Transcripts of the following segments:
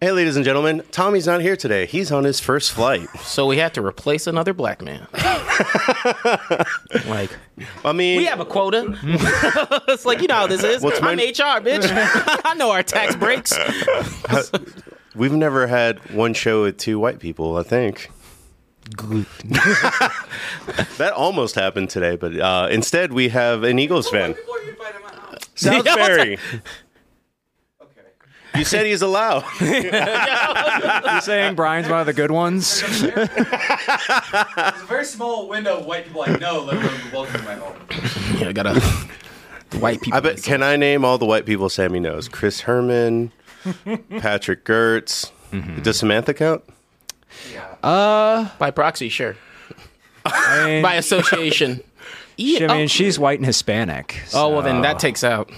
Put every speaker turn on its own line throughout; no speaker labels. Hey, ladies and gentlemen, Tommy's not here today. He's on his first flight.
So we have to replace another black man. like
I mean,
we have a quota. it's like you know how this is.
What's
I'm
mine-
HR, bitch. I know our tax breaks.
we've never had one show with two white people, I think. That almost happened today, but uh, instead we have an Eagles fan.
Before you invite him out.
Salisbury.
Okay.
You said he's allowed.
You're saying Brian's one of the good ones?
There's a very small window of white people I know, let alone welcome to my home.
yeah, I gotta. The white people.
I bet. Can I name all the white people Sammy knows? Chris Herman, Patrick Gertz.
Mm-hmm.
Does Samantha count?
Yeah.
by proxy, sure.
I mean,
By association.
she-
Yeah.
I mean
oh.
she's white and Hispanic.
Oh,
so-
well, then that takes out.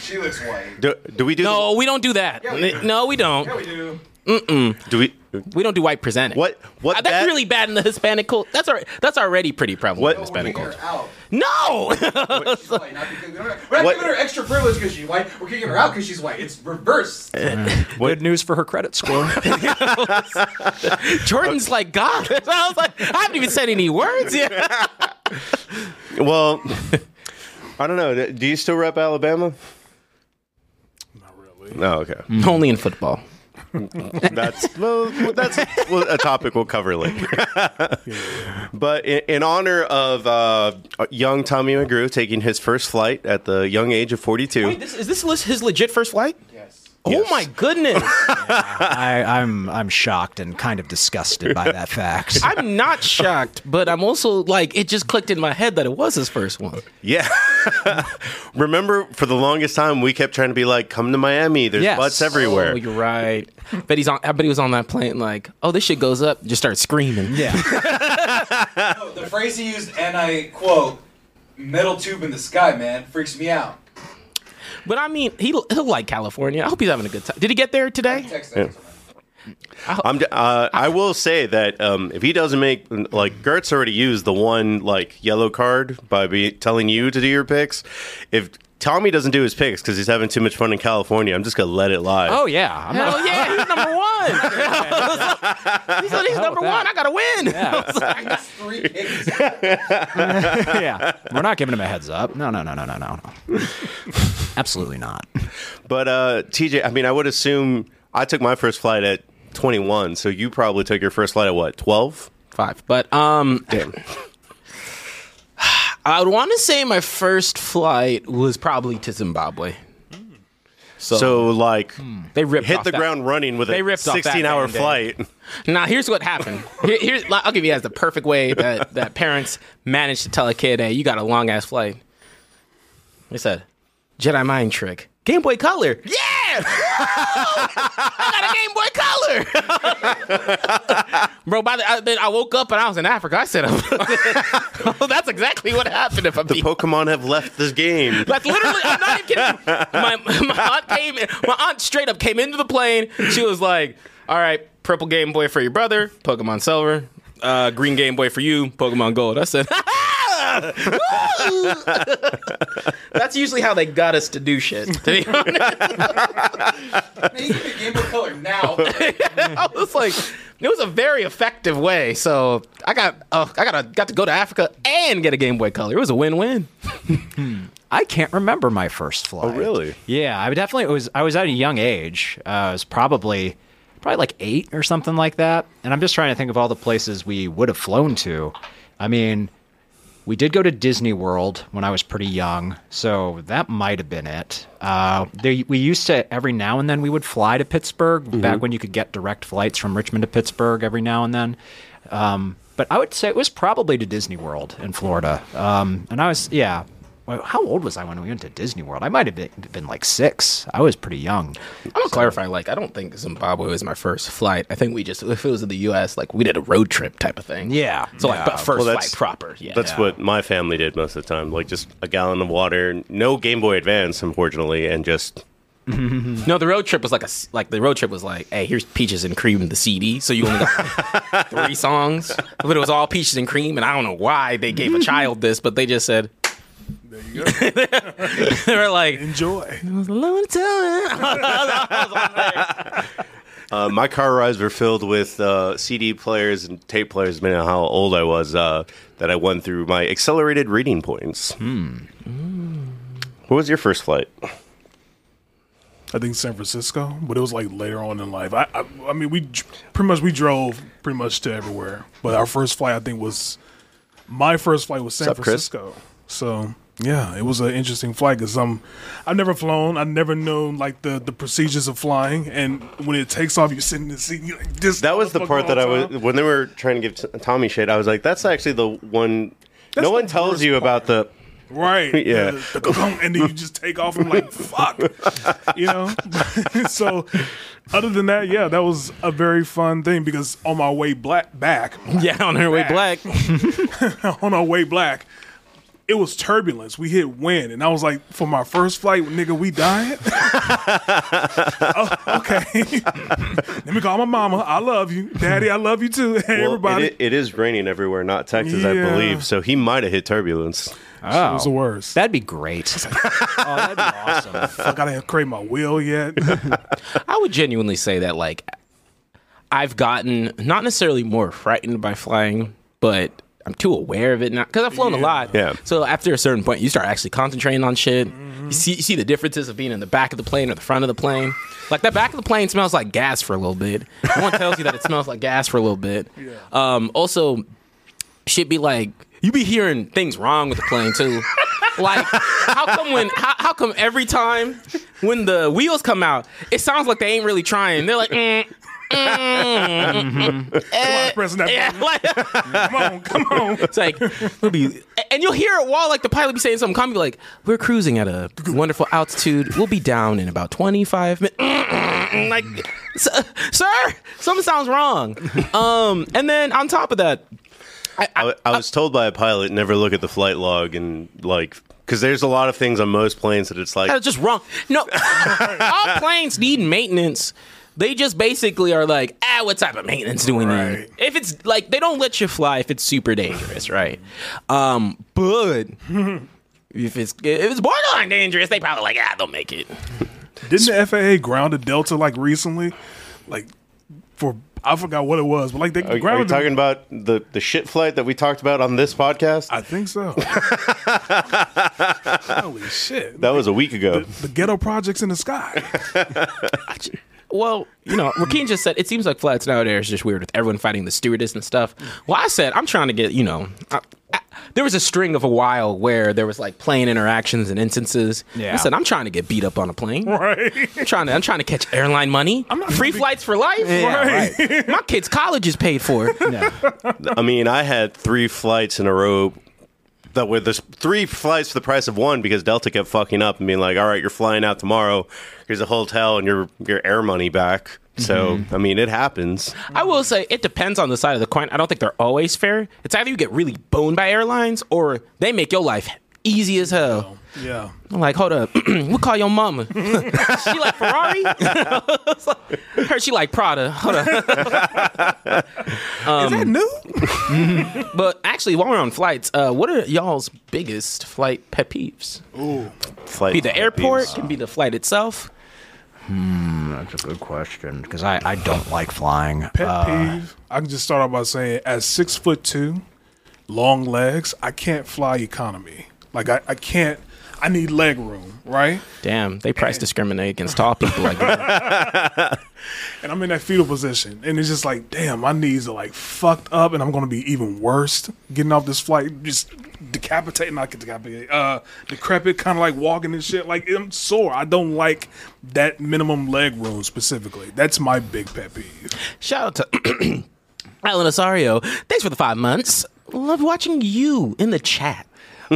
she looks white.
Do, do we do?
No, we don't do that.
we do.
No, we don't.
Yeah, we do.
Do we?
We don't do white presenting.
What? What?
Uh, That's
that-
really bad in the Hispanic culture. That's already that's already pretty prevalent
What-
in
We're
Hispanic
kicking her
culture.
out.
No,
She's white, not because- We're not, we're not
What-
giving her extra privilege because she's white. We're kicking her out because she's white. It's reversed.
good news for her credit score.
Jordan's like God. I was like, I haven't even said any words yet.
Well, I don't know. Do you still rep Alabama?
Not really.
No. okay.
Only in football.
That's well, that's well, a topic we'll cover later. but in, in honor of uh, young Tommy McGrew taking his first flight at the young age of 42,
Wait, this, is this list his legit first flight?
Yes.
Oh my goodness!
I, I'm I'm shocked and kind of disgusted by that fact.
I'm not shocked, but I'm also like, it just clicked in my head that it was his first one.
yeah. Remember, for the longest time, we kept trying to be like, "Come to Miami. There's
Yes.
butts everywhere."
Oh, you're right. But he's on. I bet he was on that plane. Like, oh, this shit goes up. Just start screaming.
yeah,
No, the phrase he used, and I quote, metal tube in the sky, man, freaks me out.
But I mean, he he'll like California. I hope he's having a good time. Did he get there today?
Text that.
I'm. d- Uh, I will say that um, if he doesn't make like Gertz already used the one like yellow card by be, telling you to do your picks. If Tommy doesn't do his picks because he's having too much fun in California, I'm just gonna let it lie.
oh yeah, I'm not,
Hell yeah, he's number one. he said he's number
that.
one. I gotta win. I was like,
It's three kicks.
yeah. We're not giving him a heads up. No, no, no, no, no, no, no. Absolutely not.
But uh, TJ, I mean, I would assume I took my first flight at 21, so you probably took your first flight at what 12?
Five. But um, I would want to say my first flight was probably to Zimbabwe. So,
So like
they ripped
hit
Oh. Hmm. off
the
that-
ground running with
They
a
ripped off that
16 hour
thing, dude.
flight.
Now, here's what happened. Here, here's, I'll give you guys the perfect way that, that parents manage to tell a kid, hey, you got a long ass flight. They said, Jedi mind trick. Game Boy Color. Yeah! I got a Game Boy Color. Bro, by the, I, then I woke up and I was in Africa. I said, oh, that's exactly what happened if I'm
The
being
Pokemon have left this game.
that's literally. I'm not even kidding. My, my aunt came. In, my aunt straight up came into the plane. She was like, "All right, purple Game Boy for your brother, Pokemon Silver. Uh, green Game Boy for you, Pokemon Gold." I said. "Woo!" That's usually how they got us to do shit. To be honest,
Man, you give me Game Boy Color now.
I was like, it was a very effective way. So I got, uh, I got, a, got to go to Africa and get a Game Boy Color. It was a win-win.
I can't remember my first flight.
Oh, really?
Yeah, I definitely was. I was at a young age. Uh, I was probably probably like eight or something like that. And I'm just trying to think of all the places we would have flown to. I mean, we did go to Disney World when I was pretty young, so that might have been it. Uh, they, we used to every now and then we would fly to Pittsburgh
Mm-hmm.
back when you could get direct flights from Richmond to Pittsburgh every now and then. Um, but I would say it was probably to Disney World in Florida. Um, and I was yeah. Well, How old was I when we went to Disney World? I might have been, been like six. I was pretty young.
I'm gonna clarify. Like, I don't think Zimbabwe was my first flight. I think we just, if it was in the U.S., like we did a road trip type of thing.
Yeah.
So like, but first
Well, that's-
flight proper. Yeah.
That's what my family did most of the time. Like just a gallon of water, no Game Boy Advance, unfortunately, and just
no, the road trip was like a s- like the road trip was like, hey, here's Peaches and Cream the CD. So you only got three songs, but it was all Peaches and Cream, and I don't know why they gave a child this, but they just said
There you go.
they were like. uh,
Enjoy.
I was like,
Uh, my car rides were filled with uh, CD players and tape players, depending on how old I was, uh, that I won through my accelerated reading points. Hmm. What was your first flight?
I think San Francisco, but it was like later on in life. I, I, I mean, we dr- pretty much we drove pretty much to everywhere, but our first flight I think was my first flight was San
Sup, Chris?
Francisco. So yeah, it was an interesting flight because I'm I've never flown, I've never known like the the procedures of flying, and when it takes off, you sit in the seat. you like this.
That was the
motherfucker
part that I
all the
was
time.
when they were trying to give t- Tommy shit. I was like, "That's actually the one."
That's
no
the
one tells
worst
you about the.
Right.
Yeah.
The- the- and then you just take off. I'm like, fuck. You know? so, other than that, yeah, that was a very fun thing because on my way black back,
Yeah, on her way black.
on our way black, it was turbulence. We hit wind. And I was like, for my first flight, nigga, we dying? oh, okay. Let me call my mama. I love you. Daddy, I love you too. Hey,
Well,
everybody.
it, it is raining everywhere, not Texas, I
Yeah.
believe. So he might have hit turbulence.
It was the worst.
That'd be great. oh, that'd be awesome.
Fuck, I didn't create my will yet.
I would genuinely say that like I've gotten not necessarily more frightened by flying, but I'm too aware of it now because I've flown a lot.
Yeah.
So after a certain point, you start actually concentrating on shit. You see, you see the differences of being in the back of the plane or the front of the plane. Like that back of the plane smells like gas for a little bit. No one tells you that it smells like gas for a little bit. Um, also, shit be like you be hearing things wrong with the plane too. like how come when how, how come every time when the wheels come out, it sounds like they ain't really trying. They're like, mm, Eh,
Pressing that
yeah, like
Come on, come on.
It's like it'll be, and you'll hear it while like the pilot be saying something comic, like we're cruising at a wonderful altitude. We'll be down in about twenty five minutes. Like, "S- sir, something sounds wrong. Um, and then on top of that, I, I,
I, I was told by a pilot never look at the flight log and like because there's a lot of things on most planes that it's like
that's just wrong. No, all planes need maintenance. They just basically are like, ah, what type of maintenance do we
Right.
need? If it's like they don't let you fly if it's super dangerous, right? Um, but if it's if it's borderline dangerous, they probably like, ah, don't make it.
Didn't the FAA ground a Delta like recently? Like for I forgot what it was, but like they
Are, are we
grounded.
talking about the, the shit flight that we talked about on this podcast?
I think so. Holy shit!
that was a week ago.
the ghetto projects in the sky.
Well, you know, Rakeem just said it seems like flights nowadays is just weird with everyone fighting the stewardess and stuff. Well, I said I'm trying to get you know. I, I, there was a string of a while where there was like plane interactions and instances.
Yeah.
I said I'm trying to get beat up on a plane.
Right.
I'm trying to I'm trying to catch airline money. I'm
not
Free
gonna be-
flights for life.
Right.
My kids' college is paid for.
I mean, I had three flights in a row that were this three flights for the price of one because Delta kept fucking up and being like, "All right, you're flying out tomorrow. Here's a hotel and your your air money back." So,
Mm-hmm.
I mean, it happens.
I will say it depends on the side of the coin. I don't think they're always fair. It's either you get really boned by airlines or they make your life easy as hell.
Yeah.
I'm like, hold up, we'll call your mama. she like Ferrari? It's like- Her, she like Prada. Hold up.
Is that
Um,
new?
But actually, while we're on flights, uh, what are y'all's biggest flight pet peeves?
Flight
Be the airport, can be the flight itself.
That's a good question because I, I don't like flying. Uh,
Pet peeve. I can just start off by saying, at six foot two, long legs, I can't fly economy. Like I, I can't. I need leg room, right?
Damn, they price discriminate against tall people like that.
and I'm in that fetal position, and it's just like, damn, my knees are like fucked up, and I'm gonna be even worse getting off this flight, just decapitating, not decapitating, uh, decrepit, kind of like walking and shit. Like I'm sore. I don't like that minimum leg room specifically. That's my big pet peeve.
Shout out to Alan Osario. Thanks for the five months. Love watching you in the chat.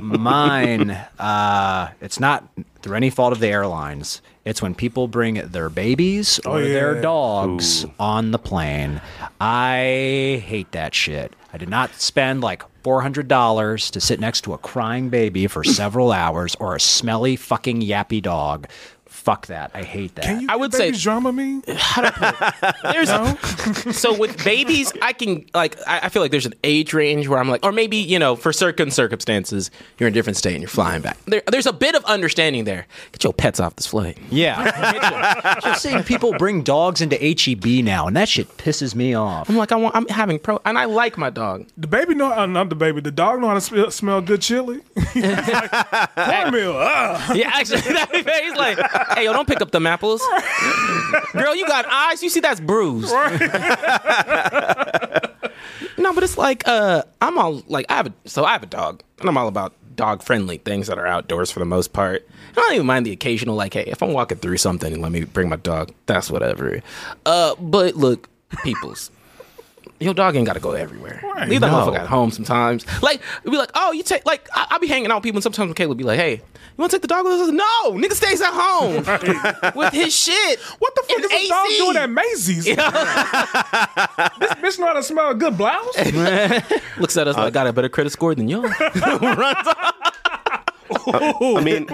Mine, uh, it's not through any fault of the airlines. It's when people bring their babies or
yeah.
their dogs on the plane. I hate that shit. I did not spend like $400 to sit next to a crying baby for several hours or a smelly fucking yappy dog. Fuck that. I hate that.
Can you
I would say-
baby's drama mean?
There's so with babies, I can like I, I feel like there's an age range where I'm like, or maybe you know, for certain circumstances, you're in a different state and you're flying back. There, there's a bit of understanding there. Get your pets off this flight.
yeah. Just seeing people bring dogs into HEB now, and that shit pisses me off.
I'm like, I want, I'm having pro, and I like my dog.
The baby know, uh, not the baby. The dog know how to smell, smell good chili. It's like, cornmeal. ah.
Yeah, actually, he's like, hey, yo, don't pick up them apples, girl. You got eyes. You see that's bruised. No, but it's like uh, I'm all like I have a so I have a dog, and I'm all about dog friendly things that are outdoors for the most part. And I don't even mind the occasional like, hey, if I'm walking through something and let me bring my dog, that's whatever. Uh, but look, peoples. Your dog ain't gotta go everywhere. Leave that
no.
Oh.
motherfucker at home sometimes. Like, it'd be like, oh, you take like I, I'll be hanging out with people, and sometimes Caleb would be like, hey, you wanna take the dog with us? No, nigga stays at home with his shit.
What the fuck
In
is a dog
AC?
doing at Macy's? this bitch know how to smell a good blouse.
Looks at us like I got a better credit score than yours.
I mean,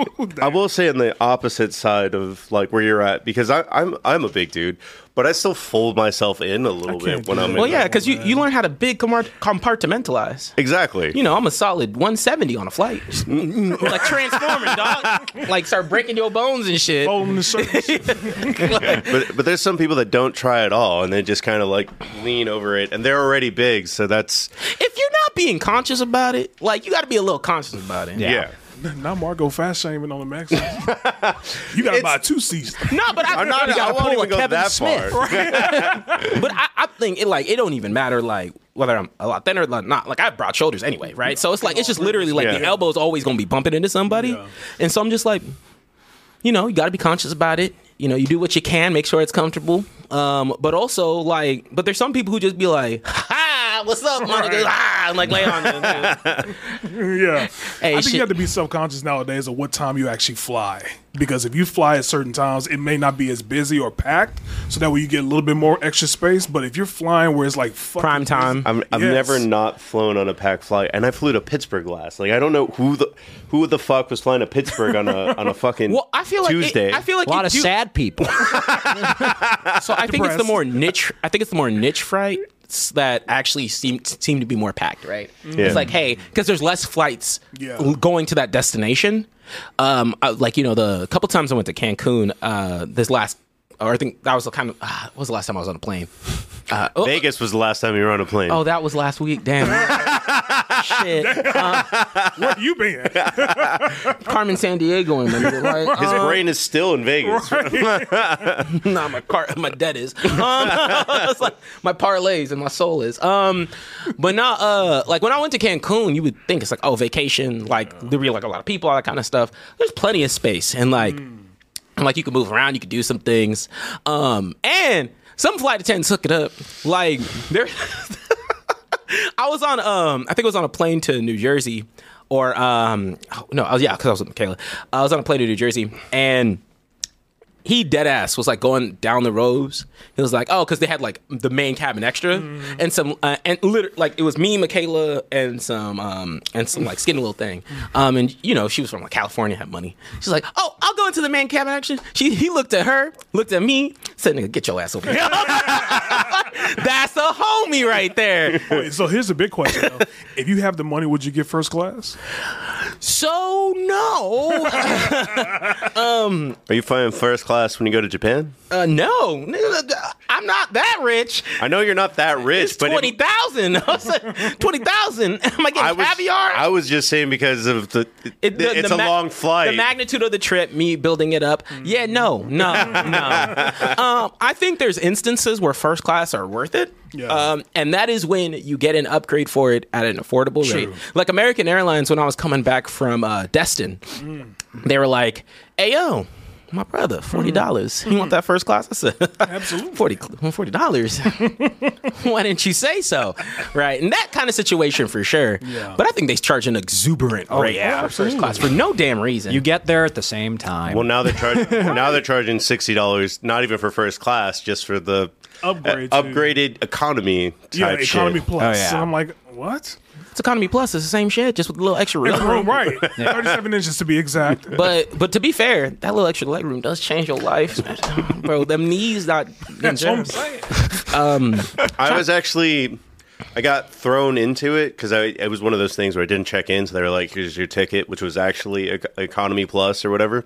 I will say on the opposite side of like where you're at because I, I'm I'm a big dude, but I still fold myself in a little
can't
bit when
do
I'm.
that.
in
Well,
the-
yeah, because you, you learn how to big compart- compartmentalize.
exactly.
You know, I'm a solid 170 on a flight. like transforming, dog. Like start breaking your bones and shit.
Folding the shirt.
but but there's some people that don't try at all and they just kind of like lean over it and they're already big, so that's
If you're not being conscious about it, like you got to be a little conscious about it.
yeah.
Now Margot fast shaming on the Max. you gotta buy two seats.
No, but I,
I'm not.
you
I
gotta
won't
pull a
even go
Kevin
that
Smith.
far.
But I, I think it like it don't even matter like whether I'm a lot thinner or not. Like I have broad shoulders anyway, right? So it's like it's just literally like the
Yeah.
elbow's always gonna be bumping into somebody.
Yeah.
And so I'm just like, you know, you gotta be conscious about it. You know, you do what you can, make sure it's comfortable. Um, but also like but there's some people who just be like, ha, what's up, Monica? Ah, and like lay on them. dude.
yeah.
Hey,
I think
shit.
you have to be self-conscious nowadays of what time you actually fly. Because if you fly at certain times, it may not be as busy or packed. So that way you get a little bit more extra space. But if you're flying where it's like fucking
Prime time.
I'm, I've
Yes.
never not flown on a packed flight, and I flew to Pittsburgh last. Like I don't know who the who the fuck was flying to Pittsburgh on a on a fucking
Well, I feel like it-
Tuesday.
I feel like
A lot
you
of
do-
sad people.
So I think it's the
Depressed.
more niche. I think it's the more niche flights that actually seem seem to be more packed, right? It's like hey, because there's less flights
Yeah.
l- going to that destination. Um, I- like you know, the couple times I went to Cancun, uh, this last, or I think that was the kind of uh, what was the last time I was on a plane. Uh, oh,
Vegas was the last time you were on a plane.
oh, that was last week. Damn. Shit, uh,
Where you been?
Carmen San Diego in my nigga, like,
His
uh,
brain is still in Vegas.
nah, my car, my debt is. Um, it's like my parlays and my soul is. Um, but not uh, like when I went to Cancun, you would think it's like oh vacation, like there'd be like a lot of people, all that kind of stuff. There's plenty of space and like, and, like you can move around, you could do some things, um, and some flight attendants hook it up. Like there, I was on um, I think I was on a plane to New Jersey, or um, oh, no, I was, yeah, because I was with Michaela. I was on a plane to New Jersey and he dead ass was like going down the rows. He was like, oh, because they had like the main cabin extra and some uh, and literally like it was me, Michaela, and some um and some like skinny little thing. Um and you know she was from like California, had money. She's like, oh, I'll go into the main cabin extra. She he looked at her, looked at me, said, nigga, get your ass over here. That's a homie right there.
Wait, so here's the big question: though. If you have the money, would you get first class?
So no,
Are you flying first class when you go to Japan?
uh, no, nigga, I'm not that rich.
I know you're not that rich,
It's
but it-
twenty thousand. Twenty thousand. Am I getting
I was
caviar?
I was just saying because of the
It- the-
it's
the
a
ma-
long flight.
The magnitude of the trip, me building it up.
Mm-hmm.
Yeah, no, no, no. um, I think there's instances where first class are worth it.
Yeah.
Um, and that is when you get an upgrade for it at an affordable rate.
True.
Like American Airlines, when I was coming back from uh, Destin, they were like, hey, yo. My brother, forty dollars. You want that first class? I said,
Mm. Absolutely.
forty forty dollars. Why didn't you say so? Right, and that kind of situation for sure.
Yeah. Oh,
But I think they charge an exuberant rate
yeah,
for
Mm.
first
absolutely.
class for no damn reason.
you get there at the same time.
well, now they're charging now they're charging sixty dollars, not even for first class, just for the
Upgrade
uh,
to-
upgraded economy type
Yeah, economy
shit.
plus.
Oh, yeah.
And I'm like, what?
It's Economy Plus. It's the same shit, just with a little extra room.
right. 37 inches to be exact.
But but to be fair, that little extra leg room does change your life, bro. Them knees not.
That's what I'm saying.
I was actually, I got thrown into it because I it was one of those things where I didn't check in, so they were like, "Here's your ticket," which was actually Ec- economy plus or whatever.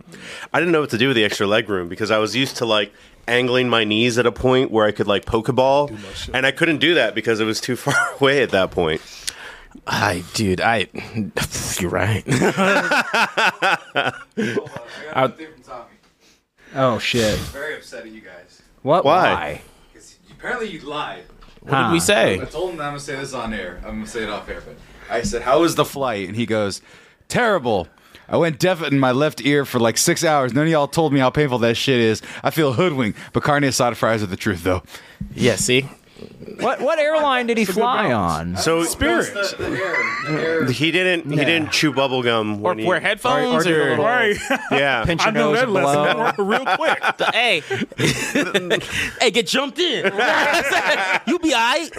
I didn't know what to do with the extra leg room because I was used to like angling my knees at a point where I could like poke a ball, and I couldn't do that because it was too far away at that point.
I dude, I. You're right.
I got something from Tommy.
Oh shit!
Very upset at you guys.
What?
Why?
Why?
'Cause apparently you lied.
What did we say?
I told him that I'm gonna say this on air. I'm gonna say it off air, but I said, "How was the flight?" And he goes, "Terrible." I went deaf in my left ear for like six hours. None of y'all told me how painful that shit is. I feel hoodwinked, but carne asada fries are the truth, though.
Yeah. See.
What? What airline did he fly on?
So
Spirit.
The, air,
he didn't he didn't chew bubble gum
Or
when he,
wear headphones
Or- or do a
or.
little-
Right.
yeah.
Pinch
I
your
know
nose
that
and blow.
lesson real quick.
hey, hey, get jumped in. you be alright.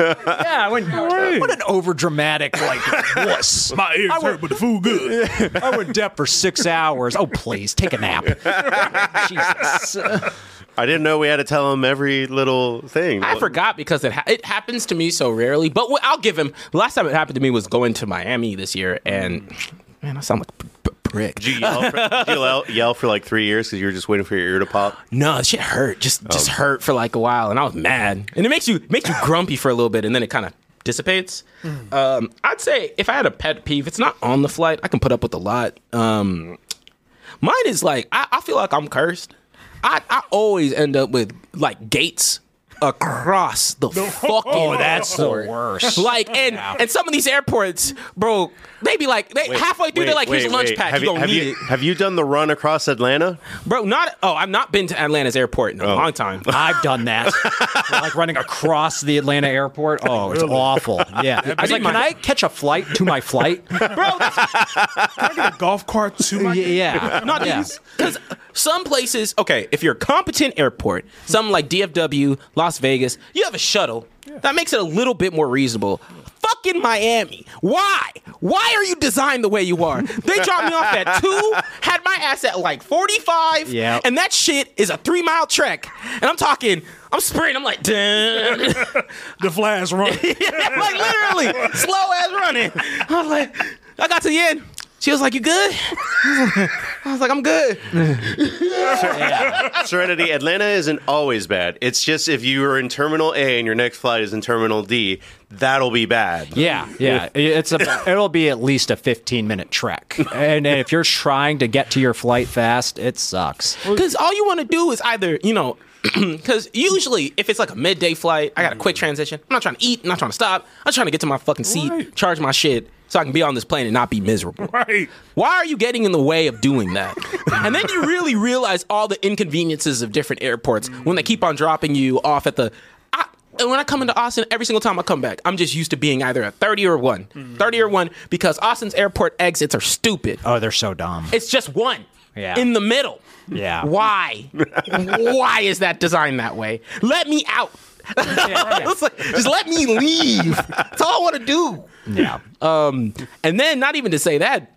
Yeah, I went.
Right.
What an overdramatic like wuss.
My ears hurt, but the food good.
I went deaf for six hours. Oh please, take a nap. Jesus.
I didn't know we had to tell him every little thing.
I
Wh-
forgot because it ha- it happens to me so rarely. But wh- I'll give him. The last time it happened to me was going to Miami this year, and man, I sound like a p- p- prick.
Did you yell for, did you yell, yell for like three years because you were just waiting for your ear to pop?
No, that shit hurt. Just
Oh.
just hurt for like a while, and I was mad. And it makes you makes you grumpy for a little bit, and then it kind of dissipates.
Hmm.
Um, I'd say if I had a pet peeve, it's not on the flight. I can put up with a lot. Um, mine is like I, I feel like I'm cursed. I I always end up with like gates across the fucking.
Oh, that's the
airport.
worst.
Like and and some of these airports, bro, they be like they halfway through they're like, here's
wait,
your lunch
wait.
pack,
Have
you gonna
have
need
you,
it.
Have you done the run across Atlanta?
Bro, not oh, I've not been to Atlanta's airport
Oh.
in a long time.
I've done that. like running across the Atlanta airport. Oh, it's awful. Yeah. I was
be
like, can
my-
I catch a flight to my flight?
Bro, that's
Can I get a golf cart
yeah.
too? My
yeah.
Not
yeah.
Because some places, okay, if you're a competent airport, some like DFW, Las Vegas, you have a shuttle. That makes it a little bit more reasonable. Fucking Miami. Why? Why are you designed the way you are? They dropped me off at two, had my ass at like 45,
Yeah.
and that shit is a three mile trek. And I'm talking, I'm spraying, I'm like, damn.
The flash run.
like literally, slow as running. I was like, I got to the end. She was like, You good? I was like, I'm good.
Serenity, Atlanta isn't always bad. It's just if you are in Terminal A and your next flight is in Terminal D, that'll be bad.
Yeah, yeah. It's a, it'll be at least a 15 minute trek. And, and if you're trying to get to your flight fast, it sucks.
Because all you want to do is either, you know, because usually if it's like a midday flight, I got a quick
Mm.
transition. I'm not trying to eat. I'm not trying to stop. I'm trying to get to my fucking seat,
Right.
charge my shit, so I can be on this plane and not be miserable.
Right.
Why are you getting in the way of doing that? and then you really realize all the inconveniences of different airports when they keep on dropping you off at the. I, and when I come into Austin, every single time I come back, I'm just used to being either at 30 or 1.
Mm.
30 or 1 because Austin's airport exits are stupid.
Oh, they're so dumb.
It's just one
Yeah.
in the middle.
Yeah.
Why? Why is that designed that way? Let me out.
Oh,
It's like, just let me leave. That's all I want to do.
Yeah.
Um, and then not even to say that.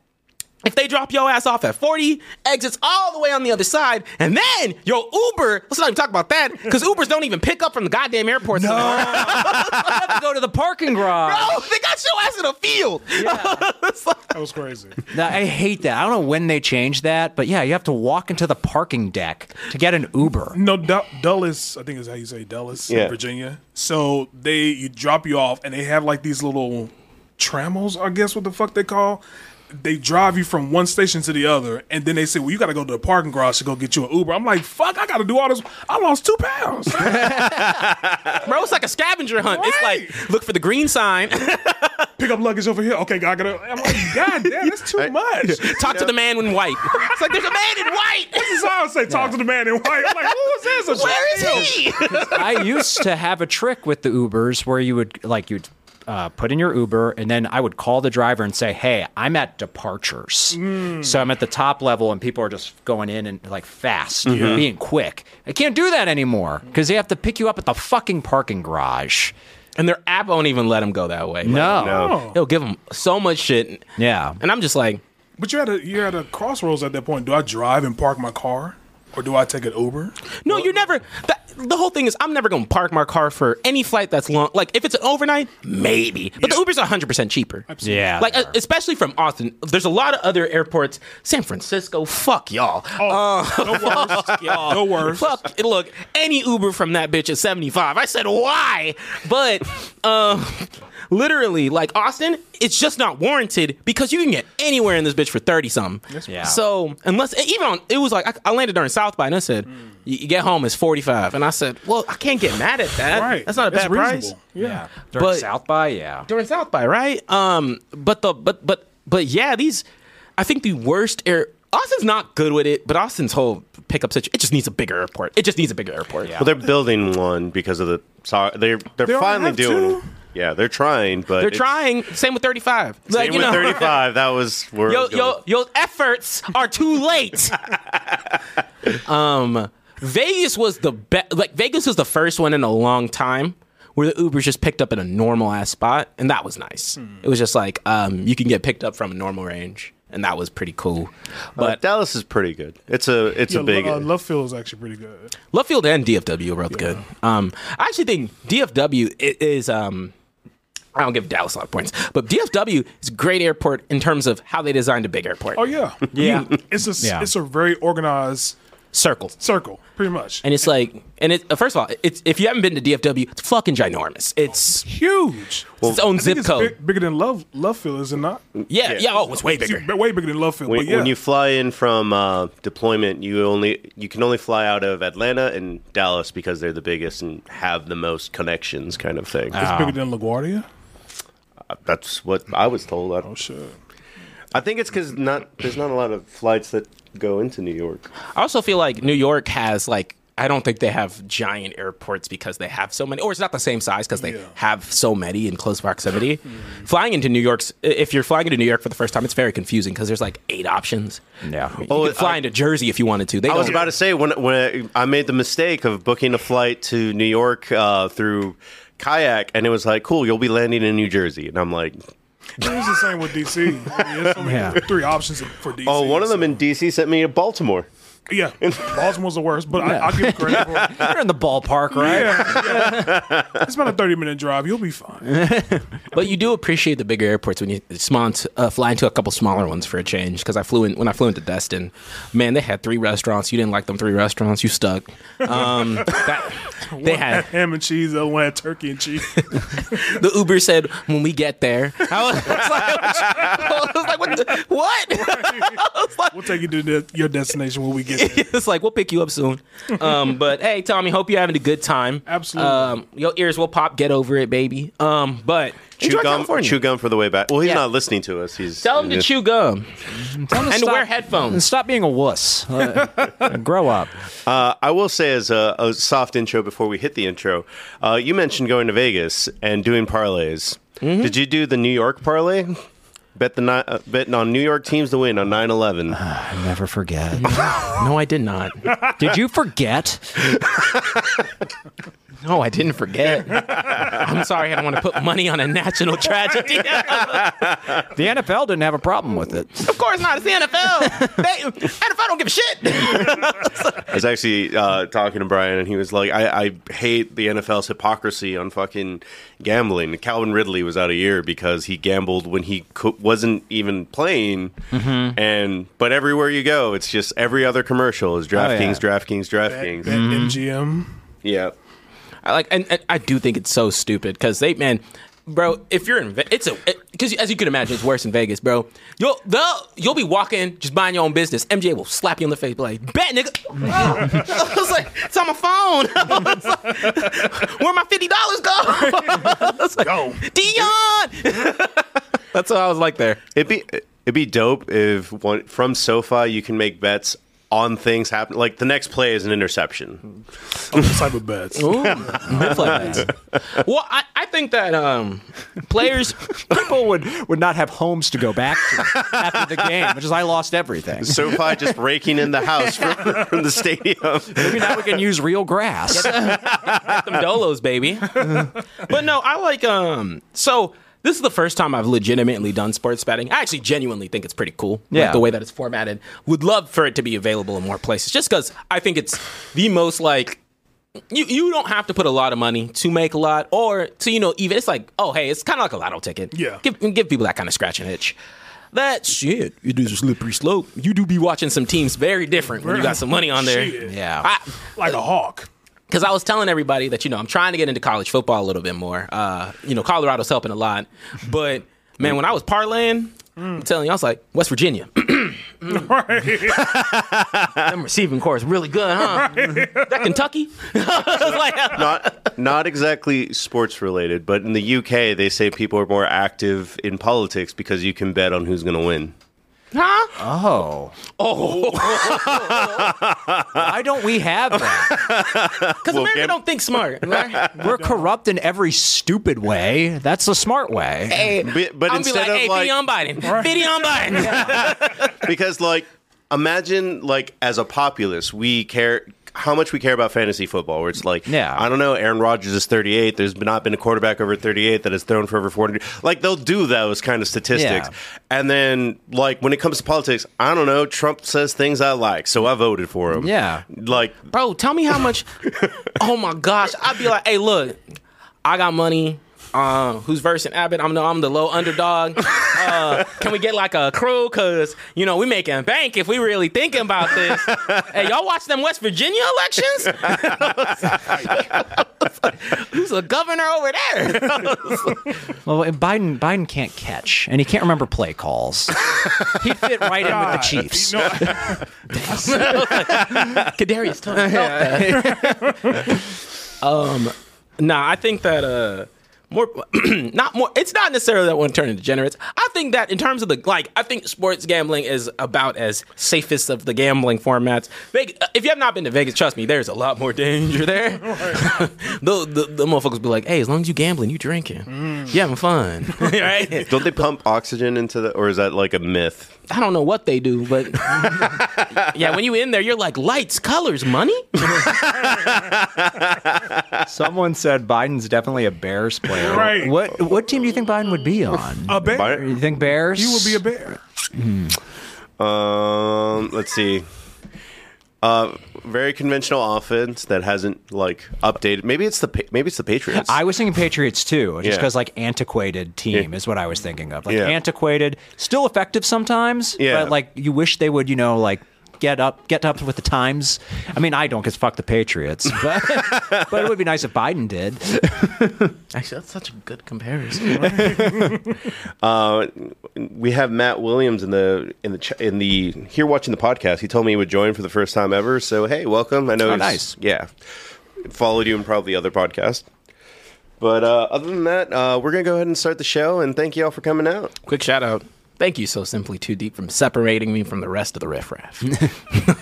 If they drop your ass off at 40, exits all the way on the other side, and then your Uber, let's not even talk about that, because Ubers don't even pick up from the goddamn airport. No.
have to go to the parking garage.
Oh, they got your ass in a field.
That was crazy.
Now, I hate that. I don't know when they changed that, but yeah, you have to walk into the parking deck to get an Uber.
No, Du- Dulles, I think is how you say Dulles, in
Yeah.
Virginia. So they you drop you off, and they have like these little trammels, I guess what the fuck they call. They drive you from one station to the other, and then they say, "Well, you got to go to the parking garage to go get you an Uber." I'm like, "Fuck, I got to do all this. I lost two pounds."
Bro, it's like a scavenger hunt. It's like, look for the green sign,
Pick up luggage over here. Okay, I gotta. I'm like, "God damn, that's too much." This
talk to the man in white. It's like, there's a man in white.
is how I say, "Talk to the man in white." I'm like, "Who is this?"
Where is he?
I used to have a trick with the Ubers where you would like you'd uh, put in your Uber and then I would call the driver and say, "Hey, I'm at departures,
Mm.
so I'm at the top level and people are just going in and like fast,
Mm-hmm.
being quick. I can't do that anymore because they have to pick you up at the fucking parking garage."
And their app won't even let them go that way. Like,
No.
No.
It'll give them so much shit.
Yeah.
And I'm just like,
But you're at a you're at a crossroads at that point. Do I drive and park my car, or do I take an Uber?
no, you're never. That, the whole thing is, I'm never going to park my car for any flight that's long. Like, if it's an overnight, maybe. But the Uber's 100% cheaper.
Yeah.
Like, uh, especially from Austin. There's a lot of other airports. San Francisco, fuck y'all.
Oh, no worse. No worse.
Fuck, look, any Uber from that bitch is 75. I said, why? But, um, literally, like Austin, it's just not warranted because you can get anywhere in this bitch for 30 something.
Yeah.
So, unless, even on, it was like, I, I landed during South by and I
Hmm.
said, you you get home, it's 45. And I said, well, I can't get mad at that.
Right.
That's not a
That's
bad price
reasonable. Yeah.
yeah. During
But-
South by, yeah.
during South by, right? Um, but the but but but yeah, these I think the worst air Austin's not good with it, but Austin's whole pickup situation it just needs a bigger airport. It just needs a bigger airport.
Well, they're building one because of the. So, they're they're
already
finally
have
doing.
two?
Yeah, they're trying, but
They're
it's-
trying. Same with 35.
Same with 35. That was where it
Yo,
was going.
yo, your efforts are too late. um, Vegas was the best. Like Vegas was the first one in a long time where the Ubers just picked up in a normal ass spot, and that was nice. It was just like um, you can get picked up from a normal range, and that was pretty cool.
Uh,
But
Dallas is pretty good. It's a it's
Yeah,
a big.
uh, Love Field is actually pretty good.
Love Field and DFW are both good. Um, I actually think DFW i- is. Um, I don't give Dallas a lot of points, but DFW is a great airport in terms of how they designed a big airport.
Oh yeah,
Yeah.
It's a
Yeah.
it's a very organized
Circle.
circle, pretty much.
And it's like, and it uh, first of all, it's if you haven't been to DFW, it's fucking ginormous. It's
huge.
it's its own
I think
zip
it's
code.
big- bigger than Love Love Field, is it not?
yeah,
yeah.
yeah, Oh, it's way bigger.
It's way bigger than Love Field.
When,
but yeah.
when you fly in from uh, deployment, you only you can only fly out of Atlanta and Dallas because they're the biggest and have the most connections, kind of thing.
uh,
it's bigger than LaGuardia.
Ah, That's what I was told. I,
Oh shit.
I think it's because not there's not a lot of flights that go into New York.
I also feel like New York has like I don't think they have giant airports because they have so many, or it's not the same size because they
Yeah.
have so many in close proximity. Flying into New York's, i- if you're flying into New York for the first time, it's very confusing because there's like eight options.
Yeah.
You could fly into Jersey if you wanted to. They
I was
don't-
about to say when when I made the mistake of booking a flight to New York uh, through kayak, and it was like, cool, you'll be landing in New Jersey, and I'm like,
It's the same with DC. I mean, there's only
Yeah.
three options for DC.
oh, one of them
so-
in DC sent me to Baltimore.
yeah, Baltimore's the worst, but I, I'll give it credit for it.
You're in the ballpark, right?
It's about a thirty-minute drive. You'll be fine.
But you do appreciate the bigger airports when you small, uh, fly into a couple smaller ones for a change. Because I flew in when I flew into Destin, man, they had three restaurants. You didn't like them three restaurants, you stuck. Um, that, they had
Ham and cheese. The other one had turkey and cheese.
the Uber said when we get there. I was, I was like, I was like, what? The, what? I was like,
We'll take you to the, your destination when we get there.
it's like we'll pick you up soon. Um, but hey, Tommy, hope you're having a good time.
Absolutely.
Um, your ears will pop. Get over it, baby. Um, but
Chew
enjoy
gum,
California.
chew gum for the way back. Well, he's
Yeah.
not listening to us. He's
Tell them to
he's-
chew gum and to
Stop-
wear headphones.
Stop being a wuss. Uh, grow up.
Uh, I will say, as a, a soft intro before we hit the intro, uh, you mentioned going to Vegas and doing parlays. Did you do the New York parlay? Bet the ni- uh, betting on New York teams to win on 9-11.
I never forget.
No, I did not.
Did you forget?
No, I didn't forget. I'm sorry, I don't want to put money on a national tragedy.
The NFL didn't have a problem with it.
of course not. It's the NFL. They, NFL don't give a shit.
I was actually uh, talking to Brian, and he was like, I, "I hate the NFL's hypocrisy on fucking gambling." Calvin Ridley was out a year because he gambled when he co- wasn't even playing, and but everywhere you go, it's just every other commercial is DraftKings, DraftKings, DraftKings.
That MGM.
Yeah.
I like, and, and I do think it's so stupid because they, man, bro. If you're in, Ve- it's a because as you can imagine, it's worse in Vegas, bro. You'll they'll, you'll be walking, just buying your own business. MJ will slap you in the face, be like, "Bet, nigga." I was like, "It's on my phone." I was like, Where my fifty dollars go? I was like,
Go.
Dion. That's what I was like there.
It'd be it'd be dope if one, from SoFi you can make bets on things happen. Like the next play is an interception.
Cyber bets.
Oh.
Well, I, I think that um, players,
People would, would not have homes to go back to after the game, which is I lost everything.
SoFi just raking in the house from, from the stadium.
Maybe now we can use real grass.
them dolos, baby. but no, I like um. So this is the first time I've legitimately done sports betting. I actually genuinely think it's pretty cool. like,
Yeah.
the way that it's formatted. Would love for it to be available in more places, just because I think it's the most like. You, you don't have to put a lot of money to make a lot or to you know even it's like oh hey it's kind of like a lotto ticket
Yeah.
give give people that kind of scratch and itch that shit it is a slippery slope you do be watching some teams very different when you got some money on there
Shit.
Yeah.
I,
Like a hawk.
because I was telling everybody that you know I'm trying to get into college football a little bit more. Uh, you know, Colorado's helping a lot, but man, when I was parlaying, I'm telling you, I was like West Virginia. Them receiving core is really good, huh? that Kentucky, I was like,
not not exactly sports related, but in the UK they say people are more active in politics because you can bet on who's going to win.
huh?
Oh. Oh. Why don't we have that?
Because America
Gam-
don't think smart. right?
We're corrupt in every stupid way. That's the smart way.
Hey,
But, but
I'm be
instead
like, hey,
of like
Videon Biden, Videon Biden.
because like imagine like as a populace we care how much we care about fantasy football where it's like
Yeah.
I don't know Aaron Rodgers is 38 there's not been a quarterback over 38 that has thrown for over 400 like they'll do those kind of statistics
Yeah.
and then like when it comes to politics I don't know Trump says things I like so I voted for him
Yeah.
like
bro, tell me how much. oh my gosh, I'd be like, hey, look, I got money. Uh, who's versing Abbott? I'm the I'm the low underdog. Uh, can we get like a crew? Cause you know we making bank if we really thinking about this. hey, y'all watch them West Virginia elections? Who's a governor over there?
Well, and Biden Biden can't catch, and he can't remember play calls. He'd fit right in with the
God.
Chiefs.
No,
Kadarius Tony. um, nah, I think that uh, more not more. It's not necessarily that one turn into degenerates. I think that in terms of the like, I think sports gambling is about as safest of the gambling formats. Vegas, uh, if you have not been to Vegas, trust me, there's a lot more danger there. the, the the motherfuckers be like, hey, as long as you gambling, you drinking, you having fun, right?
don't they pump oxygen into the or is that like a myth
I don't know what they do, but yeah, when you in there, you're like lights, colors, money.
Someone said Biden's definitely a Bears player.
Right.
What what team do you think Biden would be on?
a bear.
Bi-
you think Bears?
You would be a bear.
Um, let's see. Uh, very conventional offense that hasn't like updated. Maybe it's the Pa- maybe it's the Patriots.
I was thinking Patriots too, just
Yeah.
because like antiquated team is what I was thinking of. Like
Yeah.
antiquated, still effective sometimes,
Yeah.
but like you wish they would, you know, like get up, get up with the times. I mean, I don't because fuck the Patriots, but, but it would be nice if Biden did.
Actually, that's such a good comparison.
uh, we have Matt Williams in the in the ch- in the here watching the podcast. He told me he would join for the first time ever. So hey, welcome. I know. he's-
Oh, nice.
Yeah, followed you in probably other podcast. But uh, other than that, uh, we're gonna go ahead and start the show. And thank you all for coming out.
Quick shout out. Thank you so simply too deep from separating me from the rest of the riffraff.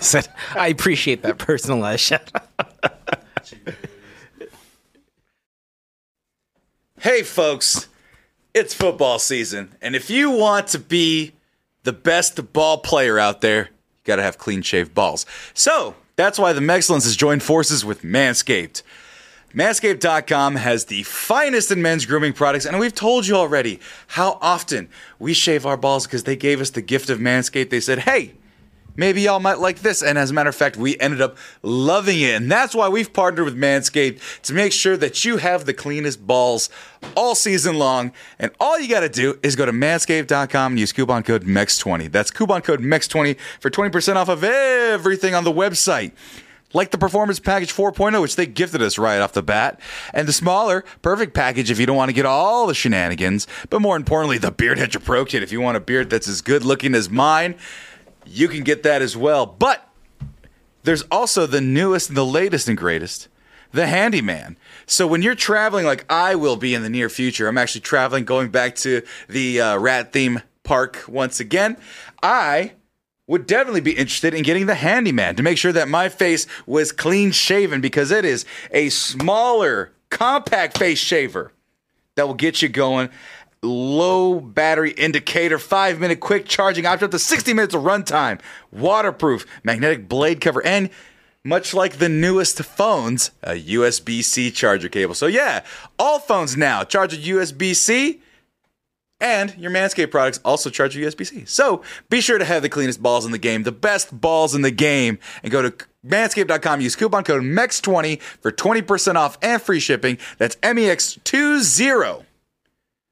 Said, I appreciate that personalized shout out.
Hey, folks, it's football season. And if you want to be the best ball player out there, you got to have clean shaved balls. So that's why the Mexcellence has joined forces with Manscaped. Manscaped.com has the finest in men's grooming products, and we've told you already how often we shave our balls because they gave us the gift of Manscaped. They said, hey, maybe y'all might like this. And as a matter of fact, we ended up loving it. And that's why we've partnered with Manscaped to make sure that you have the cleanest balls all season long. And all you got to do is go to manscaped.com and use coupon code MEX20. That's coupon code MEX20 for 20% off of everything on the website like the Performance Package 4.0, which they gifted us right off the bat, and the smaller, perfect package if you don't want to get all the shenanigans, but more importantly, the Beard Hedger Pro Kit. If you want a beard that's as good looking as mine, you can get that as well. But there's also the newest and the latest and greatest, the handyman. So when you're traveling, like I will be in the near future, I'm actually traveling, going back to the uh, rat theme park once again. I would definitely be interested in getting the handyman to make sure that my face was clean shaven because it is a smaller, compact face shaver that will get you going. Low battery indicator, five minute quick charging option, up to 60 minutes of runtime, waterproof, magnetic blade cover, and much like the newest phones, a USB C charger cable. So, yeah, all phones now charge with USB C, and your Manscaped products also charge with USB C. So, be sure to have the cleanest balls in the game, the best balls in the game, and go to manscaped.com. Use coupon code MEX20 for 20% off and free shipping. That's E MEX20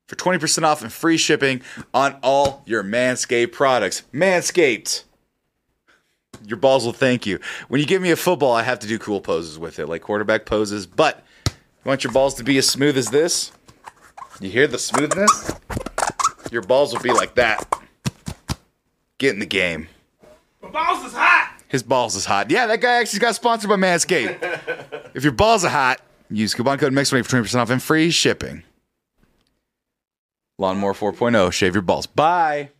for 20% off and free shipping on all your Manscaped products. Manscaped. Your balls will thank you. When you give me a football, I have to do cool poses with it, like quarterback poses. But you want your balls to be as smooth as this? You hear the smoothness? Your balls will be like that. Get in the game.
balls is hot.
His balls is hot. Yeah, that guy actually got sponsored by Manscaped. if your balls are hot, use coupon code MEX20 for 20% off and free shipping. Lawnmower 4.0, shave your balls. Bye.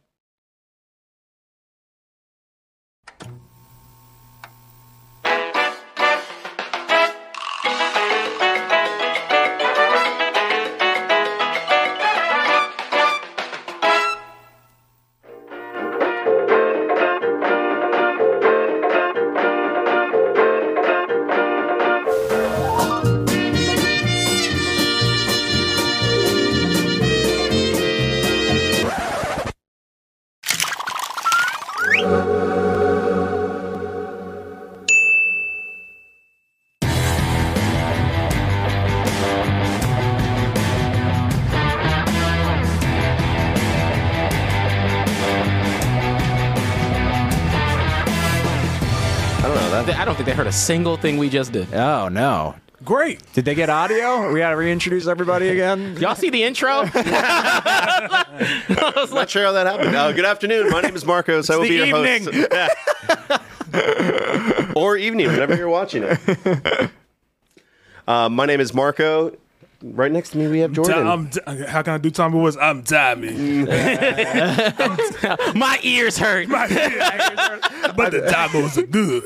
I don't know that.
I don't think they heard a single thing we just did.
Oh no.
Great.
Did they get audio? We gotta reintroduce everybody again.
Y'all see the intro?
Not sure how that happened. Uh, good afternoon. My name is Marcos. I will be your host. Yeah. or evening, whenever you're watching it. Uh, my name is Marco. Right next to me, we have Jordan.
Um,
I'm di- how can I do Tommy Woods? I'm diamond.
My ears hurt.
but the diamonds are good.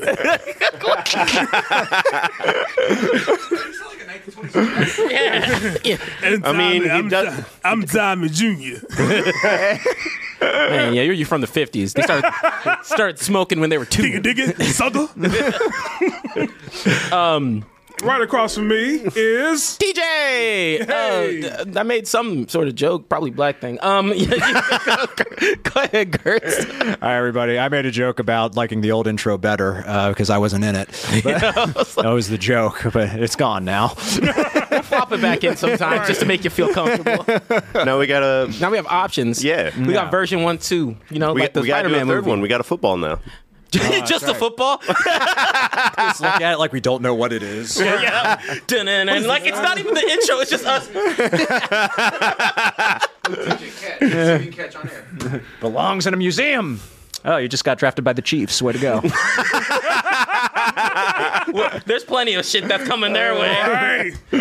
Yeah. Yeah.
And
I mean,
Diamond-
he
I'm,
does-
Di- I'm Diamond Junior.
Man, yeah, you're, you're from the 50s. They started, started smoking when they were two.
Digga digga, sucker. um, right across from me is
TJ! Uh, d- I made some sort of joke, probably black thing. Um, go ahead, Gertz.
Hi everybody. I made a joke about liking the old intro better because I wasn't in it. But that was the joke, but it's gone now.
Pop it back in sometime just to make you feel comfortable.
now we got a
Now we have options.
Yeah.
We got
Yeah.
version one, two. You know,
we,
like the
got to
Spider
do a
Man
third
movie.
one. We got a football now.
just the football.
Just look at it like we don't know what it is.
yeah. And like, it's not even the intro, it's just us.
Belongs in a museum. Oh, you just got drafted by the Chiefs. Way to go.
There's plenty of shit that's coming their way.
hey,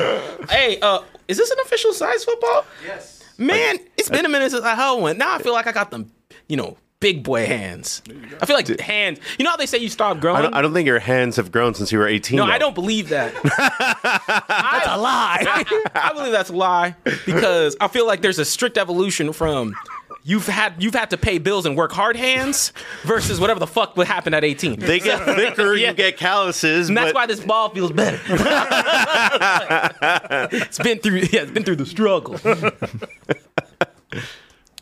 Hey, uh, is this an official size football?
Yes.
Man, it's been a minute since I held one. Now I feel like I got them, you know, big boy hands. I feel like hands. You know how they say you stop growing?
I don't, I don't think your hands have grown since you were 18.
no,
though.
I don't believe that. that's a
Lie.
I, I believe that's a lie because I feel like there's a strict evolution from you've had you've had to pay bills and work hard hands versus whatever the fuck would happen at 18.
They get thicker,
Yeah.
you get calluses.
and that's
but
why this ball feels better. it's been through yeah, it's been through the struggle.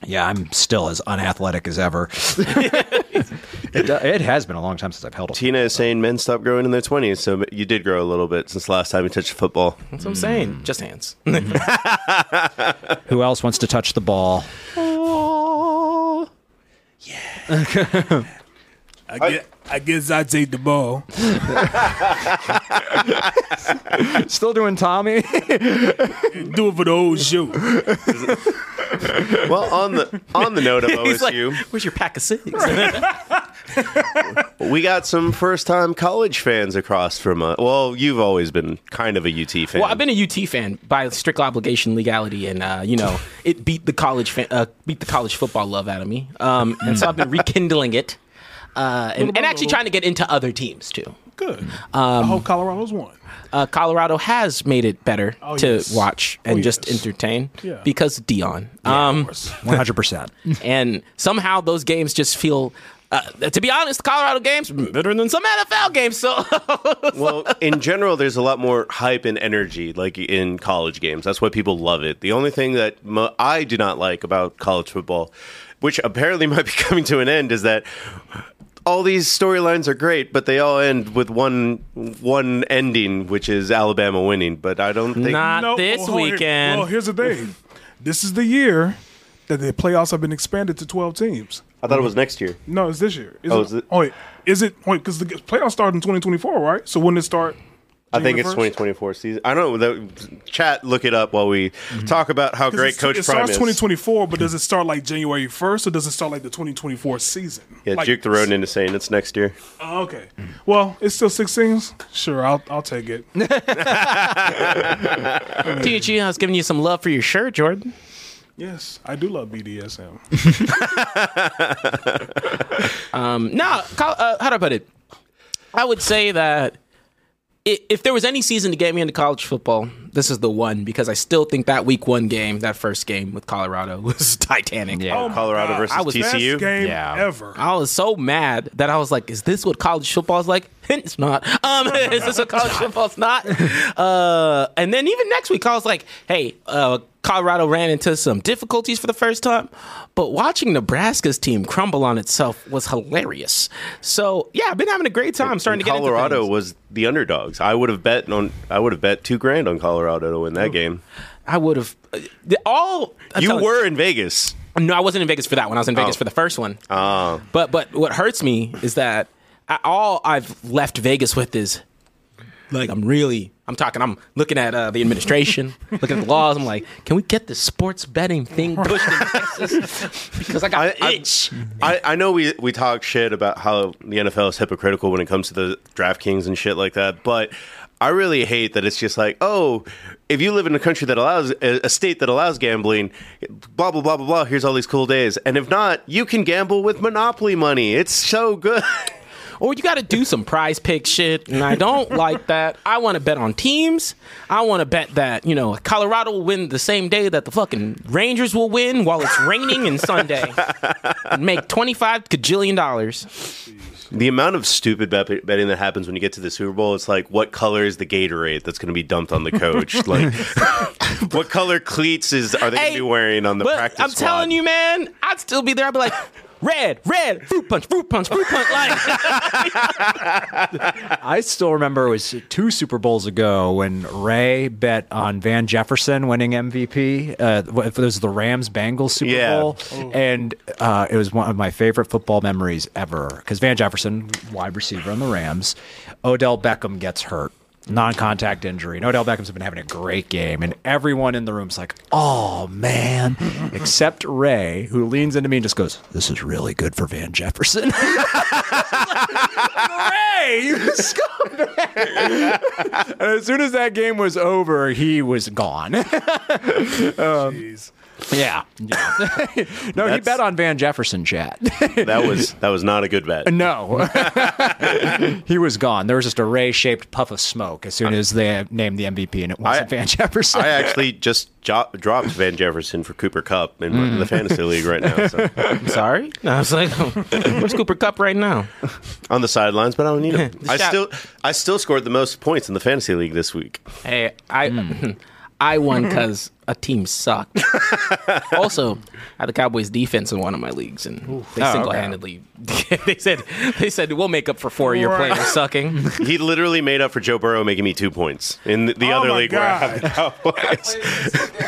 Yeah, I'm still as unathletic as ever. it, do- it has been a long time since I've held a
Tina is saying men stop growing in their 20s, so you did grow a little bit since last time you touched football.
That's what I'm saying. Just hands.
Who else wants to touch the ball?
I get. I guess I take the ball.
Still doing Tommy?
Do it for the whole show.
Well, on the on the note of
He's like,
OSU,
where's your pack of six?
we got some first time college fans across from us. Well, you've always been kind of a UT fan.
Well, I've been a UT fan by strict obligation, legality, and uh, you know it beat the college fan, uh, beat the college football love out of me, um, and so I've been rekindling it. uh, and, and actually trying to get into other teams too.
Good. I hope Colorado's won.
Uh, Colorado has made it better
Oh,
to
yes.
watch and
Oh,
just
yes.
entertain
Yeah.
because of Dion.
Mm,
um,
100%.
and somehow those games just feel. Uh, to be honest, Colorado games better than some NFL games. So
well, in general, there's a lot more hype and energy, like in college games. That's why people love it. The only thing that mo- I do not like about college football, which apparently might be coming to an end, is that all these storylines are great, but they all end with one one ending, which is Alabama winning. But I don't think
not this
well, hold- here-
weekend.
Well, here's the thing. this is the year that the playoffs have been expanded to 12 teams.
I thought it was next year.
No, it's this year. Is
Oh,
it,
is it-
Oh, wait. Is it? Wait, because the playoffs start in 2024, right? So when did it start?
I think it's
January 1st?
2024 season. I don't know. The, chat, look it up while we talk about how
Mm-hmm. 'Cause
great
it's-
Coach
It
Prime
starts
is.
2024, but does it start like January 1st or does it start like the 2024 season?
yeah,
like,
juke the road into saying it's next year.
Oh, okay. Well, it's still six teams. Sure, I'll I'll take it.
TG, E, I was giving you some love for your shirt, Jordan.
yes, I do love BDSM.
No, Col- uh, how do I put it? I would say that i- if there was any season to get me into college football, this is the one because I still think that week one game, that first game with Colorado, was titanic.
Yeah.
Oh my
Colorado versus
I was
Best
TCU.
game
Yeah.
ever.
I was so mad that I was like, "Is this what college football is like?" it's not. Um, is this what college football's not? Uh, and then even next week, I was like, "Hey, uh, Colorado ran into some difficulties for the first time, but watching Nebraska's team crumble on itself was hilarious." So yeah, I've been having a great time starting to get into
Colorado
things.
was the underdogs. I would have bet on. I would have bet two grand on Colorado to win that game.
I would have uh, all. I'm
You
telling-
were in Vegas. Uh,
No, I wasn't in Vegas for that one. I was in Vegas
Oh.
for the first one. But but what hurts me is that I, all I've left Vegas with is like I'm really I'm talking I'm looking at uh, the administration, looking at the laws. I'm like, can we get the sports betting thing pushed in Texas? Because I got
I-
the
I-
itch.
I, I know we we talk shit about how the NFL is hypocritical when it comes to the DraftKings and shit like that, but I really hate that it's just like, oh, if you live in a country that allows a a state that allows gambling, blah blah blah blah blah. Here's all these cool days, and if not, you can gamble with Monopoly money. It's so good.
or you got to do some prize pick shit. And I don't like that. I want to bet on teams. I want to bet that, you know, Colorado will win the same day that the fucking Rangers will win while it's raining and Sunday and make 25 kajillion dollars.
The amount of stupid bet- betting that happens when you get to the Super Bowl, it's like, what color is the Gatorade that's going to be dumped on the coach? like, what color cleats is are they going
Hey,
to be wearing on the
But
practice?
I'm
squad?
telling you, man, I'd still be there. I'd be like, red, red, fruit punch, fruit punch, fruit punch. Like,
I still remember it was two Super Bowls ago when Ray bet on Van Jefferson winning MVP. Uh, wh- if it was the Rams Bengals Super
Yeah.
Bowl, and uh, it was one of my favorite football memories ever because Van Jefferson, wide receiver on the Rams, Odell Beckham gets hurt. Non-contact injury. And Odell Beckham's been having a great game, and everyone in the room's like, "Oh man!" Except Ray, who leans into me and just goes, "This is really good for Van Jefferson." Ray, you scumbag! and as soon as that game was over, he was gone. um, yeah, yeah. no, he
That's-
bet on Van Jefferson. Chat.
that was that was not a good bet.
no, he was gone. There was just a ray-shaped puff of smoke as soon as they named the MVP, and it wasn't
I-
Van Jefferson.
I actually just jo- dropped Van Jefferson for Cooper Cup in, in
Mm.
the fantasy league right now, so.
I'm sorry. No, I was like, where's Cooper Cup right now?
on the sidelines. But I don't need him. I
Shout-
still I still scored the most points in the fantasy league this week.
Hey, I I won because a team sucked. also, I had the Cowboys defense in one of my leagues, and they single handedly they said they said we'll make up for four of your
Right.
players sucking.
He literally made up for Joe Burrow making me two points in the, the
Oh
other
my
league where I have the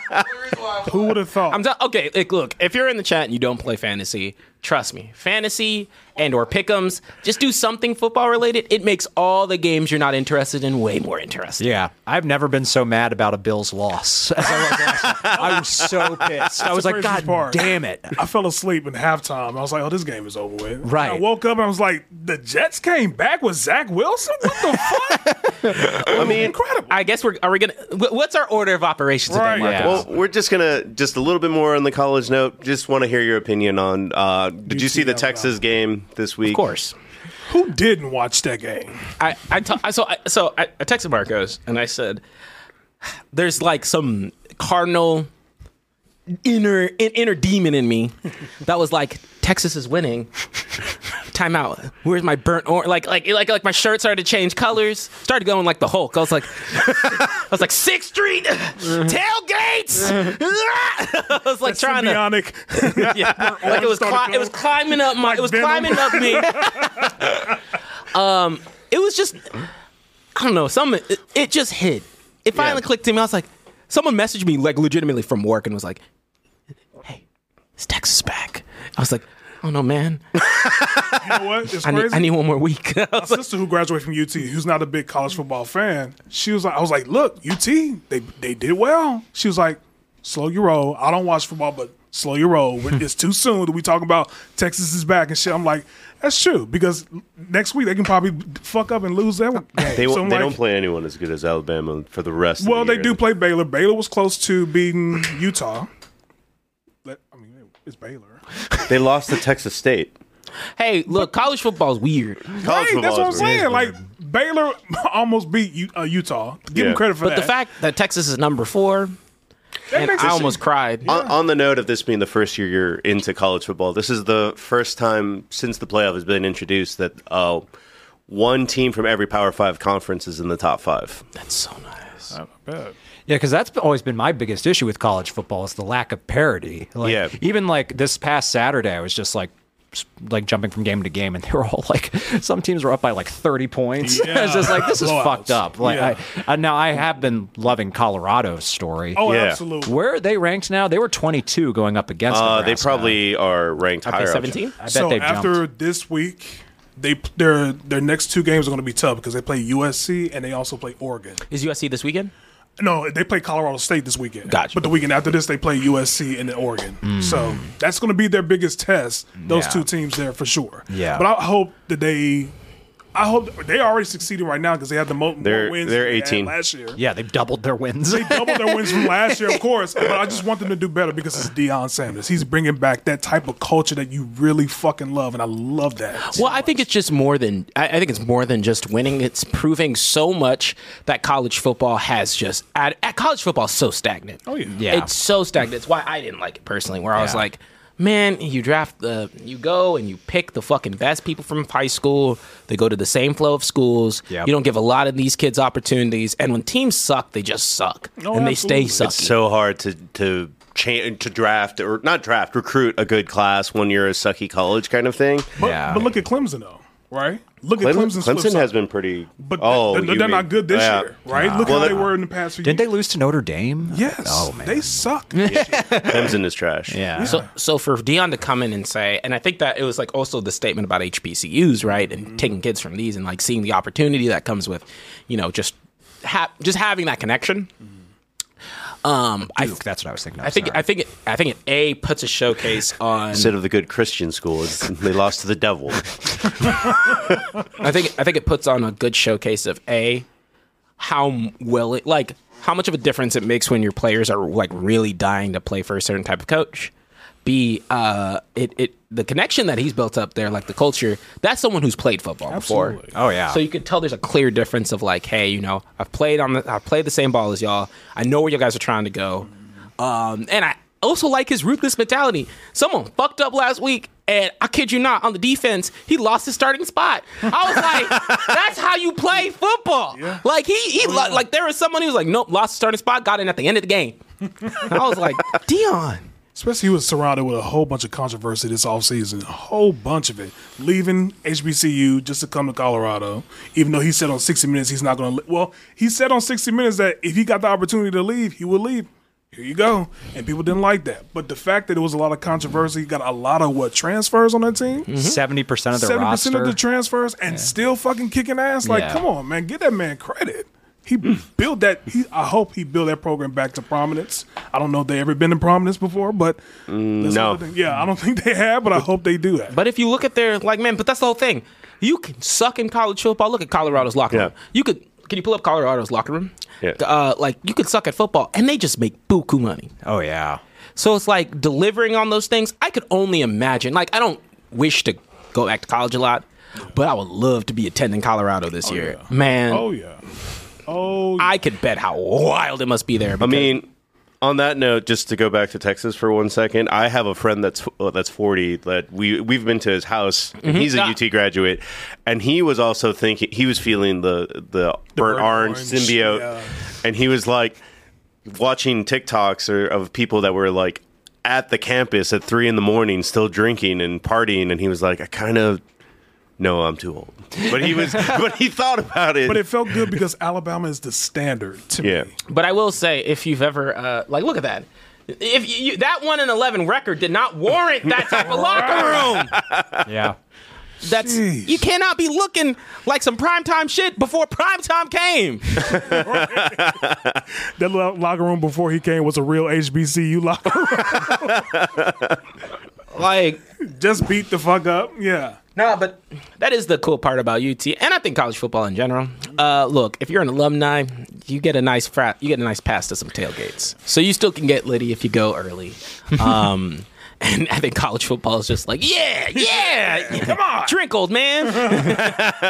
Cowboys.
Who would have thought?
I'm t- okay. Like, look, if you're in the chat and you don't play fantasy, trust me, fantasy and or pick'ems. Just do something football related. It makes all the games you're not interested in way more interesting.
Yeah, I've never been so mad about a Bills loss as I was last night. I was so pissed. I was like,
craziest
God
part.
damn it.
I fell asleep in halftime. I was like, "Oh, this game is over with."
Right.
I woke up. and I was like, "The Jets came back with Zach Wilson. What the fuck?"
I mean,
I guess we're are we gonna wh- what's our order of operations
Right.
today, Mark?
Yeah.
Well, we're just gonna just a little bit more on the college note. Just want to hear your opinion on. Uh, did you see the
UTLA.
Texas game this week?
Of course.
Who didn't watch that game?
I I ta- I- so I, so I, I texted Marcos and I said, "There's like some cardinal inner in, inner demon in me that was like Texas is winning. Timeout. Where's my burnt orange? Like like like like my shirt started to change colors. Started going like the Hulk. I was like I was like Sixth Street tailgates. I was like trying to
Bionic.
yeah. like it was
started
cli- it was
going.
climbing up my it was
Venom.
climbing up me. um, it was just I don't know. Some it, it just hit. It finally clicked to me. I was like, someone messaged me like legitimately from work and was like, "Hey, is Texas back?" I was like, "Oh no, man.
You know what? It's
I need,
crazy.
I need one more week." I was
my
like,
sister who graduated from UT, who's not a big college football fan, she was like, I was like, look, UT, they they did well. She was like, slow your roll. I don't watch football, but slow your roll. it's too soon to be talking about Texas is back and shit. I'm like, that's true because next week they can probably fuck up and lose that one.
They won't. they don't play anyone as good as Alabama for the rest.
Well,
of the
they
year.
do play Baylor. Baylor was close to beating Utah. But, I mean, it's Baylor.
They lost to Texas State.
"Hey, look, college football is weird."
College
Hey, that's
football
what I'm
is weird.
saying. Like Baylor almost beat U- uh, Utah. Give
Yeah.
them credit for
But
that.
the fact that Texas is number 4 and
makes it
I almost cried.
On, on the note of this being the first year you're into college football, this is the first time since the playoff has been introduced that uh, one team from every Power Five conference is in the top five.
That's so nice.
Yeah, because that's always been my biggest issue with college football is the lack of parity. Like,
Yeah.
Even like this past Saturday, I was just like, s- like jumping from game to game, and they were all like, some teams were up by like thirty points. I was just like, this is
Blowouts.
fucked up. Like,
Yeah.
I, I, now I have been loving Colorado's story.
oh,
Yeah.
absolutely.
Where are they ranked now? They were 22 going up against.
Uh, they
Nebraska.
probably are ranked
Okay,
higher. up.
17?
I bet
so
they
after
jumped.
this week, they their their next two games are going to be tough because they play USC and they also play Oregon.
Is USC this weekend?
No, they play Colorado State this weekend.
Gotcha.
But the weekend after this, they play USC and then Oregon. So that's going to be their biggest test. Those
Mm. Yeah.
two teams there for sure.
Yeah.
But I hope that they. I hope they already succeeding right now because they had the mo-
They're-
more wins
they're
than they had
18.
last year.
Yeah, they've doubled their wins.
double their wins from last year, of course. But I just want them to do better because it's Deion Sanders. He's bringing back that type of culture that you really fucking love, and I love that.
Well, I think it's just more than I, I think it's more than just winning. It's proving so much that college football has just at, at college football is so stagnant. Oh yeah,
Yeah.
it's so stagnant. It's why I didn't like it personally. Where I was
Yeah.
like, man, you draft the you go and you pick the fucking best people from high school. They go to the same flow of schools.
Yep.
You don't give a lot of these kids opportunities. And when teams suck, they just suck
Oh,
and they
absolutely.
stay sucky.
It's so hard to to change to draft or not draft recruit a good class when you're a sucky college kind of thing.
But,
Yeah.
but look at Clemson though, right? Look at
Clemson,
Clemson's flip
Clemson
side.
has been pretty.
but
oh,
they're,
you
they're not
mean-
good this
yeah.
year, right? Look
Well,
how
they-
they were in the past few.
Didn't they
years.
lose to Notre Dame?
Yes,
Oh man.
they suck.
Clemson is trash.
yeah.
So, so for Dion to come in and say, and I think that it was like also the statement about HBCUs, right, and
Mm-hmm.
taking kids from these and like seeing the opportunity that comes with, you know, just ha- just having that connection. Um, I,
Duke, that's what I was thinking. Of.
I think
Mm-hmm. sorry.
I think it, I think it a puts a showcase on.
Instead of the good Christian school, it's- they lost to the devil.
I think I think it puts on a good showcase of a how m- well it like how much of a difference it makes when your players are like really dying to play for a certain type of coach. B uh it it the connection that he's built up there like the culture that's someone who's played football
Absolutely.
before.
Oh, yeah.
So you could tell there's a clear difference of like hey, you know, I've played on the I've played the same ball as y'all. I know where you guys are trying to go. Um and I also like his ruthless mentality. Someone fucked up last week and I kid you not, on the defense, he lost his starting spot. I was like, that's how you play football. Like he, he
Oh,
lo- like there was someone who was like, nope, lost the starting spot, got in at the end of the game. I was like, Dion.
Especially he was surrounded with a whole bunch of controversy this offseason. A whole bunch of it. Leaving HBCU just to come to Colorado, even though he said on 60 Minutes he's not going to. Well, he said on 60 Minutes that if he got the opportunity to leave, he would leave. here you go. And people didn't like that. But the fact that it was a lot of controversy, got a lot of what transfers on that team.
70 percent of the
Seventy percent
roster.
of the transfers and still fucking kicking ass. Like,
Yeah.
come on, man, give that man credit. He built that. He, I hope he built that program back to prominence. I don't know if they ever been in prominence before, but that's
no.
another thing. yeah, I don't think they have, but I hope they do that.
But if you look at their like, man, but that's the whole thing. You can suck in college football. Look at Colorado's locker room.
Yeah.
You could. Can you pull up Colorado's locker room?
Yeah.
Uh, like you could suck at football, and they just make buku money.
oh yeah.
So it's like delivering on those things. I could only imagine. Like I don't wish to go back to college a lot, but I would love to be attending Colorado this year, man.
oh yeah, oh yeah.
I could bet how wild it must be there.
I mean, on that note, just to go back to Texas for one second, I have a friend that's uh, that's forty that we we've been to his house.
Mm-hmm.
And He's a
Ah.
UT graduate, and he was also thinking he was feeling the the, burnt
burnt
orange,
orange,
symbiote,
yeah.
and he was like watching TikToks or, of people that were like at the campus at three in the morning, still drinking and partying, and he was like, I kind of. know I'm too old, but he was. but he thought about it.
but Mm-hmm. it felt good because Alabama is the standard to
yeah,
me.
But I will say, if you've ever uh, like, look at that. If you, you, that one and eleven record did not warrant that type of locker room,
Yeah.
that's
Jeez.
you cannot be looking like some primetime shit before primetime came.
That lo- locker room before he came was a real HBCU locker room.
Like,
Just beat the fuck up. Yeah,
nah, but that is the cool part about UT, and I think college football in general. Uh, look, if you're an alumni, you get a nice frat, you get a nice pass to some tailgates, so you still can get litty if you go early. Um, and I think college football is just like, yeah, yeah, come on, drink, old man.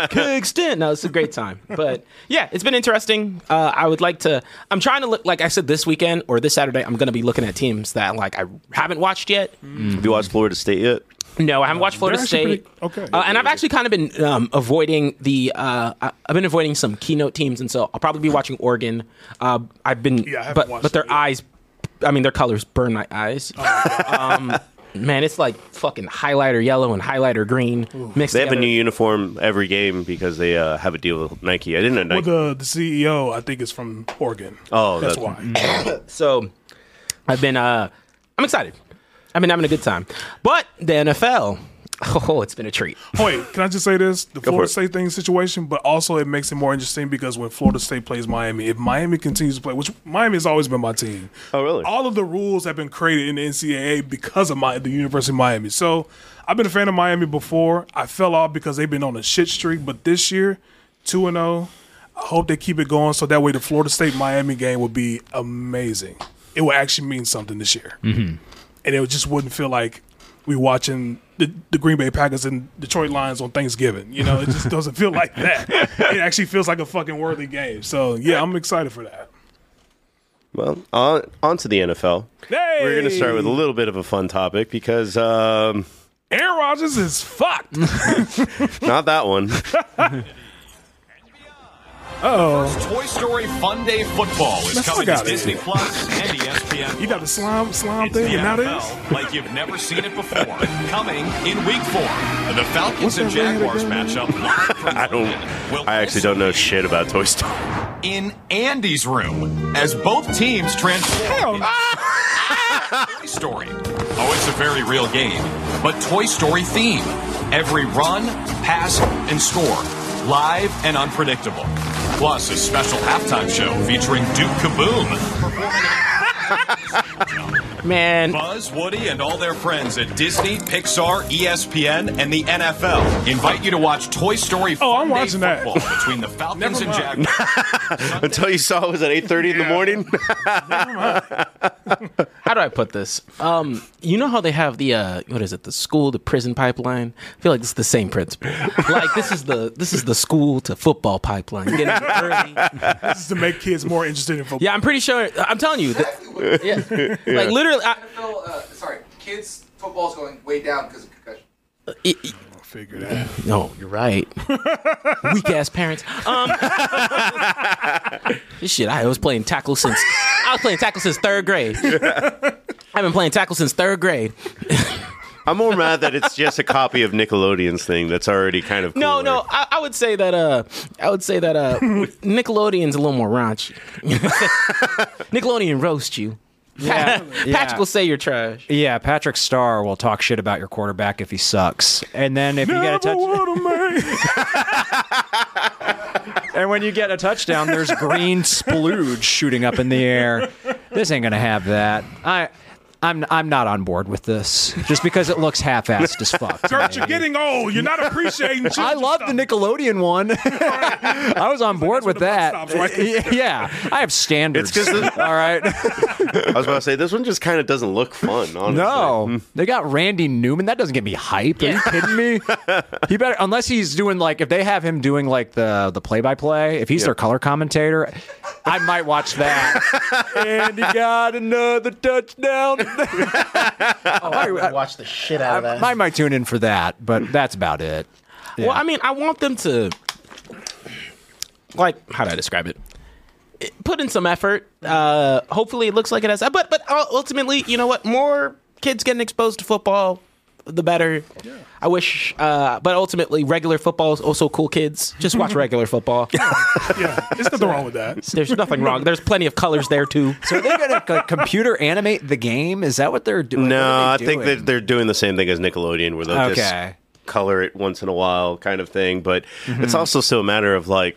Kigston. No, it's a great time. But yeah, it's been interesting. Uh, I would like to. I'm trying to look. Like I said, this weekend or this Saturday, I'm going to be looking at teams that like I haven't watched yet.
have you watched Florida State yet?
No, I haven't watched Florida
Uh, They're actually
State.
pretty- okay.
Uh, and I've actually kind of been um, avoiding the. Uh, I- I've been avoiding some keynote teams, and so I'll probably be watching Oregon. Uh, I've been,
Yeah, I haven't
but
watched
but
them
their
yet. Oh,
eyes, I mean, their colors burn my eyes. um, man, it's like fucking highlighter yellow and highlighter green mixed.
They have a
together.
new uniform every game because they uh, have a deal with Nike. I didn't know
well,
Nike.
the, the CEO I think is from Oregon.
Oh,
that's
that-
why.
So I've been uh I'm excited. I've been having a good time. But the NFL, oh, it's been a treat.
Wait, can I just say this? The Florida
it.
State thing situation, but also it makes it more interesting because when Florida State plays Miami, if Miami continues to play, which Miami has always been my team.
Oh, really?
All of the rules have been created in the NCAA because of my, the University of Miami. So I've been a fan of Miami before. I fell off because they've been on a shit streak, but this year, 2 and 0. I hope they keep it going so that way the Florida State Miami game would be amazing. It will actually mean something this year
Mm-hmm.
and it just wouldn't feel like we watching the, the Green Bay Packers and Detroit Lions on Thanksgiving. You know, it just doesn't feel like that. It actually feels like a fucking worthy game. So yeah, I'm excited for that.
well, on, on to the NFL.
Hey,
We're going to start with a little bit of a fun topic because um,
Aaron Rodgers is fucked.
not that one.
Toy Story Fun Day Football is
Man, fuck
coming to
outta
Disney
here.
Plus and E ESPN.
You got the slime slime
It's the
thing, and now this.
NFL like you've never seen it before. coming in Week Four, the
What's
Falcons and
that red
Jaguars
again?
matchup. Live from
I don't.
Will
I actually don't know shit about Toy Story.
in Andy's room as both teams transform.
Hell
into Toy Story. Oh, it's a very real game, but Toy Story theme. Every run, pass, and score, live and unpredictable. Plus, a special halftime show featuring Duke Kaboom,
Man,
Buzz, Woody, and all their friends at Disney, Pixar, E ESPN, and the NFL. Invite you to watch Toy Story.
Oh, I'm
Fun Day
watching that.
football between the Falcons
Never
and
mind.
Jaguars.
Until you saw it was at eight thirty in the morning.
how do I put this? Um, you know how they have the uh, what is it? The school to prison pipeline. I feel like it's the same principle. like this is the this is the school to football pipeline. You get in early,
This is to make kids more interested in football.
Yeah, I'm pretty sure. I'm telling you. That, yeah, like literally. I,
NFL, uh, sorry, kids football's going way down because of concussion.
figure that.
Uh, no, you're right. Weak ass parents. Um, this shit. I was playing tackle since I was playing tackle since third grade. I've been playing tackle since third grade.
I'm more mad that it's just a copy of Nickelodeon's thing that's already kind of.
No,
cooler.
no. I, I would say that. Uh, I would say that. Uh, Nickelodeon's a little more raunchy. Nickelodeon roast you.
Yeah,
Patch will say you're trash.
Yeah, Patrick Starr will talk shit about your quarterback if he sucks, and then if you get a touch, and when you get a touchdown, there's green splooge shooting up in the air. This ain't gonna have that. I, I'm, I'm not on board with this just because it looks half-assed as fuck. to
Gert,
me.
you're getting old. You're not appreciating. children
I love the
stuff.
Nickelodeon one. I was on board with
that's
that.
where the buck stops,
Yeah, I have standards.
It's 'cause the-
all right.
I was about to say this one just kind of doesn't look fun. Honestly. Hmm.
No, they got Randy Newman. That doesn't get me hype. Are you kidding me? he better unless he's doing like if they have him doing like the the play by play. If he's their color commentator, I might watch that. and he got another touchdown.
I would watch the shit out of that.
Oh, I might tune in for that, but that's about it. Yeah.
Well, I mean, I want them to, like, how do I describe it? It- Put in some effort. Uh, hopefully, it looks like it has. But but ul- ultimately, you know what? More kids getting exposed to football, the better. I wish. Uh, but ultimately, regular football is also cool. Kids just watch regular football.
Yeah, there's nothing wrong with that.
There's nothing wrong. There's plenty of colors there too.
so are they gonna like, computer animate the game? Is that what they're doing? What
No,
are
I
they
think
doing?
that they're doing the same thing as Nickelodeon, where they'll
Okay. Mm-hmm.
just color it once in a while, kind of thing. But it's also still a matter of like,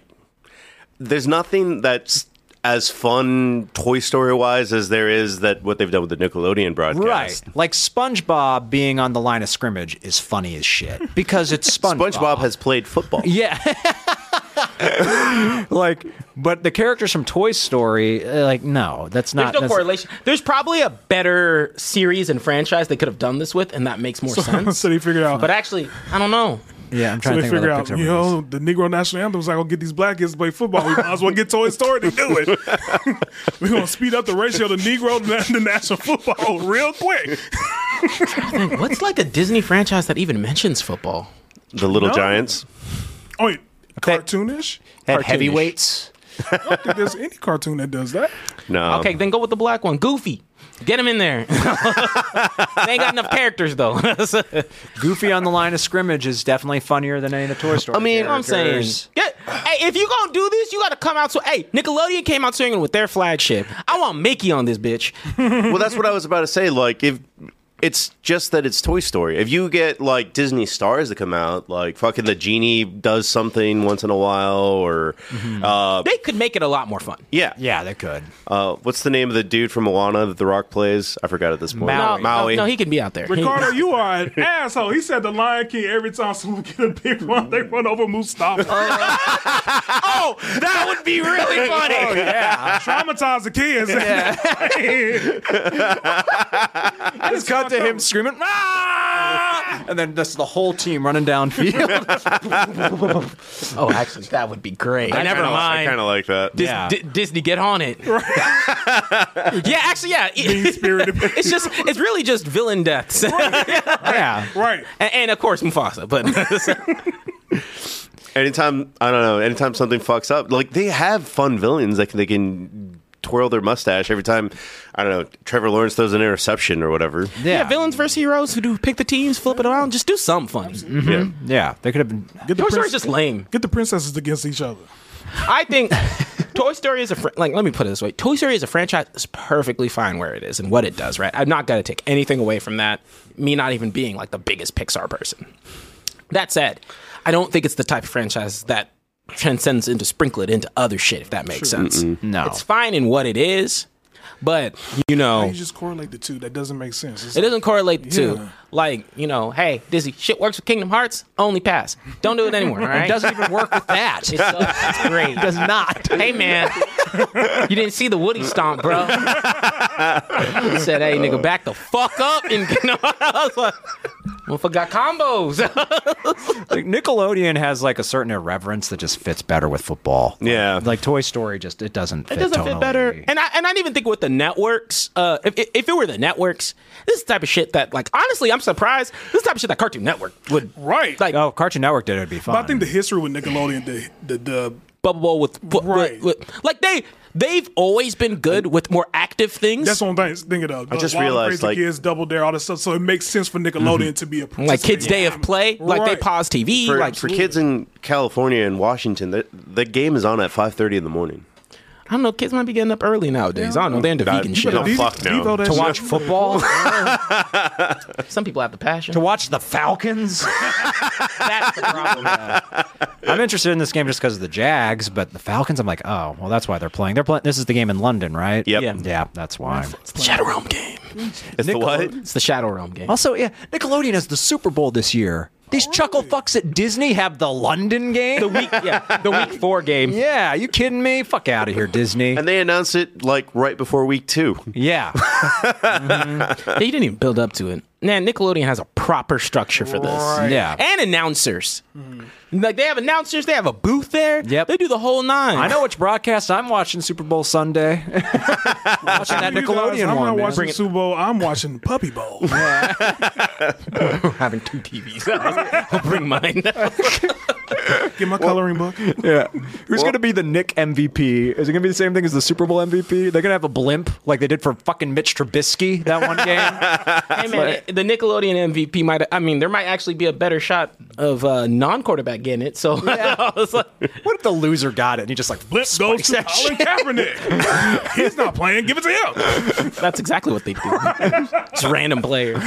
there's nothing that's as fun Toy Story wise as there is that what they've done with the Nickelodeon
Right.
broadcast.
Like SpongeBob being on the line of scrimmage is funny as shit because it's SpongeBob.
SpongeBob has played football.
Yeah. like, but the characters from Toy Story, uh, like, no, that's not.
There's no
that's-
correlation. There's probably a better series and franchise they could have done this with, and that makes more sense.
so they figured out.
But actually, I don't know.
Yeah, I'm
so
trying to
they
think
figure
of
out,
the
you know, the Negro National Anthem's not gonna get these black kids to play football. We might as well get Toy Story to do it. We're gonna speed up the ratio to Negro to the national football real quick.
What's like a Disney franchise that even mentions football?
The Little Giants.
Oh, wait,
That-
cartoonish?
Had heavyweights.
I don't think there's any cartoon that does that.
No.
Okay, then go with the black one, Goofy. Get him in there. they ain't got enough characters though. That's what
Goofy on the line of scrimmage is definitely funnier than any of the Toy Story. I
mean-
I'm saying. Get, hey, if you gonna do this, you gotta come out. So hey, Nickelodeon came out swinging with their flagship. I want Mickey on this bitch.
well, that's what I was about to say. Like, if it's just that it's Toy Story. If you get like Disney stars to come out, like fucking the genie does something once in a while, or
Mm-hmm.
uh,
They could make it a lot more fun.
yeah,
yeah, they could.
Uh, what's the name of the dude from Moana that The Rock plays? I forgot at this point.
Maui.
Maui.
No, he can be out there. He-
Ricardo, you are an asshole. He said the Lion King every time someone get a big
Mm.
run, they run over Mustafa.
oh, that would be
Oh,
really funny.
Traumatize the kids.
I just cut to him screaming, "Ah!" and then just the whole team running downfield.
oh, actually, that would be great.
I never
I
mind.
kind of like that.
Dis-
Yeah.
Di- Disney, get on it. yeah, actually, yeah.
spirited.
it's just, it's really just villain deaths, and,
yeah.
right.
and of course Mufasa. But
Anytime I don't know. Anytime something fucks up, like they have fun villains that can, they can twirl their mustache every time. I don't know. Trevor Lawrence throws an interception or whatever.
Yeah.
yeah, villains versus heroes who do pick the teams, flip it around, just do something funny.
Yeah.
Yeah, they could have been.
Get the,
Toy Story's
prince-
just lame.
get the princesses against each other.
I think Toy Story is a fr- like. Let me put it this way: Toy Story is a franchise is perfectly fine where it is and what it does. Right, I'm not gonna take anything away from that. Me not even being like the biggest Pixar person. That said, I don't think it's the type of franchise that transcends into sprinkle it into other shit. If that makes sense,
No.
it's fine in what it is, but you know.
You just correlate the two. That doesn't make sense. It's
Oh. It doesn't correlate the
Yeah.
two. Like, you know, hey, Disney, shit works with Kingdom Hearts, only pass. Don't do it anymore, all right?
It doesn't even work with that.
It sucks. It's great.
does not.
Hey man, you didn't see the Woody stomp, bro. said, "Hey nigga, back the fuck up!" And you know, I was like, "Motherfucker got combos."
Like Nickelodeon has like a certain irreverence that just fits better with football.
Yeah.
Like Toy Story just it doesn't fit
it doesn't fit better.
tonally.
And I and I even think with the networks, uh, if if it were the networks, this is the type of shit that, like, honestly, I'm surprised. This is the type of shit that Cartoon Network would
right.
like
Oh, Cartoon Network did it would be fun.
But I think the history with Nickelodeon, the the, the
bubble bowl with, with-
Right.
with- like they they've always been good with more active things.
that's one thing. Think of the, the
just
Wild and
realized,
Crazy
like-
kids double dare all this stuff. So it makes sense for Nickelodeon to be a
Mm-hmm. like Kids
participating
Day of
family.
Play, like they
Right.
pause TV,
For,
like
for kids in California and Washington, the, the game is on at five thirty in the morning.
I don't know. Kids might be getting up early nowadays. I don't know. They're into vegan shit.
No,
Devo-
fuck no.
Devo that
To
shit.
Watch football?
Some people have the passion.
to watch the Falcons?
That's the problem.
I'm interested in this game just because of the Jags, but the Falcons, I'm like, oh, well, that's why they're playing. They're playing. This is the game in London, right?
Yep.
Yeah.
Yeah, that's why.
It's the Shadow Realm game.
It's the what?
It's the Shadow Realm game.
Also, yeah, Nickelodeon has the Super Bowl this year. These chuckle fucks at Disney have the London game.
The week, yeah, the week four game.
yeah, you kidding me? Fuck out of here, Disney.
And they announced it like right before week two.
yeah,
He didn't even build up to it. Man, Nickelodeon has a proper structure for this.
yeah.
And announcers. Like they have announcers, they have a booth there.
Yep.
They do the whole nine.
I know which broadcast I'm watching Super Bowl Sunday. watching that
You guys,
Nickelodeon
I'm
one.
not
man.
watching Super Bowl. I'm watching Puppy Bowl.
having two TVs. I'll bring mine.
Get my coloring book.
Yeah. Who's going to be the Nick MVP? Is it going to be the same thing as the Super Bowl MVP? They're going to have a blimp like they did for fucking Mitch Trubisky that one game.
hey man, the Nickelodeon MVP might. I mean, there might actually be a better shot of uh, non-quarterback getting it. So I was like,
what if the loser got it and he just like
Flip goes to
that
Colin Kaepernick. He's not playing. Give it to him.
that's exactly what they do. It's a random player.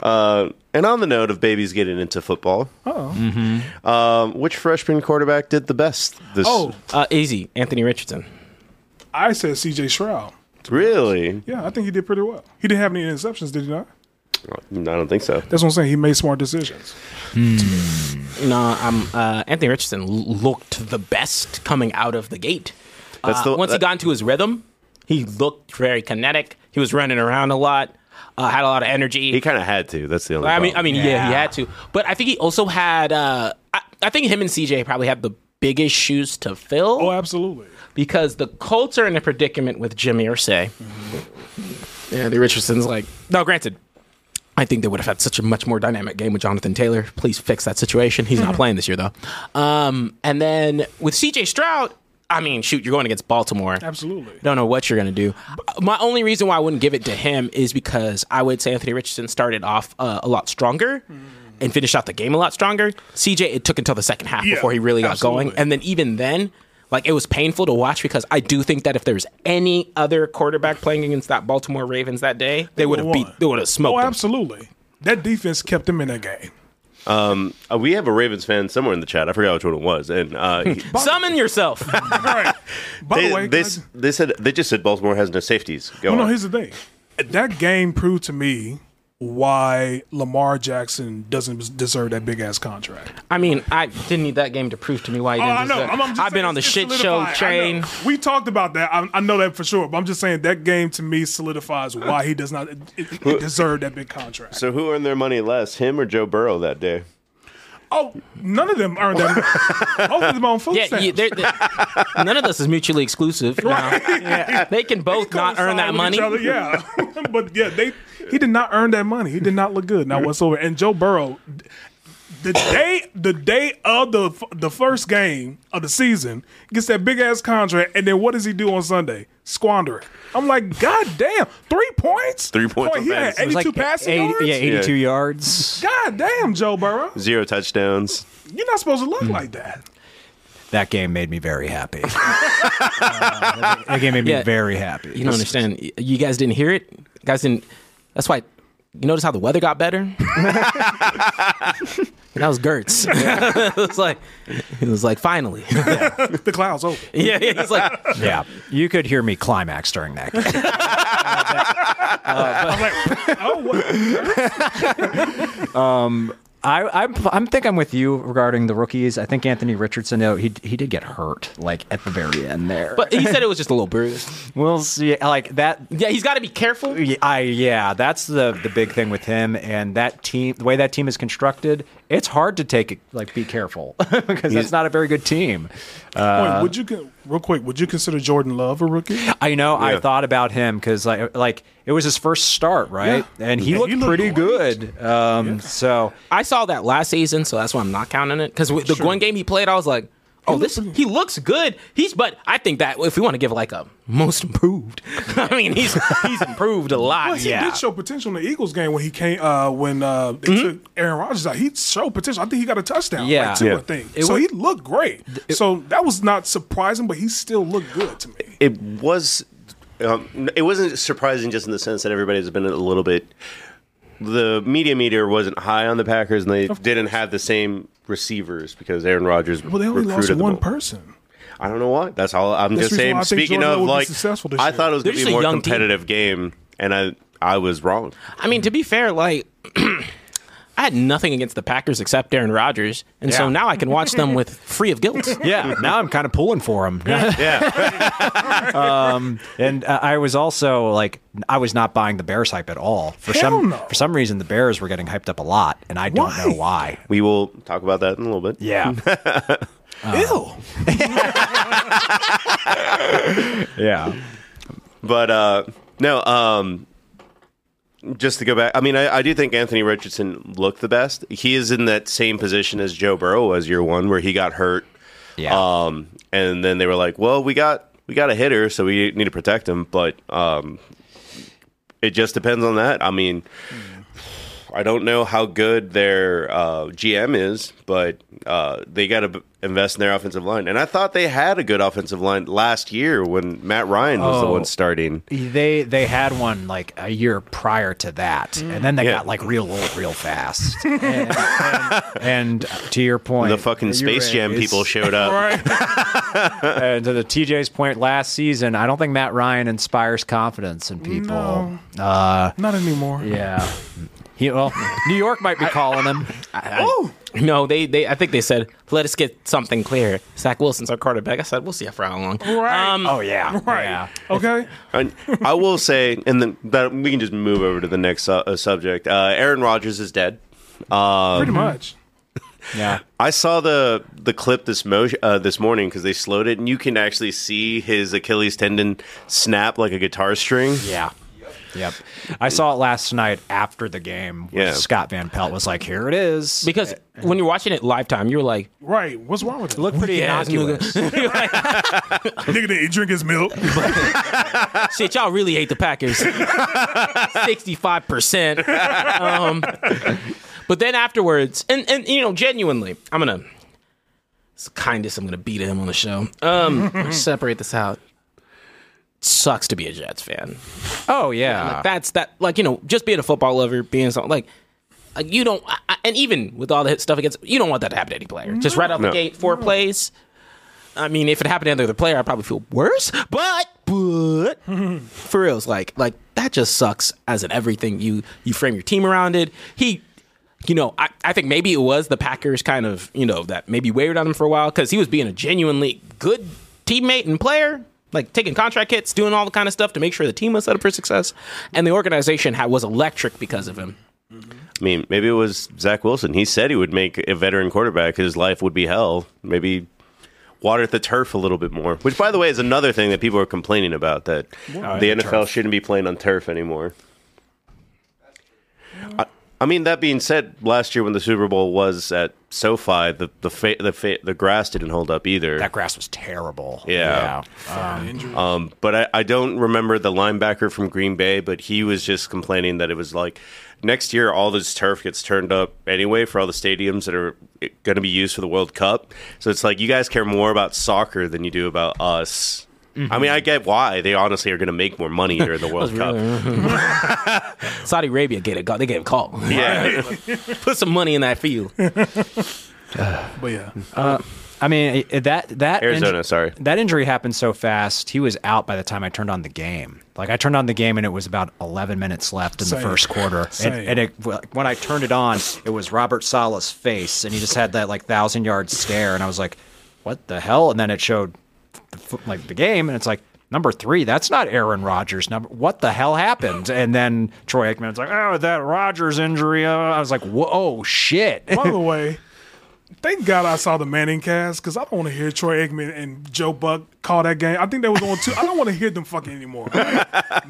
Uh, And on the note of babies getting into football, oh, um, which freshman quarterback did the best? This
Oh,
Uh, easy, Anthony Richardson.
I said C.J. Stroud.
really?
Yeah, I think he did pretty well. He didn't have any interceptions, did he not?
I don't think so.
That's what I'm saying. He made smart decisions.
No, I'm uh, Anthony Richardson l- looked the best coming out of the gate.
That's
Uh,
the-
once he
that-
got into his rhythm, he looked very kinetic. He was running around a lot, uh, had a lot of energy.
He kind of had to. That's the only.
I mean, I
problem.
mean, yeah. he had to. But I think he also had. Uh, I, I think him and CJ probably had the biggest shoes to fill
Oh, absolutely.
because the Colts are in a predicament with Jimmy Irsay. Yeah, the Richardson's like, no, granted, I think they would have had such a much more dynamic game with Jonathan Taylor. Please fix that situation. He's not playing this year though. Um, and then with CJ Stroud, I mean, shoot, you're going against Baltimore.
Absolutely.
Don't know what you're going to do. My only reason why I wouldn't give it to him is because I would say Anthony Richardson started off uh, a lot stronger and finished out the game a lot stronger. CJ, it took until the second half
Yeah,
before he really got going.
absolutely.
And then even then, like it was painful to watch because I do think that if there's any other quarterback playing against that Baltimore Ravens that day, they would have
would've
beat,
won.
they would have smoked
Oh,
them.
absolutely. That defense kept him in that game.
Uh, we have a Ravens fan somewhere in the chat. I forgot which one it was, and uh, he-
Summon yourself.
All right. By
they,
the way,
they,
guys-
they said they just said Baltimore has no safeties. Go
Well,
on.
no, here's the thing. That game proved to me why Lamar Jackson doesn't deserve that big ass contract.
I mean, I didn't need that game to prove to me why you
Oh,
didn't
I know.
deserve-
I'm, I'm just
I've been
saying
on the
it's
shit show
solidified. I know.
train.
We talked about that. I, I know that for sure. But I'm just saying that game to me solidifies why he does not it, it, it deserve that big contract.
so who earned their money less, him or Joe Burrow that day?
Oh, none of them earned that. Both of them on food
Yeah,
stamps.
you, they're, they're- none of this is mutually exclusive. No. Yeah. They can both not earn that
coincide
money.
with each other, Yeah, but yeah, they he did not earn that money. He did not look good now whatsoever. And Joe Burrow, the day the day of the f- the first game of the season gets that big ass contract, and then what does he do on Sunday? Squander it. I'm like, God damn, three points,
Three points
Boy, he
on
had
fantasy.
82 passing yards.
Yeah, 82
Yeah.
yards.
God damn, Joe Burrow,
Zero touchdowns.
you're not supposed to
Hmm.
look like that.
That game made me very happy. Uh, that, that game made me
Yeah.
very happy.
You don't understand. Y- You guys didn't hear it. You guys didn't. That's why. You notice how the weather got better. that was Gertz. it was like it was like finally.
The clouds open.
yeah, yeah. He's like
Yeah, you could hear me climax during that game.
I'm like, oh, what?
I I'm, I'm think I'm with you regarding the rookies. I think Anthony Richardson though he he did get hurt like at the very end there.
but he said it was just a little bruise.
we'll see. Like that.
Yeah, he's got to be careful.
I yeah, that's the the big thing with him and that team. The way that team is constructed, it's hard to take it like be careful because that's not a very good team.
Uh,
Wait, would you con- real quick? Would you consider Jordan Love a rookie?
I know. I
Yeah.
thought about him because like like it was his first start, right? And he
And
looked
he looked
pretty
great.
good. Um, so
I saw that last season, so that's why I'm not counting it. Because the one game he played, I was like, Oh, this he looks good. He's but I think that if we want to give like a most improved, I mean he's he's improved a lot.
Well, he
yeah,
did show potential in the Eagles game when he came uh, when uh, they took Aaron Rodgers out. He showed potential. I think he got a touchdown.
Mm-hmm. Yeah.
like, too,
Yeah.
I think. so he looked great. so that was not surprising, but he still looked good to me.
it was um, it wasn't surprising just in the sense that everybody's been a little bit the media meter wasn't high on the Packers and they didn't have the same receivers because Aaron Rodgers
Well, they only lost
recruited them
one
all.
person.
I don't know why. That's all I'm
That's
just
the reason
saying.
why I think
Speaking of
Jordan Love was
like
successful this
I
year.
thought it was
They're
going to
just
be
a
a more
young team.
competitive game and I I was wrong.
I mean to be fair, like I had nothing against the Packers except Aaron Rodgers, and so now I can watch them with free of guilt.
Yeah, now I'm kind of pulling for him.
Yeah.
And uh, I was also like, I was not buying the Bears hype at all. For
Hell
some
no.
for some reason, the Bears were getting hyped up a lot, and I don't know why.
we will talk about that in a little bit.
Yeah, Oh. yeah.
But uh no, um just to go back, I mean, I, I do think Anthony Richardson looked the best. He is in that same position as Joe Burrow was year one, where he got hurt.
Yeah.
Um, and then they were like, "Well, we got we got a hitter, so we need to protect him." But um, it just depends on that. I mean, I don't know how good their uh, GM is, but uh, they got to b- invest in their offensive line. And I thought they had a good offensive line last year when Matt Ryan was the
Oh.
one starting.
They they had one like a year prior to that, and then they
Yeah.
got like real old real fast. and, and- and to your point,
The fucking
you're
Space
right,
Jam
it's-
people showed up.
uh, to the TJ's point last season, I don't think Matt Ryan inspires confidence in people. Uh,
Not anymore.
yeah. He, well, New York might be calling him.
No, they, they I think they said, let us get something clear. Zach Wilson's our quarterback. I said, we'll see for how long. Um,
Right.
Oh yeah,
right.
yeah.
Okay.
And I will say, and then that we can just move over to the next su- uh, subject. Uh, Aaron Rodgers is dead. Um,
Pretty much.
Yeah.
I saw the the clip this mo- uh, this morning because they slowed it, and you can actually see his Achilles tendon snap like a guitar string.
Yeah. Yep. I saw it last night after the game. Where
Yeah.
Scott Van Pelt was like, "Here it is."
Because when you're watching it live time, you were like,
Right. What's wrong with it?
Look pretty
yeah,
innocuous.
nigga. You're like,
nigga didn't drink his milk.
shit, y'all really hate the Packers. 65%. Um, but then afterwards, and, and you know, genuinely, I'm going to, it's the kindest I'm going to be to him on the show. Um, separate this out. Sucks to be a Jets fan.
Oh yeah.
Like, that's that. Like you know, just being a football lover, being something like like, you don't. I, I- and even with all the stuff against, you don't want that to happen to any player. Just right out the
No.
gate, four plays. I mean, if it happened to any other player, I'd probably feel worse. But but for reals, like like that just sucks as in everything you you frame your team around it. He. You know, I, I think maybe it was the Packers kind of, you know, that maybe wavered on him for a while because he was being a genuinely good teammate and player, like taking contract hits, doing all the kind of stuff to make sure the team was set up for success. And the organization had, was electric because of him.
I mean, maybe it was Zach Wilson. He said he would make a veteran quarterback. His life would be hell. Maybe water the turf a little bit more. Which, by the way, is another thing that people are complaining about that the NFL shouldn't be playing on turf anymore. I- I mean, that being said, last year when the Super Bowl was at SoFi, the the fa- the, fa- the grass didn't hold up either.
that grass was terrible.
Yeah. Um, but I, I don't remember the linebacker from Green Bay, but he was just complaining that it was like next year all this turf gets turned up anyway for all the stadiums that are going to be used for the World Cup. So it's like you guys care more about soccer than you do about us. I mean, I get why they honestly are going to make more money during the World Cup.
Saudi Arabia gave a they gave a call.
Yeah,
Put some money in that field.
But yeah.
I mean, it- that that inj-
Arizona, sorry.
that injury happened so fast. He was out by the time I turned on the game. Like I turned on the game and it was about 11 minutes left in
Same.
the first quarter.
Same.
And, and it, when I turned it on, it was Robert Sala's face, and he just had that like thousand yard stare, and I was like, "What the hell?" And then it showed the, fo- like the game, and it's like. Number three, that's not Aaron Rodgers. Number, what the hell happened? And then Troy Aikman's like, "Oh, that Rodgers injury." Uh, I was like, "Whoa, shit!"
By the way, Thank God I saw the Manning cast because I don't want to hear Troy Aikman and Joe Buck call that game. I think they was on two. I don't want to hear them fucking anymore.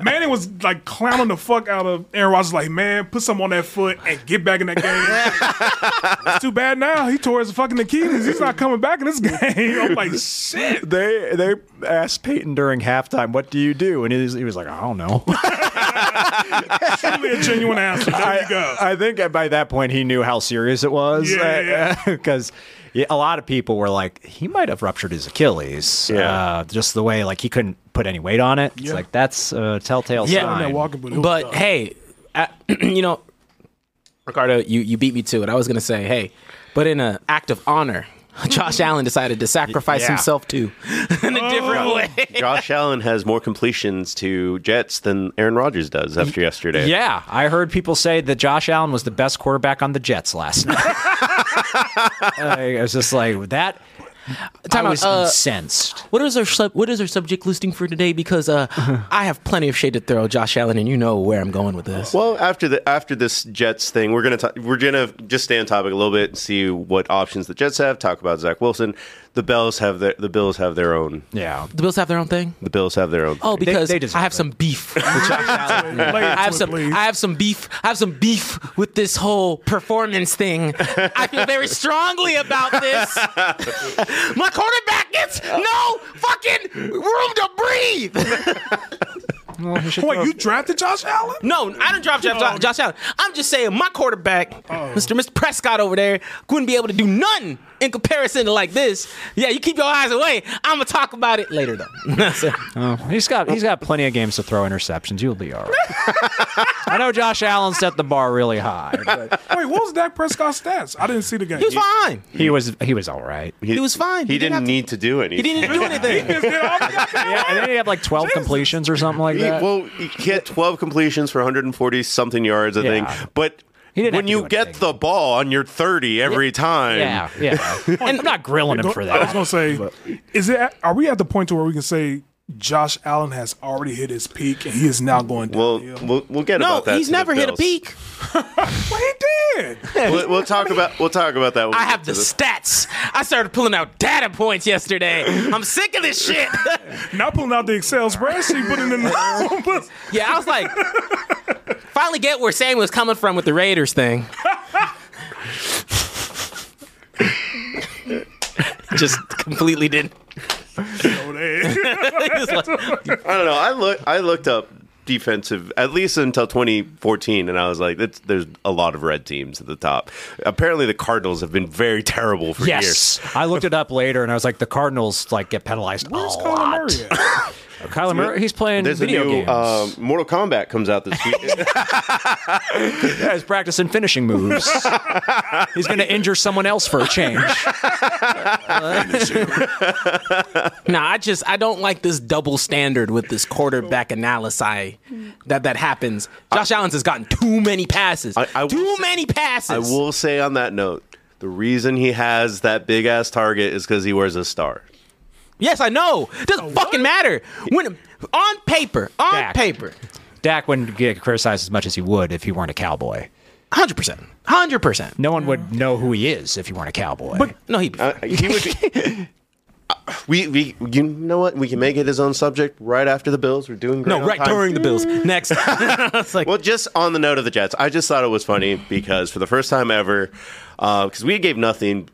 Manning was like clowning the fuck out of Aaron Rodgers, like, man, put something on that foot and get back in that game. it's too bad now. He tore his fucking Achilles. He's not coming back in this game. I'm like, shit.
They they asked Peyton during halftime, "What do you do?" And he was, he was like, "I don't know."
Truly a genuine answer. There you go.
I think by that point he knew how serious it was.
Yeah, yeah,
Because a lot of people were like, he might have ruptured his Achilles.
Yeah.
Uh, just the way like he couldn't put any weight on it. It's like that's a telltale
Yeah.
I'm
sign.
not walking, but, it was
But
tough.
hey, I, you know, Ricardo, you, you beat me to it. I was going to say, hey, but in an act of honor, Josh Allen decided to sacrifice
Yeah.
himself too in a different way.
Josh Allen has more completions to Jets than Aaron Rodgers does after yesterday.
yeah, I heard people say that Josh Allen was the best quarterback on the Jets last night. I was just like that.
Time
I
out,
was
uh,
incensed.
What is our sub- what is our subject listing for today? Because uh, I have plenty of shade to throw, Josh Allen, and you know where I'm going with this.
Well, after the after this Jets thing, we're gonna t- we're gonna just stay on topic a little bit and see what options the Jets have. Talk about Zach Wilson. The Bills have their the Bills have their own.
Yeah.
The Bills have their own thing.
The Bills have their own.
Oh, because
they deserve
I have
it.
some beef with Josh Allen.
Lay it
I
to
have
it,
some.
please.
I have some beef. I have some beef with this whole performance thing. I feel very strongly about this. My quarterback gets no fucking room to breathe.
Wait, you drafted Josh Allen?
No, I don't drop Josh, Josh Allen. I'm just saying my quarterback, Mr. Mr. Prescott over there, wouldn't be able to do nothing in comparison to like this. Yeah, you keep your eyes away. I'm gonna talk about it later though. So,
He's got he's got plenty of games to throw interceptions. You'll be all right. I know Josh Allen set the bar really high. But
Wait, what was Dak Prescott's stats? I didn't see the game.
he was fine.
he was he was all right.
he,
was fine.
He,
He
didn't
didn't have to-
need to do anything.
He didn't do anything.
Yeah, and then he had like twelve completions or something like
He-
that.
well, he had 12 completions for 140 something yards, I
Yeah.
think. But
He didn't have
when
to
you
do
get
anything.
the ball on your 30 every time,
yeah, yeah. and I'm not grilling him for
I
that.
was gonna say, is it? Are we at the point to where we can say Josh Allen has already hit his peak and he is now going
We'll,
down?
we'll we'll get
No,
about that.
he's
to the
never hit a
Bills.
peak.
well, he did.
We'll, we'll talk about we'll talk about that. When
I
we
have
get
the
to
stats. I started pulling out data points yesterday. I'm sick of this shit.
Now pulling out the Excel spreadsheet, putting in the numbers.
yeah, I was like, finally get where Sam was coming from with the Raiders thing. Just completely didn't.
Oh, they-
It's like,
I don't know. I look I looked up defensive at least until 2014, and I was like, it's, there's a lot of red teams at the top. Apparently, the Cardinals have been very terrible for years.
Yes, I looked it up later, and I was like, the Cardinals like get penalized
Where's
a
Kyler
lot.
Murray? At?
Kyler Murray, he's playing
There's
video
a new
games.
um, Mortal Kombat comes out this week.
yeah, he's practicing finishing moves. he's going to injure someone else for a change.
nah, I just I don't like this double standard with this quarterback analysis that that happens. Josh Allen's has gotten too many passes.
I will
too
say-
many passes.
I will say on that note, the reason he has that big ass target is because he wears a star.
Yes, I know. Doesn't fucking matter. When on paper, on
Dak.
paper,
Dak wouldn't get criticized as much as he would if he weren't a cowboy.
hundred percent, hundred percent.
No one
Oh,
would know who he is if he weren't a cowboy. But
No, he.
Uh, he would. Be, we we you know what? We can make it his own subject right after the Bills. We're doing great.
no,
on
right
time.
during the Bills. Next, it's like
Well, just on the note of the Jets, I just thought it was funny because for the first time ever, because we gave nothing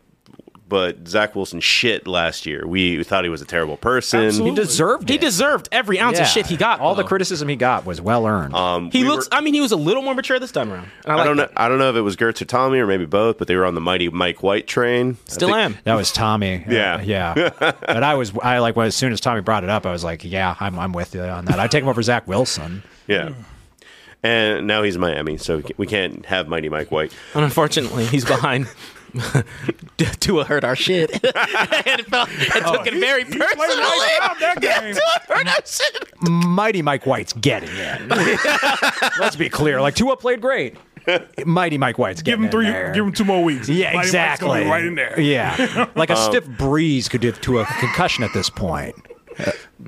but Zach Wilson shit last year. We thought he was a terrible person.
he deserved
he
it.
deserved every ounce
Yeah.
of shit he got.
All the
though.
criticism he got was well earned.
Um,
He
Um, We
looks.
were-
I mean, he was a little more mature this time around. And I,
I
like
don't
that.
know. I don't know if it was Gertz or Tommy or maybe both, but they were on the mighty Mike White train. I
Still
think-
am.
that was Tommy. Uh,
Yeah.
yeah. but I was, I like, well, as soon as Tommy brought it up, I was like, yeah, I'm, I'm with you on that. I take him over Zach Wilson.
Yeah. And now he's Miami, so we ca- we can't have Mighty Mike White.
And unfortunately, he's behind. Tua heard our shit Oh, and, it felt, and took it very
he
personally.
played right out that game.
Tua heard our shit.
Mighty Mike White's getting in. Let's be clear. Like Tua played great. Mighty Mike White's
Give
getting
him three.
in there.
Give him two more weeks.
Yeah,
Mighty Mike's gonna be
exactly.
Right in there. Um,
Yeah, like a stiff breeze could give to a concussion at this point.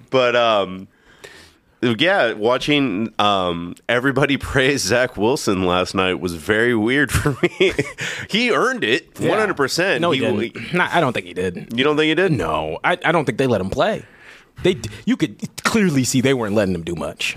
But um, yeah, watching um, everybody praise Zach Wilson last night was very weird for me. he earned it, one hundred percent.
No, he, didn't. Nah, I don't think he did.
You don't think he did?
No, I, I don't think they let him play. They, you could clearly see they weren't letting him do much.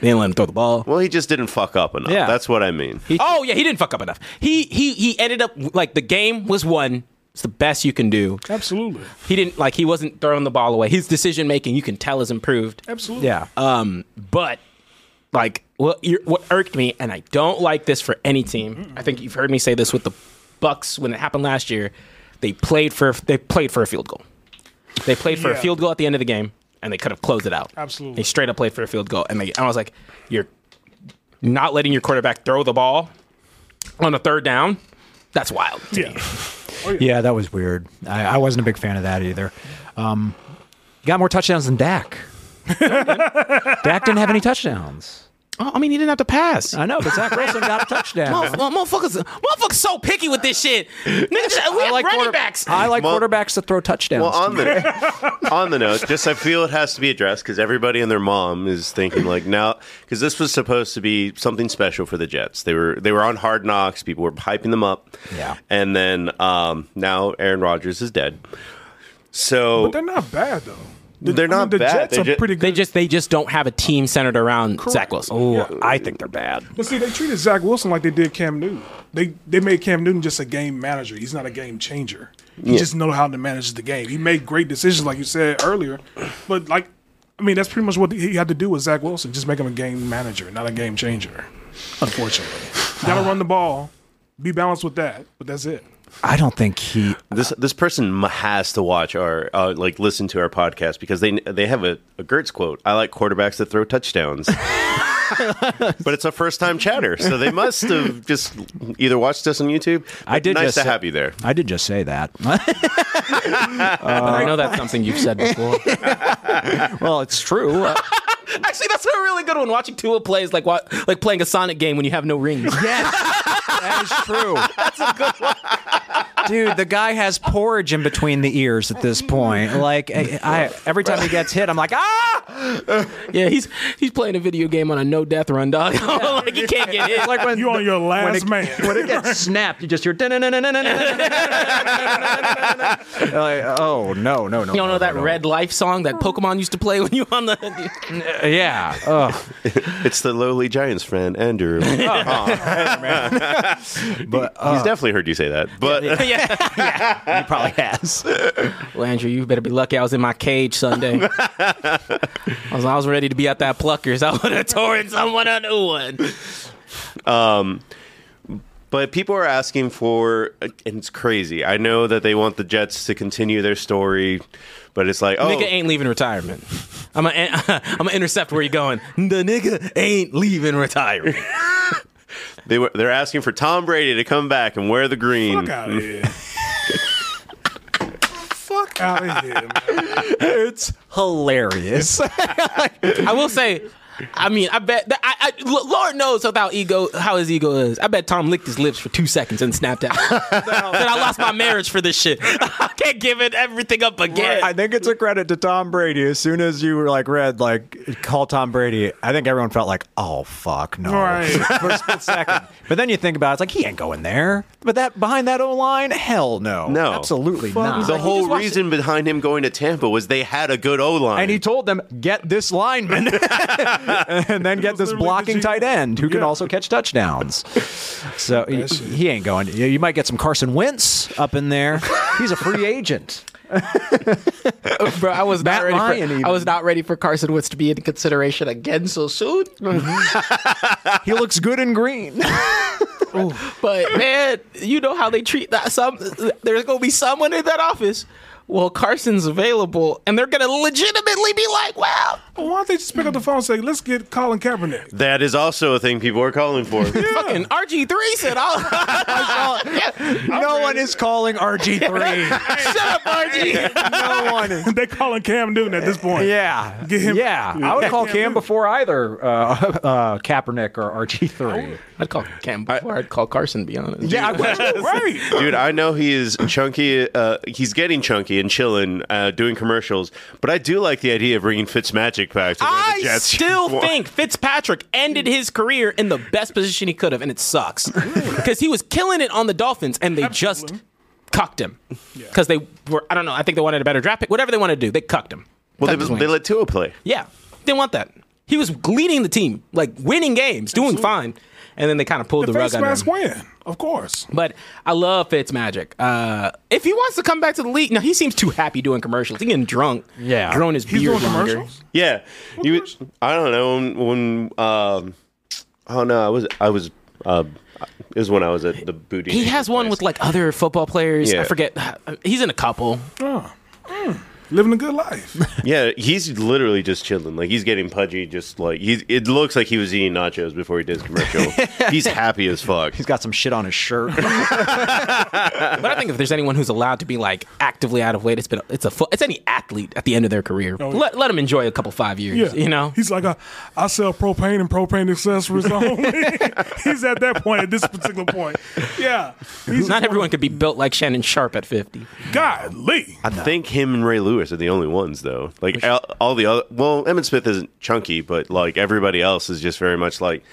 They didn't let him throw the ball.
Well, he just didn't fuck up enough.
Yeah.
That's what I mean.
Oh yeah, he didn't fuck up enough. He he he ended up like the game was won. It's the best you can do.
Absolutely.
He didn't like he wasn't throwing the ball away. His decision making you can tell is improved.
Absolutely.
Yeah.
Um, but like what ir- what irked me, and I don't like this for any team. I think you've heard me say this with the Bucks when it happened last year. They played for they played for a field goal. They played for a
Yeah.
field goal at the end of the game, and they could have closed it out.
Absolutely.
they straight up played for a field goal, and, they, and I was like, "You're not letting your quarterback throw the ball on the third down. That's wild." to me.
Yeah.
yeah, that was weird. I, I wasn't a big fan of that either. Um, he got more touchdowns than Dak. Dak didn't have any touchdowns.
Oh, I mean, he didn't have to pass.
I know, but Zach Wilson got a touchdown.
Motherf- Motherfuckers, motherfuckers, so picky with this shit. Nigga, we have running
quarter-
backs.
I like
Well-
quarterbacks to throw touchdowns.
Well, on the on the note, just I feel it has to be addressed because everybody and their mom is thinking like now because this was supposed to be something special for the Jets. They were they were on Hard Knocks. People were hyping them up.
Yeah.
and then um, now Aaron Rodgers is dead. So
They're not bad though. The-
They're
I mean,
not
the
bad.
Jets
They
are
ju-
pretty
They
good.
just they just don't have a team centered around Zach Wilson. Oh,
I think they're bad.
but see, they treated Zach Wilson like they did Cam Newton. They they made Cam Newton just a game manager. He's not a game changer. He just know how to manage the game. He made great decisions, like you said earlier. But like, I mean, that's pretty much what he had to do with Zach Wilson. Just make him a game manager, not a game changer. Unfortunately, gotta run the ball. Be balanced with that, but that's it.
I don't think he.
this this person m- has to watch our uh, like listen to our podcast because they they have a, a Gertz quote. I like quarterbacks that throw touchdowns. but it's a first time chatter, so they must have just either watched us on YouTube.
I did
Nice
just
to
say-
have you there.
I did just say that.
I know that's
Uh,
something you've said before.
well, it's true. Uh,
Actually, that's a really good one. Watching Tua play is like wa- like playing a Sonic game when you have no rings.
yes, that is true. That's a good one. Dude, the guy has porridge in between the ears at this point. Like, I, I, every time he gets hit, I'm like, ah!
yeah, he's he's playing a video game on a no death run, dog. like he can't get hit.
It's like when
You on your
when
last
it,
man.
When it gets snapped, you just hear. "Dun-dun-dun-dun-dun-dun-dun-dun-dun-dun-dun-dun-dun-dun-dun-dun-dun-dun-dun-dun-dun-dun-dun-dun-dun-dun-dun-dun-dun." like, oh no, no, no!
you don't
no,
know that
no,
Red Life song that Pokemon used to play when you on the.
no. Yeah. Oh, Ugh.
It's the lowly Giants friend Andrew. Aw.
Oh, but uh,
He's definitely heard you say that. But
yeah.
he probably has.
Well, Andrew, you better be lucky I was in my cage Sunday. I, was, I was ready to be at that Pluckers. I would have torn someone a new one.
But people are asking for, and it's crazy. I know that they want the Jets to continue their story, but it's like, oh,
Nigga ain't leaving retirement. I'm going to intercept where you're going. The nigga ain't leaving retirement.
they were, they're asking for Tom Brady to come back and wear the green.
Fuck out of here. Fuck out of here, man.
It's hilarious.
I will say, I mean, I bet that I, I L- Lord knows without ego how his ego is. I bet Tom licked his lips for two seconds and snapped out. Said I lost my marriage for this shit. I can't give it everything up again.
I think it's a credit to Tom Brady. As soon as you were like read like call Tom Brady, I think everyone felt like, oh fuck no,
Right.
for a split second. But then you think about it, it's like he ain't going there. But that behind that O line, hell no,
No.
absolutely not.
The whole reason behind him going to Tampa was they had a good O line.
and he told them, get this lineman, and then get this
literally the
blocking
G-
tight end who can
Yeah.
also catch touchdowns. So he, he ain't going. You you might get some Carson Wentz up in there. He's a free agent.
Bro, I was
Matt Ryan even.
I was not ready for Carson Wentz to be in consideration again so soon.
He looks good in green.
But man, you know how they treat that. Some there's gonna be someone in that office. Well, Carson's available, and they're gonna legitimately be like, "Wow,
Why don't they just pick up the phone and say, let's get Colin Kaepernick?
that is also a thing people are calling for.
fucking RG three said all."
no one is calling RG3.
Shut up, RG.
no one is.
they calling Cam Newton at this point.
Yeah.
Get him-
Yeah. I would call Cam before either uh, uh, Kaepernick or RG3.
I'd call Cam before I'd call Carson. Be honest.
Yeah. I,
Right.
Dude, I know he is chunky. Uh, he's getting chunky Philly and chilling, uh, doing commercials. But I do like the idea of bringing Fitzmagic back to where the
I
Jets
still
won.
think Fitzpatrick ended his career in the best position he could have, and it sucks because he was killing it on the Dolphins, and they just cucked him because they were. I don't know. I think they wanted a better draft pick. Whatever they wanted to do, they cucked him.
Well,
Cut his
they,
wings.
they let Tua play.
Yeah, didn't want that. He was leading the team, like winning games, doing fine, and then they kind of pulled the, rug
Face
under
mask
him.
win, of course.
But I love Fitzmagic. Uh, if he wants to come back to the league, now he seems too happy doing commercials. He getting drunk,
Yeah.
growing his
He's
beard
doing
longer.
commercials.
Yeah, you. I don't know when. when um, I don't know. I was. I was. Uh, it was when I was at the booty.
He
Nation
has one
place.
with like other football players. I
Yeah.
forget. uh, He's in a couple.
Living a good life.
Yeah, he's literally just chilling. Like he's getting pudgy. Just like he's. It looks like he was eating nachos before he did his commercial. he's happy as fuck.
He's got some shit on his shirt.
But I think if there's anyone who's allowed to be like actively out of weight, it's been it's a fu- it's any athlete at the end of their career. Let let them enjoy a couple five years. You know,
Oh, he's like, I, I sell propane and propane accessories only. he's at that point at this particular point. Yeah, he's
not everyone could be built like Shannon Sharp at 50.
Golly,
I think him and Ray Lewis are the only ones though. Like all, all the other. Well, Emmett Smith isn't chunky, but like everybody else is just very much like.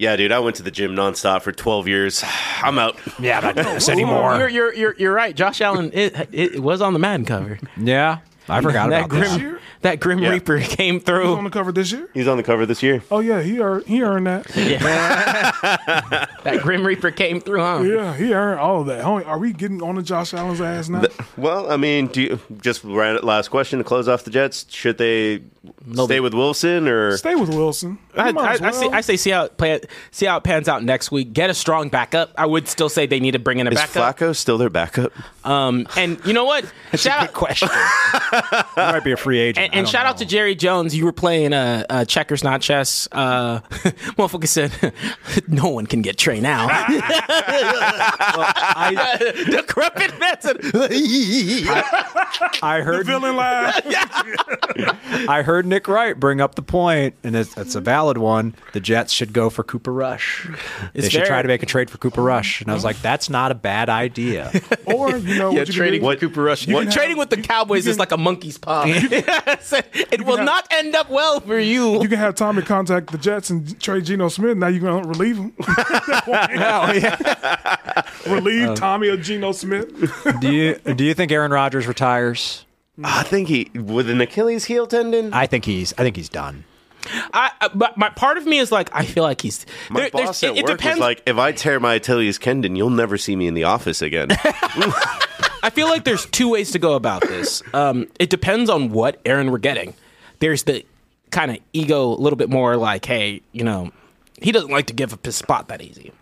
Yeah, dude, I went to the gym nonstop for 12 years. I'm out.
yeah, I'm not doing this anymore.
You're you're you're, you're right. Josh Allen it, it, it was on the Madden cover.
Yeah, I forgot
that
about
grim
that.
that grim
Yeah.
reaper came
on
through.
the cover this year.
He's on the cover this year.
Oh yeah, he earned he earned that.
That grim reaper came through. Huh?
Yeah, he earned all of that. Homie, Are we getting on to Josh Allen's ass now?
Well, I mean, do you just ran- last question to close off the Jets? Should they stay
they-
with Wilson or
Stay with Wilson. You
I,
might
I,
as
I, see,
well.
I say see how it play, see how it pans out next week. Get a strong backup. I would still say they need to bring in a
is
backup.
Flacco still their backup?
Um, and you know what? Shout out,
question. you might be a free agent.
And, and shout out to Jerry Jones. You were playing uh, uh, checkers, not chess. Uh, motherfucker said, "No one can get Trey now." Decrepit man said,
I heard
Villain line.
I heard Nick Wright bring up the point, and it's, it's a valid one. The Jets should go for Cooper Rush. they should
fair.
try to make a trade for Cooper Rush. And I was like, that's not a bad idea.
Or you know what you
trading
can do?
What Cooper Rush? What,
"Trading with the Cowboys is like a monkey's paw. Said, it will
have-
not end up well for you."
You can have Tommy contact the Jets and trade Geno Smith. Now you're gonna relieve him. relieve
Uh,
Tommy or Geno Smith.
do you do you think Aaron Rodgers retires?
I think he with an Achilles heel tendon.
I think he's I think he's done.
I, I- but my part of me is like, I feel like he's.
my
there- there's-
boss at
it- it
work was
depends-
like, "If I tear my Achilles tendon, you'll never see me in the office again." Uh,
I feel like there's two ways to go about this. Um, it depends on what Aaron we're getting. There's the kind of ego, a little bit more like, hey, you know, he doesn't like to give up his spot that easy.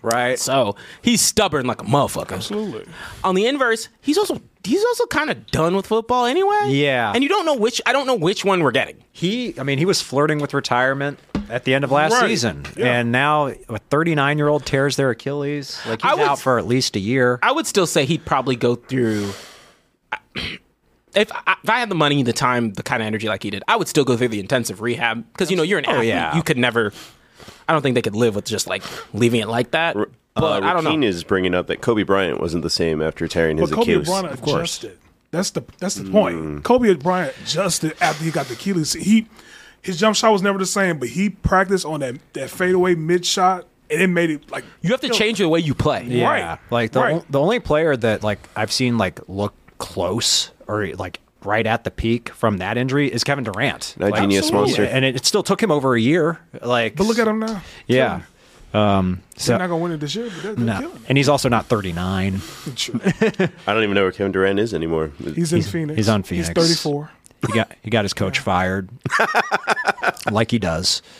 Right.
So he's stubborn like a motherfucker. Absolutely. On the inverse, he's also he's also kind of done with football anyway.
Yeah.
And you don't know which I don't know which one we're getting.
He I mean, he was flirting with retirement at the end of last
Right.
season.
Yeah.
And now a 39-year-old tears their Achilles. Like
I
he's
would-
out for at least a year.
I would still say he'd probably go through. If I, if I had the money, the time, the kind of energy like he did, I would still go through the intensive rehab because you know
Oh,
you're an athlete.
yeah.
You could never. I don't think they could live with just like leaving it like that. But
uh,
I don't
Rakin
know.
is bringing up that Kobe Bryant wasn't the same after tearing his
But Kobe
Achilles.
Bryant adjusted. That's the that's
Mm.
the point. Kobe Bryant adjusted after he got the Achilles. He his jump shot was never the same, but he practiced on that that fadeaway mid shot, and it made it like
you have to change the way you play.
Yeah.
Right.
Like the
Right.
on- the only player that like I've seen like look close or like right at the peak from that injury is Kevin Durant.
That
Like,
genius
absolutely.
monster.
yeah, and it, it still took him over a year. Like
But look at him now.
Yeah. Um
They're
so
not gonna win it this year, but they're, they're
no.
killing
and he's also not 39.
it. Sure.
I don't even know where Kevin Durant is anymore.
He's in Phoenix.
he's on
He's
Phoenix.
34.
He got he got his coach fired. like he does.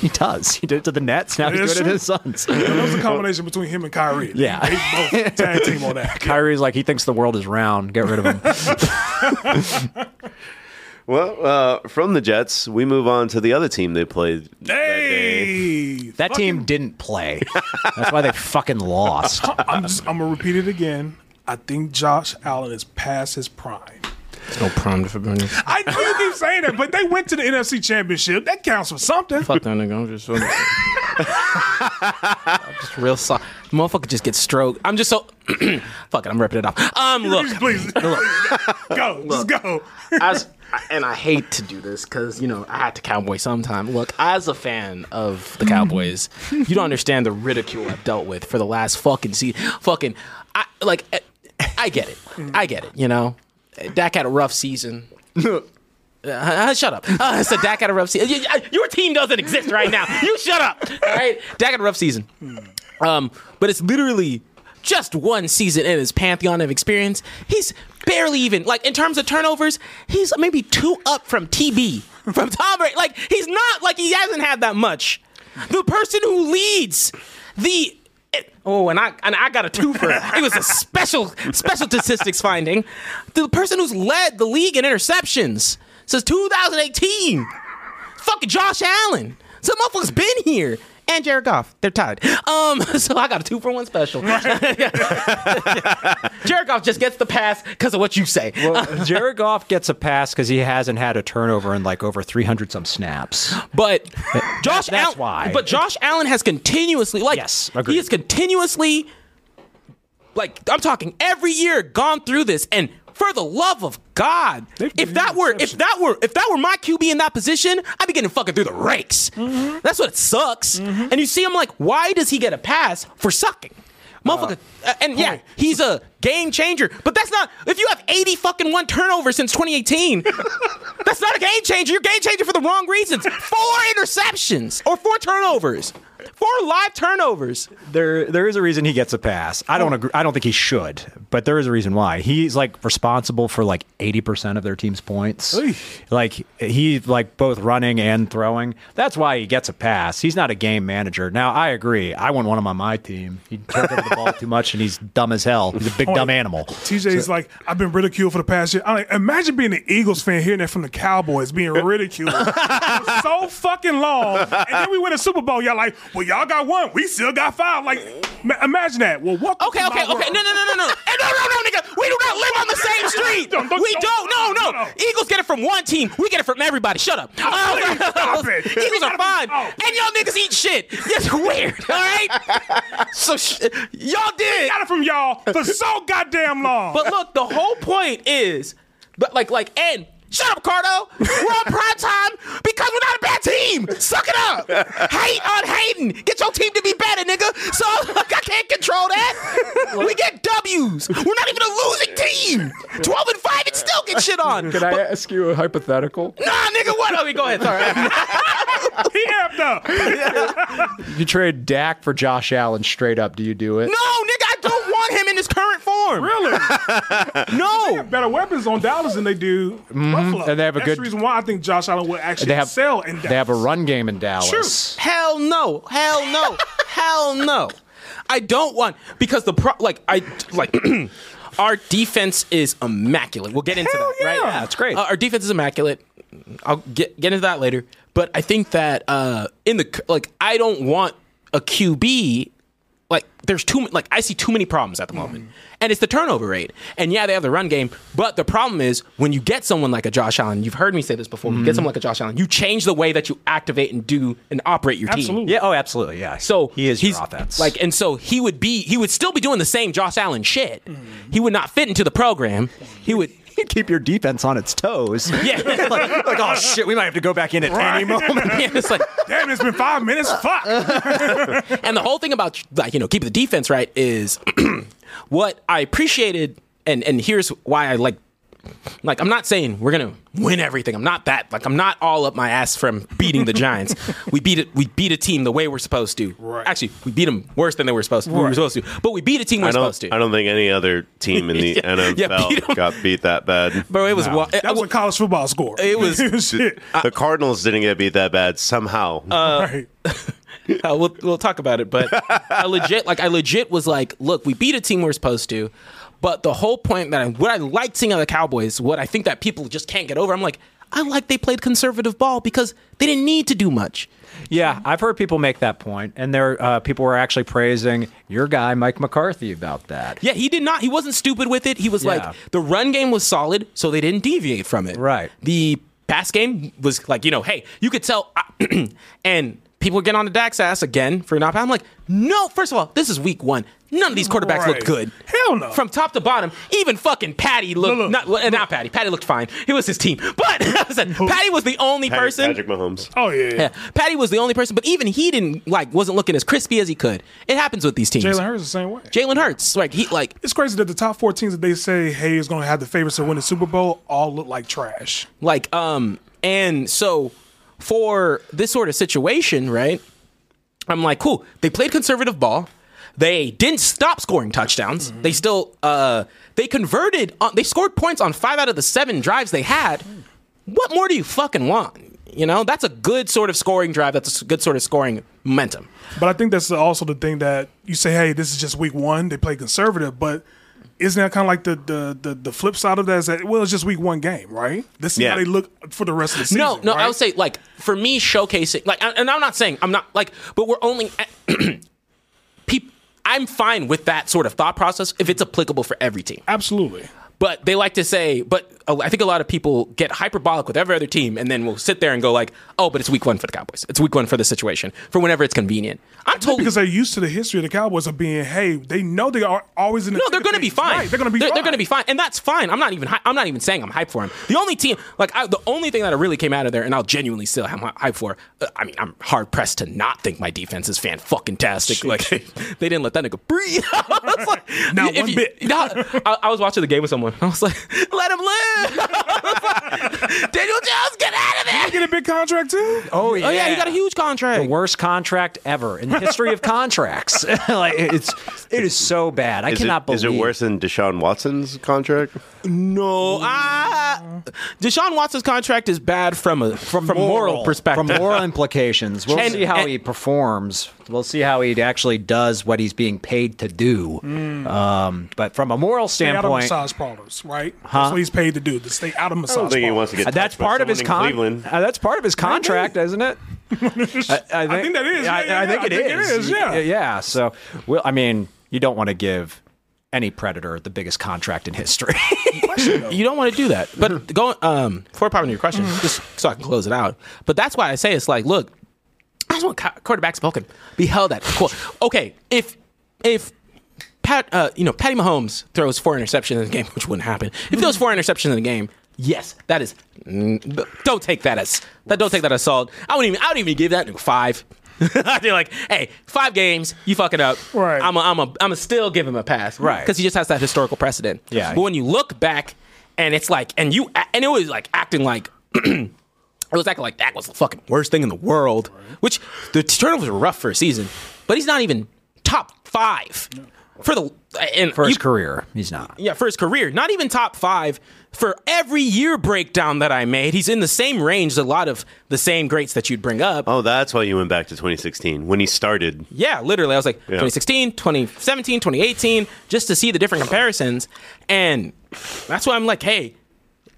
he does. He did it to the Nets. Now he's
Yeah,
doing it to
sure.
his sons.
That was a combination between him and Kyrie.
Yeah.
They both tag team on that.
Kyrie's like he thinks the world is round. Get rid of him.
Well, uh, from the Jets, we move on to the other team they played.
Hey,
That team didn't play. That's why they fucking lost.
I'm just, I'm gonna repeat it again. I think Josh Allen is past his prime.
No problem for Bruno.
I know you keep saying that, but they went to the NFC Championship. That counts for something.
Fuck that nigga. I'm just, so- I'm just real soft. Motherfucker just gets stroked. I'm just so. Fuck it, I'm ripping it off. Um, look,
Please, go, just go.
as and I hate to do this because you know I had to cowboy sometime. Look, as a fan of the Cowboys, you don't understand the ridicule I've dealt with for the last fucking season. Fucking, I like, eh, I get it, I get it. You know, Eh, Dak had a rough season. Uh, uh, shut up. Uh, so Dak had a rough season. your team doesn't exist right now. You shut up. All right, Dak had a rough season. Um, but it's literally just one season in his pantheon of experience. He's barely even like in terms of turnovers. He's maybe two up from TB from Tom Brady. Like he's not like he hasn't had that much. The person who leads the oh, and I and I got a twofer. It was a special special statistics finding. The person who's led the league in interceptions since 2018 fucking Josh Allen. Some motherfucker's been here. And Jared Goff, they're tied. Um, so I got a two for one special. Jared Goff just gets the pass because of what you say. Uh,
Well, Jared Goff gets a pass because he hasn't had a turnover in like over 300 some snaps.
But Josh
that's
Allen,
why.
But Josh Allen has continuously, like,
Yes,
he
agreed.
has continuously, like, I'm talking every year, gone through this. And for the love of God,
They've
if
been
that were, if
interceptions.
that were, if that were my QB in that position, I'd be getting fucking through the rakes. That's what it sucks. And you see, I'm like, why does he get a pass for sucking? Motherfucker, Uh, and yeah, he's a game changer. But that's not if you have eighty fucking one turnovers since 2018. That's not a game changer. You're game changer for the wrong reasons. Four interceptions or four turnovers. Four live turnovers.
There, there is a reason he gets a pass. I don't agree. I don't think he should, but there is a reason why. He's like responsible for like eighty percent of their team's points. Like he like both running and throwing. That's why he gets a pass. He's not a game manager. Now I agree. I want one of 'em on my team. He took over the ball too much, and he's dumb as hell. He's a big dumb animal.
TJ's like, I've been ridiculed for the past year. I'm like, imagine being an Eagles fan hearing that from the Cowboys, being ridiculed for so fucking long. And then we win a Super Bowl. Y'all like, well, y'all got one. We still got five. Like, ma- imagine that. Well, what?
Okay, okay, okay. No, no, no, no, no. Hey, no, no, no, nigga. We do not live on the same street.
Don't- don't-
we
don't-
don't. No,
no,
no.
no.
Eagles get it from one team. We get it from everybody. Shut up. Um,
Oh, please, stop it. We
Eagles
gotta
are
be-
fine.
oh.
And y'all niggas eat shit. That's weird. All right. So sh- y'all did.
Got it from y'all for so goddamn long.
But look, the whole point is, but like, like, and shut up, Cardo. We're on prime time because we're not a bad team. Suck it up. Hate on hating. Get your team to be better, nigga. So like, I can't control that. we get W's. We're not even a losing team. Twelve and five, and still get shit on.
Can I ask you a hypothetical?
Nah, nigga, what? Oh, we go ahead. Sorry.
he amped up.
You trade Dak for Josh Allen straight up. Do you do it?
No, nigga, I don't want him in his current form.
Really?
No.
Better weapons on Dallas than they do Buffalo.
Mm-hmm. And they have a
That's
good-
the reason why I think Josh Allen would actually
They have
sell in Dallas.
they have a run game in Dallas.
Hell no. Hell no. Hell no. I don't want because the pro like I like our defense is immaculate. We'll get into
Hell
that, right?
yeah. Yeah,
it's great.
Uh, our defense is immaculate. I'll get get into that later. But I think that uh in the c- like I don't want a QB like there's too m- like I see too many problems at the moment,
Mm.
and it's the turnover rate. And yeah, they have the run game, but the problem is when you get someone like a Josh Allen. You've heard me say this before. When you
Mm-hmm.
get someone like a Josh Allen, you change the way that you activate and do and operate your team.
Yeah. Oh, absolutely. Yeah.
So
he is
he's
your offense.
Like, and so he would be, he would still be doing the same Josh Allen shit.
Mm-hmm.
He would not fit into the program. He would.
keep your defense on its toes.
Yeah,
like, like, oh shit, we might have to go back in at any moment.
yeah, it's like,
Damn, it's been five minutes. Fuck.
and the whole thing about like you know keeping the defense right is what I appreciated, and and here's why I like. Like I'm not saying we're gonna win everything. I'm not that. Like I'm not all up my ass from beating the Giants. we beat it. We beat a team the way we're supposed to.
Right.
Actually, we beat them worse than they were supposed to. We were supposed to, but we beat a team we
I
we're
don't.
supposed to.
I don't think any other team in the NFL
beat 'em.
got beat that bad.
Bro, it was wa- I-
That was a college football score.
It was-
shit.
the Cardinals didn't get beat that bad somehow.
right.
Uh, we'll we'll talk about it, but I legit like I legit was like, look, we beat a team we're supposed to, but the whole point that I, what I liked seeing on the Cowboys, what I think that people just can't get over, I'm like, I like they played conservative ball because they didn't need to do much.
Yeah, I've heard people make that point, and there uh, people were actually praising your guy Mike McCarthy about that.
Yeah, he did not. He wasn't stupid with it. He was
Yeah.
like the run game was solid, so they didn't deviate from it.
Right.
The pass game was like you know, hey, you could tell, and people are getting on the Dak's ass again for not. I'm like, no. First of all, this is week one. None of these quarterbacks look
Right.
good.
Hell no.
From top to bottom, even fucking Patty looked
look,
not well, not Patty. Patty looked fine. He was his team, but I said, Patty was the only
Pat-
person.
Patrick Mahomes.
Oh yeah, yeah.
Yeah, Patty was the only person, but even he didn't like wasn't looking as crispy as he could. It happens with these teams.
Jalen Hurts the same way.
Jalen Hurts, like he like
It's crazy that the top four teams that they say hey is going to have the favorites to win the Super Bowl all look like trash.
like um and so for this sort of situation right i'm like cool they played conservative ball they didn't stop scoring touchdowns they still uh they converted on they scored points on five out of the seven drives they had what more do you fucking want you know that's a good sort of scoring drive that's a good sort of scoring momentum
But I think that's also the thing that you say, hey, this is just week one. They play conservative, but isn't that kind of like the, the the the flip side of that? Is that well, it's just week one game, right? This is
Yeah.
how they look for the rest of the season.
No, no, I
right?
would say like for me showcasing like, and I'm not saying I'm not like, but we're only people. I'm fine with that sort of thought process if it's applicable for every team.
absolutely.
But they like to say, but uh, I think a lot of people get hyperbolic with every other team, and then will sit there and go like, oh, but it's week one for the Cowboys. It's week one for the situation for whenever it's convenient. I'm totally
Because they're used to the history of the Cowboys of being, hey, they know they are always in the.
No, they're
thick of
going to be
things.
fine.
Right, they're going to be.
They're,
fine.
going to be fine, and that's fine. I'm not even. Hy- I'm not even saying I'm hyped for him. The only team, like I, the only thing that I really came out of there, and I'll genuinely still have my hype for. Uh, I mean, I'm hard pressed to not think my defense is fan fucking tastic. Like they didn't let that nigga breathe. I was like,
Not
if
one bit.
Nah, I, I was watching the game with someone. I was like, let him live. I was like, Daniel Jones, get out of
Get
there.
a big contract too.
Oh yeah.
Oh yeah, he got a huge contract.
worst contract ever in the history of contracts. like it's it is so bad. I
Is
cannot
it,
believe
is it worse than Deshaun Watson's contract?
No, ah, Deshaun Watson's contract is bad from a from, from moral, perspective.
From moral implications, we'll
And-
see how
and-
he performs. We'll see how he actually does what he's being paid to do.
Mm.
Um, but from a moral
Stay out of
standpoint,
massage parlors, right? That's what he's paid to do. To stay out of massage.
I don't think he
parlors.
wants to get.
uh, that's
touched by
part of
someone
his
in
con-
Cleveland.
uh, That's part of his contract, isn't it? I,
I think that is. Yeah,
I,
yeah,
I
yeah.
think
I
it
think it
is.
is, yeah.
yeah. So, well, I mean, you don't want to give any predator the biggest contract in history.
you don't want to do that. But going um, before popping to your question, just so I can close it out. But that's why I say it's like, look, I just want co- quarterbacks spoken be held at. Cool. Okay, if if Pat, uh, you know, Patty Mahomes throws four interceptions in the game, which wouldn't happen. If he throws four interceptions in the game, yes, that is. mm, Don't take that as that. Don't take that as salt. I wouldn't even. I wouldn't even give that nigga five. I'd be like, hey, five games, you fucking up.
Right.
I'm a, I'm a, I'm a still give him a pass.
Right.
Because he just has that historical precedent.
Yeah.
But when you look back, and it's like, and you, and it was like acting like. It was acting like that was the fucking worst thing in the world, which the turnovers were rough for a season, but he's not even top five for the and
For his
you-
career, he's not.
yeah, for his career. Not even top five. For every year breakdown that I made, he's in the same range as a lot of the same greats that you'd bring up.
Oh, that's why you went back to 2016 when he started.
Yeah, literally. I was like 2016, 2017, 2018, just to see the different comparisons. And that's why I'm like, hey,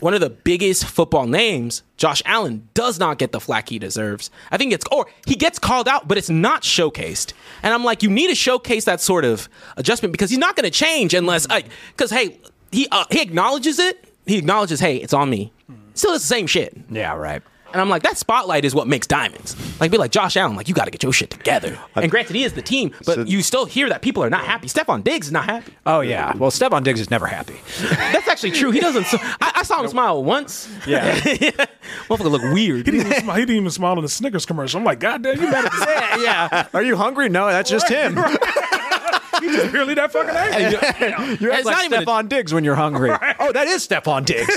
one of the biggest football names, Josh Allen, does not get the flack he deserves. I think it's, or he gets called out, but it's not showcased. And I'm like, you need to showcase that sort of adjustment because he's not going to change unless, like, because hey, he uh, he acknowledges it. He acknowledges, hey, it's on me. Still, it's the same shit.
Yeah, right.
And I'm like, that spotlight is what makes diamonds. Like, be like Josh Allen, like, you got to get your shit together. and granted, he is the team, but you still hear that people are not happy. Stephon Diggs is not happy.
Oh yeah. Well, Stephon Diggs is never happy.
That's actually true. He doesn't. I, I saw him smile once.
Yeah.
Motherfucker look weird.
He didn't, even smile, he didn't even smile in the Snickers commercial. I'm like, God damn, you better
yeah, yeah. Are you hungry? No, that's just him.
you just barely that fucking angry.
You act
It's
like
not even a-
Stephon Diggs when you're hungry. Oh, that is Stephon Diggs.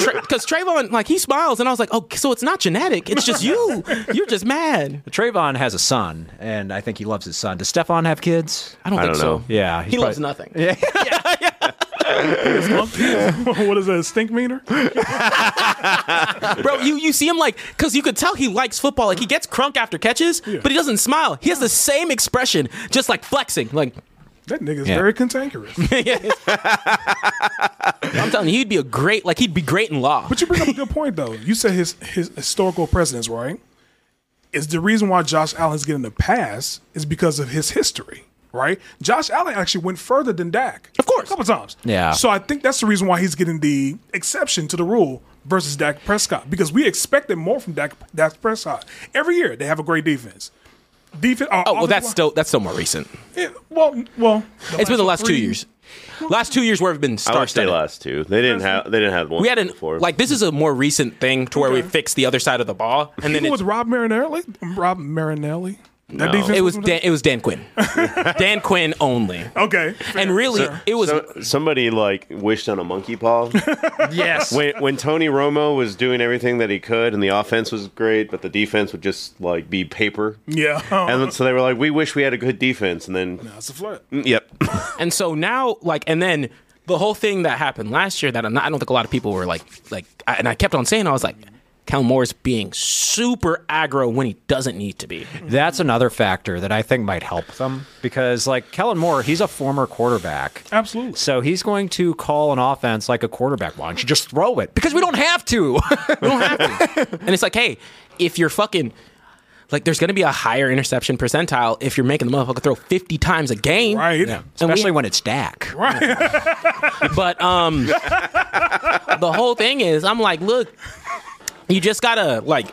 Because Trayvon, like, he smiles, and I was like, oh, so it's not genetic. It's just you. You're just mad.
Trayvon has a son, and I think he loves his son. Does Stephon have kids?
I don't
I
think
don't
so.
know.
Yeah,
He
he's
loves
probably-
nothing.
what is that? a Stink meter?
Bro, you, you see him like, because you could tell he likes football. Like, he gets crunk after catches, but he doesn't smile. He has the same expression, just like flexing. Like,
That nigga's
Yeah.
very cantankerous.
I'm telling you, he'd be a great, like, he'd be great in law.
But you bring up a good point though. You said his his historical precedence, right? Is the reason why Josh Allen's getting the pass is because of his history, right? Josh Allen actually went further than Dak. Of
course.
A couple times.
Yeah.
So I think that's the reason why he's getting the exception to the rule versus Dak Prescott because we expected more from Dak, Dak Prescott. Every year they have a great defense. Defense.
Oh well, that's still that's still more recent.
Yeah, well, well,
it's been the last two
three-
years. Last two years where we've been
I
star
would say
studded.
last two. They didn't have they didn't have one.
We had an
before.
like this is a more recent thing to where we fixed the other side of the ball, and then
Even
it's
with Rob Marinelli, Rob Marinelli. That
No.
defense
It was Dan, it was Dan Quinn. Dan Quinn only.
okay.
And really, it was
So- somebody like wished on a monkey paw.
Yes.
when when Tony Romo was doing everything that he could and the offense was great, but the defense would just like be paper.
Yeah,
And so they were like, "We wish we had a good defense." And then,
that's a flirt.
Mm, yep,
and so now like and then the whole thing that happened last year that I'm not, I don't think a lot of people were like like I, and I kept on saying I was like Cal Moore's being super aggro when he doesn't need to be.
That's another factor that I think might help them because, like Kellen Moore, he's a former quarterback.
Absolutely.
So he's going to call an offense like a quarterback. Why don't you just throw it? Because we don't have to.
We don't have to. and it's like, hey, if you're fucking like there's going to be a higher interception percentile if you're making the motherfucker throw 50 times a game.
Right.
And we-
Especially when it's Dak.
But um the whole thing is I'm like, look, you just gotta like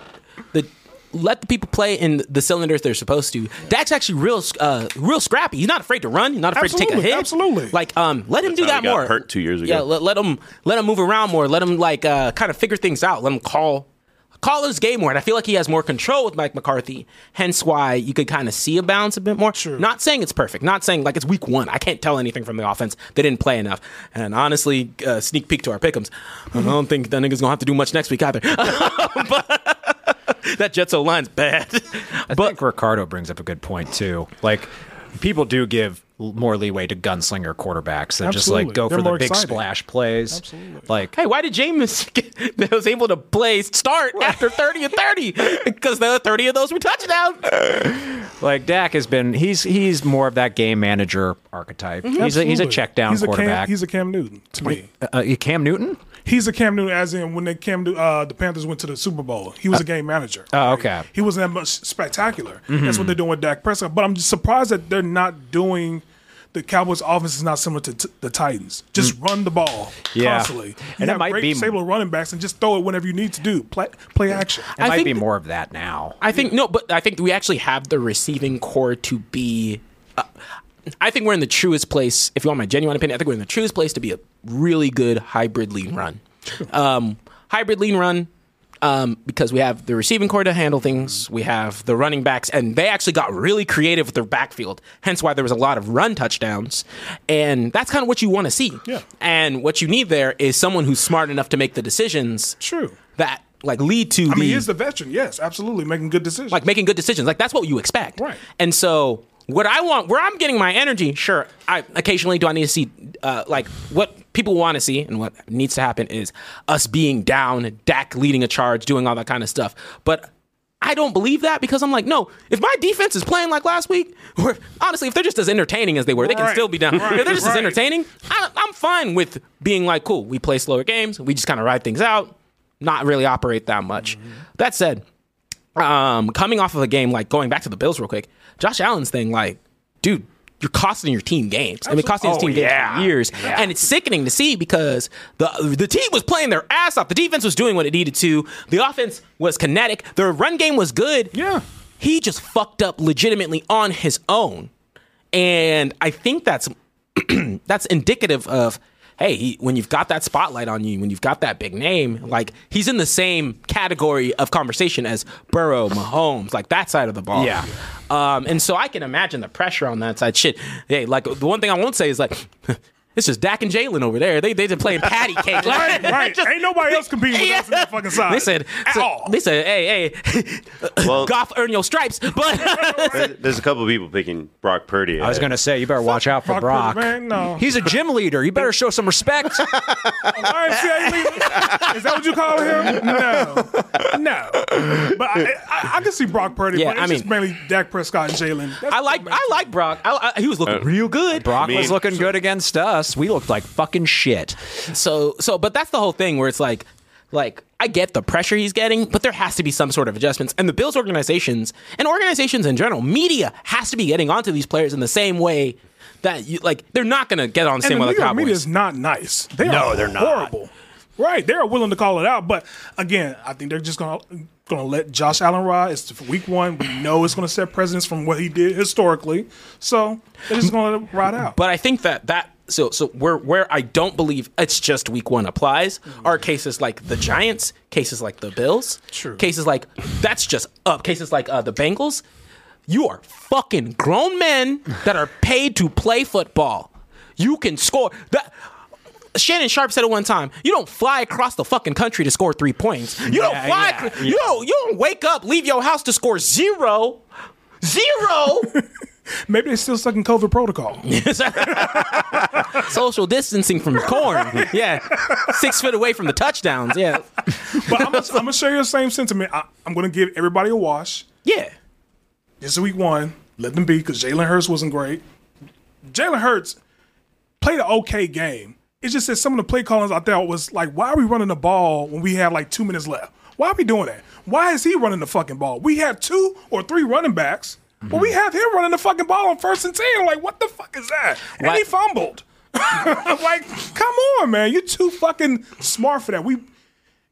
the let the people play in the cylinders they're supposed to. Dak's actually real uh real scrappy. He's not afraid to run, he's not afraid to take a
Absolutely,
hit.
absolutely.
Like um let him do
how
that
he got
more.
hurt two years ago.
Yeah, let, let him let him move around more. Let him like uh kind of figure things out. Let him call call his game more. And I feel like he has more control with Mike McCarthy. Hence why you could kind of see a bounce a bit more. Sure. Not saying it's perfect. Not saying like it's week one. I can't tell anything from the offense. They didn't play enough. And honestly, uh, sneak peek to our pickums. I don't think that nigga's gonna have to do much next week either. But- that Jetso line's bad.
I
But
think Ricardo brings up a good point too. Like people do give l- more leeway to gunslinger quarterbacks that just
Absolutely.
like go
They're
for the
more
big
exciting.
splash plays. Absolutely. Like
Hey, why did James get, that was able to play start after 30 and 30? Because the other 30 of those were touchdowns.
like Dak has been he's he's more of that game manager archetype. He's a, he's a
Mm-hmm. Absolutely.
check down
He's a Cam-
quarterback.
he's a Cam Newton to me.
uh, Cam Newton?
He's a Cam Newton, as in when they Cam Newton, uh, the Panthers went to the Super Bowl. He was a game manager.
oh, okay. Mm-hmm.
He wasn't that much spectacular. That's what they're doing with Dak Prescott. But I'm just surprised that they're not doing. The Cowboys' offense is not similar to t- the Titans. Just run the ball
Mm. Yeah.
constantly. You
And it
have
might
great
be-
stable running backs, and just throw it whenever you need to do play play action.
It
I
might
think-
be more of that now.
I think no, but I think we actually have the receiving core to be. Uh, I think we're in the truest place. If you want my genuine opinion, I think we're in the truest place to be a really good hybrid lean run. Um, hybrid lean run um, because we have the receiving core to handle things. We have the running backs, and they actually got really creative with their backfield. Hence why there was a lot of run touchdowns, and that's kind of what you want to see.
Yeah.
And what you need there is someone who's smart enough to make the decisions.
True.
That like lead to
I
the
mean, he is the veteran. Yes, absolutely, making good decisions.
like making good decisions. Like that's what you expect.
Right.
And so what I want, where I'm getting my energy, sure. I occasionally do I need to see, uh, like what people want to see and what needs to happen is us being down, Dak leading a charge, doing all that kind of stuff. But I don't believe that because I'm like, no. If my defense is playing like last week, or honestly, if they're just as entertaining as they were, they can
Right.
still be down.
Right.
If they're just as
Right.
entertaining, I, I'm fine with being like, cool. We play slower games. We just kind of ride things out, not really operate that much.
Mm-hmm.
That said, um, coming off of a game like going back to the Bills real quick, Josh Allen's thing, like, dude, you're costing your team games. I mean, costing his team games for years, and it's sickening to see because the the team was playing their ass off. The defense was doing what it needed to. The offense was kinetic. Their run game was good.
Yeah.
he just fucked up legitimately on his own, and I think that's that's indicative of hey he, when you've got that spotlight on you when you've got that big name like he's in the same category of conversation as burrow mahomes like that side of the ball
Yeah.
um, and so i can imagine the pressure on that side shit hey like the one thing i won't say is like It's just Dak and Jalen over there. They they just playing patty cake.
Right, right. Ain't nobody else competing with us on that fucking side.
They said,
At
so-
all.
they said, hey, hey,
Well-
Goff earn your stripes, but
There- there's a couple of people picking Brock Purdy.
I was going to say you better watch out for Brock.
Brock Purdy, man, no.
He's a gym leader. You better show some respect.
YMCA leader? Is that what you call him? No, no. But I, I, I can see Brock Purdy.
Yeah,
but it's
I
just
mean-
mainly Dak Prescott and Jalen. That's
I like
what
I like Brock. I, I, he was looking real good.
Brock
mean-
was looking good against us. We looked like fucking shit.
So so but that's the whole thing where it's like like I get the pressure he's getting, but there has to be some sort of adjustments. And the Bills organizations and organizations in general, media has to be getting onto these players in the same way that you like they're not gonna get on the
And
same
the
way
New
the
York
Cowboys.
media is not nice. They no, are they're horrible. Right, they're willing to call it out, but again, I think they're just gonna gonna let Josh Allen ride. It's for week one. We know it's gonna set precedence from what he did historically, so they're just gonna let him ride out.
But I think that that so so where where I don't believe it's just week one applies are cases like the Giants, cases like the Bills,
True.
cases like that's just up. Cases like uh, the Bengals. You are fucking grown men that are paid to play football. You can score that. Shannon Sharp said it one time. You don't fly across the fucking country to score three points. You don't fly.
yeah,
acro- You don't. You don't wake up, leave your house to score zero, zero.
Maybe they're still stuck in COVID protocol.
social distancing from the corn. Yeah, six foot away from the touchdowns. Yeah,
but I'm gonna, I'm gonna share your same sentiment. I, I'm gonna give everybody a wash.
yeah.
This is week one. Let them be because Jalen Hurts wasn't great. Jalen Hurts played an okay game. It's just that some of the play callings out there was like, why are we running the ball when we have like two minutes left? Why are we doing that? Why is he running the fucking ball? We have two or three running backs, but we have him running the fucking ball on first and ten. Like, what the fuck is that? And
Why-
he fumbled. like, come on, man. You're too fucking smart for that. We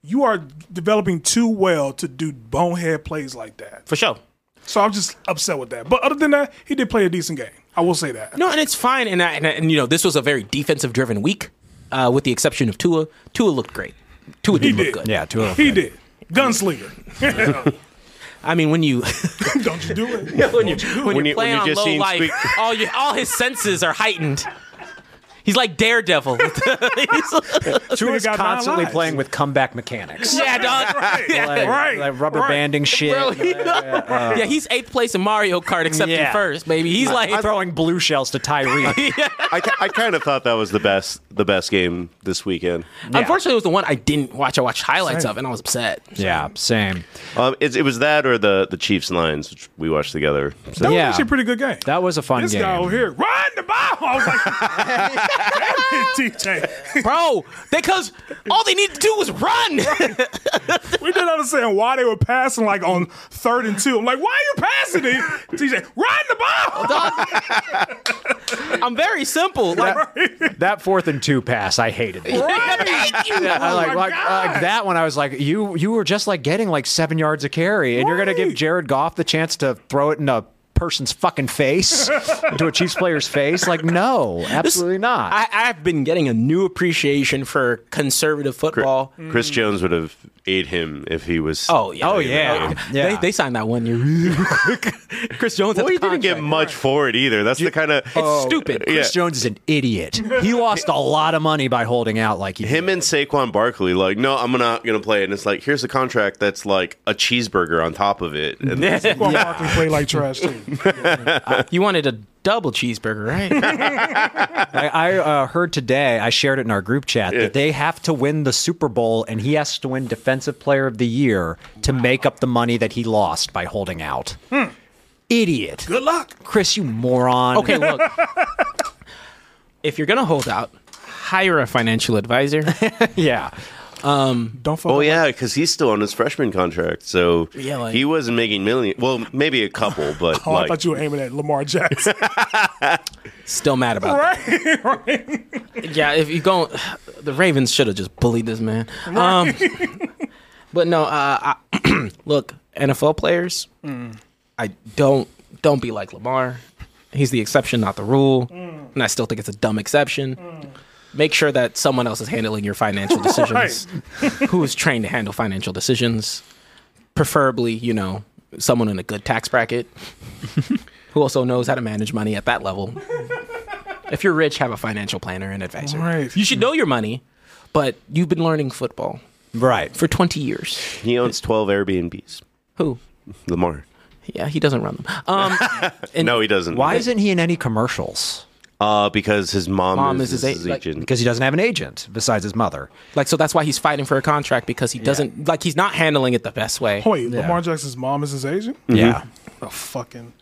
you are developing too well to do bonehead plays like that.
For sure.
So I'm just upset with that. But other than that, he did play a decent game. I will say that.
No, and it's fine. And I, and, I, and you know, this was a very defensive driven week, uh, with the exception of Tua. Tua looked great. Tua did,
did.
look good.
Yeah, two of them.
He did. Gunslinger.
I mean, when you
Don't you do it.
when you
When
when, you
you-
play
when you
on
just
low
seen
life,
squeak-
all you, all his senses are heightened. He's like Daredevil.
Tua
He's constantly playing with comeback mechanics.
yeah, dog.
Right.
Like,
right.
like rubber
right.
banding shit.
Bro, he- yeah, he's eighth place in Mario Kart, except in
Yeah.
first, baby. He's like
throwing blue shells to Tyree.
I, ki- I kind of thought that was the best the best game this weekend.
Unfortunately, it was the one I didn't watch. I watched highlights of, and I was upset.
yeah, same.
Um, it, it was that or the the Chiefs Lions, which we watched together. So-
That
Yeah.
was actually a pretty good game.
That was a fun
this
game.
guy over here, run the ball. I was like, damn it, TJ.
Bro, because all they needed to do was run.
We didn't understand why they were passing like on third and two. I'm like, why are you passing it? TJ, run the ball.
I'm very simple. Like,
That fourth and two pass, I hated. It.
Thank you.
I like,
my
like,
God.
like that one. I was like, you you were just like getting like seven yards of carry, and you're gonna give
Right.
Jared Goff the chance to throw it in a person's fucking face, into a Chiefs player's face. Like, no, absolutely not.
I, I've been getting a new appreciation for conservative football.
Chris Jones would have ate him if he was.
Oh yeah.
Oh, yeah. Yeah.
They, they signed that one year really quick. Chris Jones.
well,
had
he
the
didn't get
contract.
much for it either. That's the kind of
It's stupid.
yeah.
Chris Jones is an idiot. He lost a lot of money by holding out like he
Him and Saquon Barkley, like, no, I'm not gonna play. it. And it's like, here's a contract that's like a cheeseburger on top of it. And
Saquon Barkley played like trash too.
You wanted a double cheeseburger, right?
I, I uh, heard today, I shared it in our group chat, that they have to win the Super Bowl and he has to win Defensive Player of the Year to make up the money that he lost by holding out. Idiot.
Good luck.
Chris, you moron.
okay, look. If you're gonna hold out, hire a financial advisor.
Yeah.
Don't fuck.
Oh
up.
yeah, because he's still on his freshman contract, so
Yeah, like-
he wasn't making million. Well, maybe a couple, but
Oh, I
like,
thought you were aiming at Lamar Jackson.
Still mad about that.
right, right.
Yeah, if you go, the Ravens should have just bullied this man. Um, but no, uh, I, look, NFL players, I don't don't be like Lamar. He's the exception, not the rule, and I still think it's a dumb exception. Make sure that someone else is handling your financial decisions, who is trained to handle financial decisions, preferably, you know, someone in a good tax bracket, who also knows how to manage money at that level. If you're rich, have a financial planner and advisor.
Right.
You should know your money, but you've been learning football
Right.
for 20 years.
he owns twelve Airbnbs.
Who?
Lamar.
Yeah, he doesn't run them. Um, and
No, he doesn't.
Why isn't he in any commercials?
Uh, because his mom,
Mom
is,
is
his,
his a- like-
agent.
Because he doesn't have an agent besides his mother.
like so that's why he's fighting for a contract because he doesn't like he's not handling it the best way.
Wait, Lamar Jackson's mom is his agent.
Yeah.
Oh, fucking.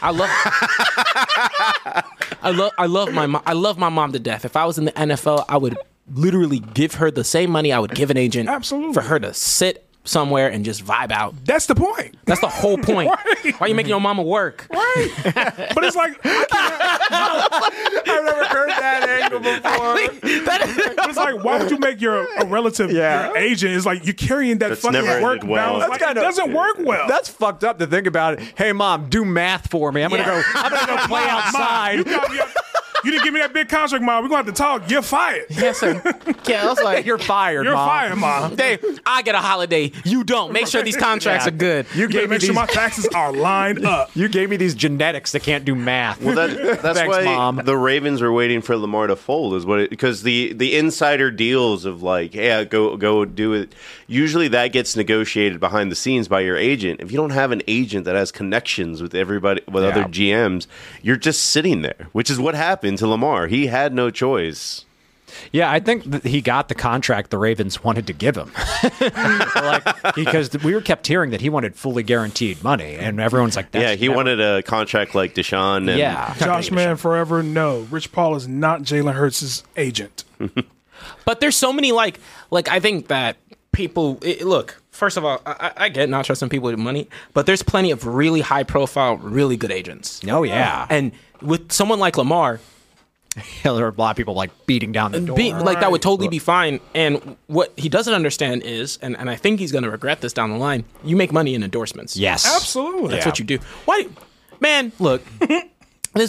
I love I love I love my mom I love my mom to death. If I was in the NFL, I would literally give her the same money I would give an agent
Absolutely.
for her to sit somewhere and just vibe out.
That's the point.
That's the whole point.
Right.
Why you making your mama work?
Right. but it's like, I can't. I've never heard that angle before. but it's like, why would you make your a relative
Yeah.
your agent? It's like you're carrying that
That's
fucking
never
work
ended well.
balance.
That's
Like, it doesn't work well.
That's fucked up to think about it. Hey, mom, do math for me. I'm gonna
Yeah.
go. I'm gonna go play
Mom,
outside.
Mom, "Oh, you, got me a- you didn't give me that big contract, mom. We're going to have to talk. You're fired.
Yes, sir. Yeah, I was like,
You're fired.
You're
mom.
fired, mom.
Dave, I get a holiday. You don't. Make sure these contracts
Yeah.
are good.
You
You gotta
gave me
make sure
these.
my taxes are lined up.
you gave me these genetics that can't do math.
Well, that, that's
Thanks,
why
Mom.
the Ravens were waiting for Lamar to fold, is what it because the the insider deals of like, yeah, go go do it. Usually that gets negotiated behind the scenes by your agent. If you don't have an agent that has connections with everybody with other GMs, you're just sitting there, which is what happened to Lamar. He had no choice.
Yeah, I think that he got the contract the Ravens wanted to give him. like, because we were kept hearing that he wanted fully guaranteed money, and everyone's like, That's
yeah, he
never-
wanted a contract like Deshaun. And
Yeah.
Josh Man forever. No, Rich Paul is not Jalen Hurts' agent.
But there's so many like like I think that people it, it- look. First of all, I, I I get not trusting people with money, but there's plenty of really high profile, really good agents.
Oh, yeah.
And with someone like Lamar,
there were a lot of people like beating down the door.
be, like that would totally be fine. And what he doesn't understand is, and, and I think he's going to regret this down the line. You make money in endorsements.
yes.
Absolutely.
That's what you do. Why, man? Look, this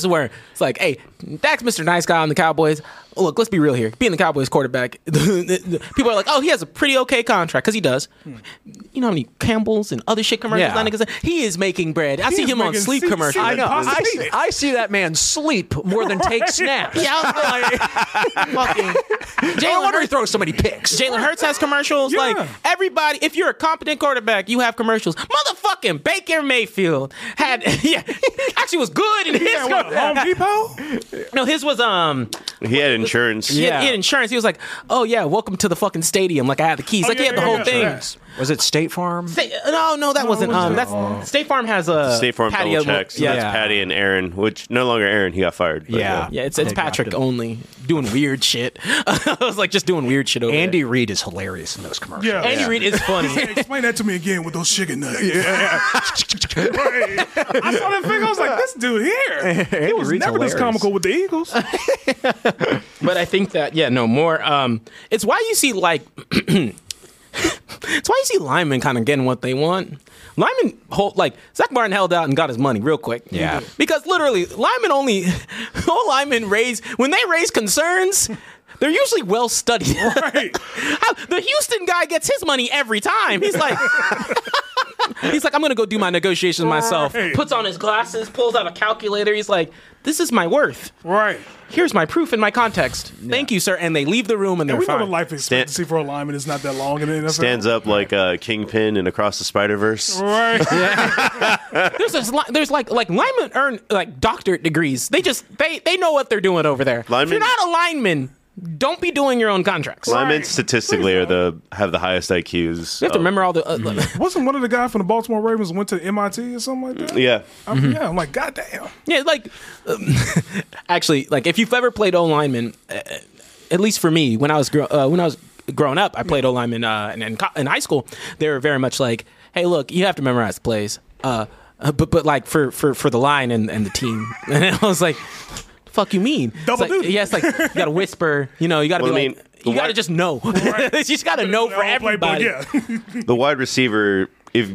is where it's like, hey, Dak's Mr. Nice Guy on the Cowboys. Look, let's be real here. Being the Cowboys quarterback, people are like, oh, he has a pretty okay contract because he does. You know how many Campbells and other shit commercials
Yeah.
that nigga's in? He is making bread. I see
is
him on
making
sleep
se-
commercials.
se-
I know. I
Possibly.
see, I see that man sleep more than take snaps.
Yeah, I was like,
No
fucking. Jalen
wonder he
Hurts,
throws so many picks.
Jalen Hurts has commercials. Like everybody, if you're a competent quarterback, you have commercials. Motherfucking Baker Mayfield had, yeah, actually was good in his.
What, Home Depot?
No, his was um.
he had insurance.
He, had,
Yeah.
he had insurance. He was like, "Oh yeah, welcome to the fucking stadium." Like I had the keys. like
Oh, yeah,
he had the
yeah,
whole
yeah,
thing.
yeah.
Was it State Farm?
Sta- no, no, that wasn't. Um, that's
Oh.
State Farm has a
State Farm
patio.
double checks.
Yeah,
yeah. That's Patty and Aaron, which no longer Aaron. He got fired. but,
Yeah.
yeah. It's it's
They dropped
Patrick
him.
only doing weird shit. I was like just doing weird shit over
Andy Reid is hilarious in those commercials.
Yeah.
there. Andy Reid is funny.
Explain that to me again with those chicken nuggets. Right. I saw that thing. I was like, this dude here. He was
Reid's
never
hilarious.
this comical with the Eagles.
but I think that yeah, no more. Um, it's why you see like. It's why you see linemen kind of getting what they want. Linemen hold like Zach Martin held out and got his money real quick.
Yeah.
because literally linemen only all linemen raise when they raise concerns. They're usually well studied.
Right.
How- the Houston guy gets his money every time. He's like, he's like, I'm gonna go do my negotiations myself.
Right.
Puts on his glasses, pulls out a calculator. He's like, this is my worth
Right.
here's my proof and my context. Thank you, sir. And they leave the room and they're
We know
fine.
the life expectancy for a lineman is not that long in the NFL.
Stands up like uh, Kingpin in Across the Spider Verse.
Right.
there's this, li- there's like like linemen earn like doctorate degrees. They just they they know what they're doing over there. If you're
Linemen-
not a lineman, don't be doing your own contracts. You
Linemen statistically are the have the highest IQs.
have to
of-
remember all the. Uh,
Wasn't one of the guys from the Baltimore Ravens went to MIT or something like that?
Yeah.
Mm-hmm.
I'm, yeah, I'm like, God damn.
Yeah, like um, actually, like if you've ever played O lineman, uh, at least for me, when I was grow uh, when I was growing up, I played O lineman uh, in, in, co- in high school. They were very much like, "Hey, look, you have to memorize the plays," uh, uh, but but like for for for the line and, and the team, and I was like. Fuck you mean?
Double
it's like,
duty.
yeah, it's like you gotta whisper, you know, you gotta
Well, I
be like,
mean, the
you
wi-
gotta just know. you just gotta know Oh, for
I'll play, but
everybody.
Yeah.
the wide receiver if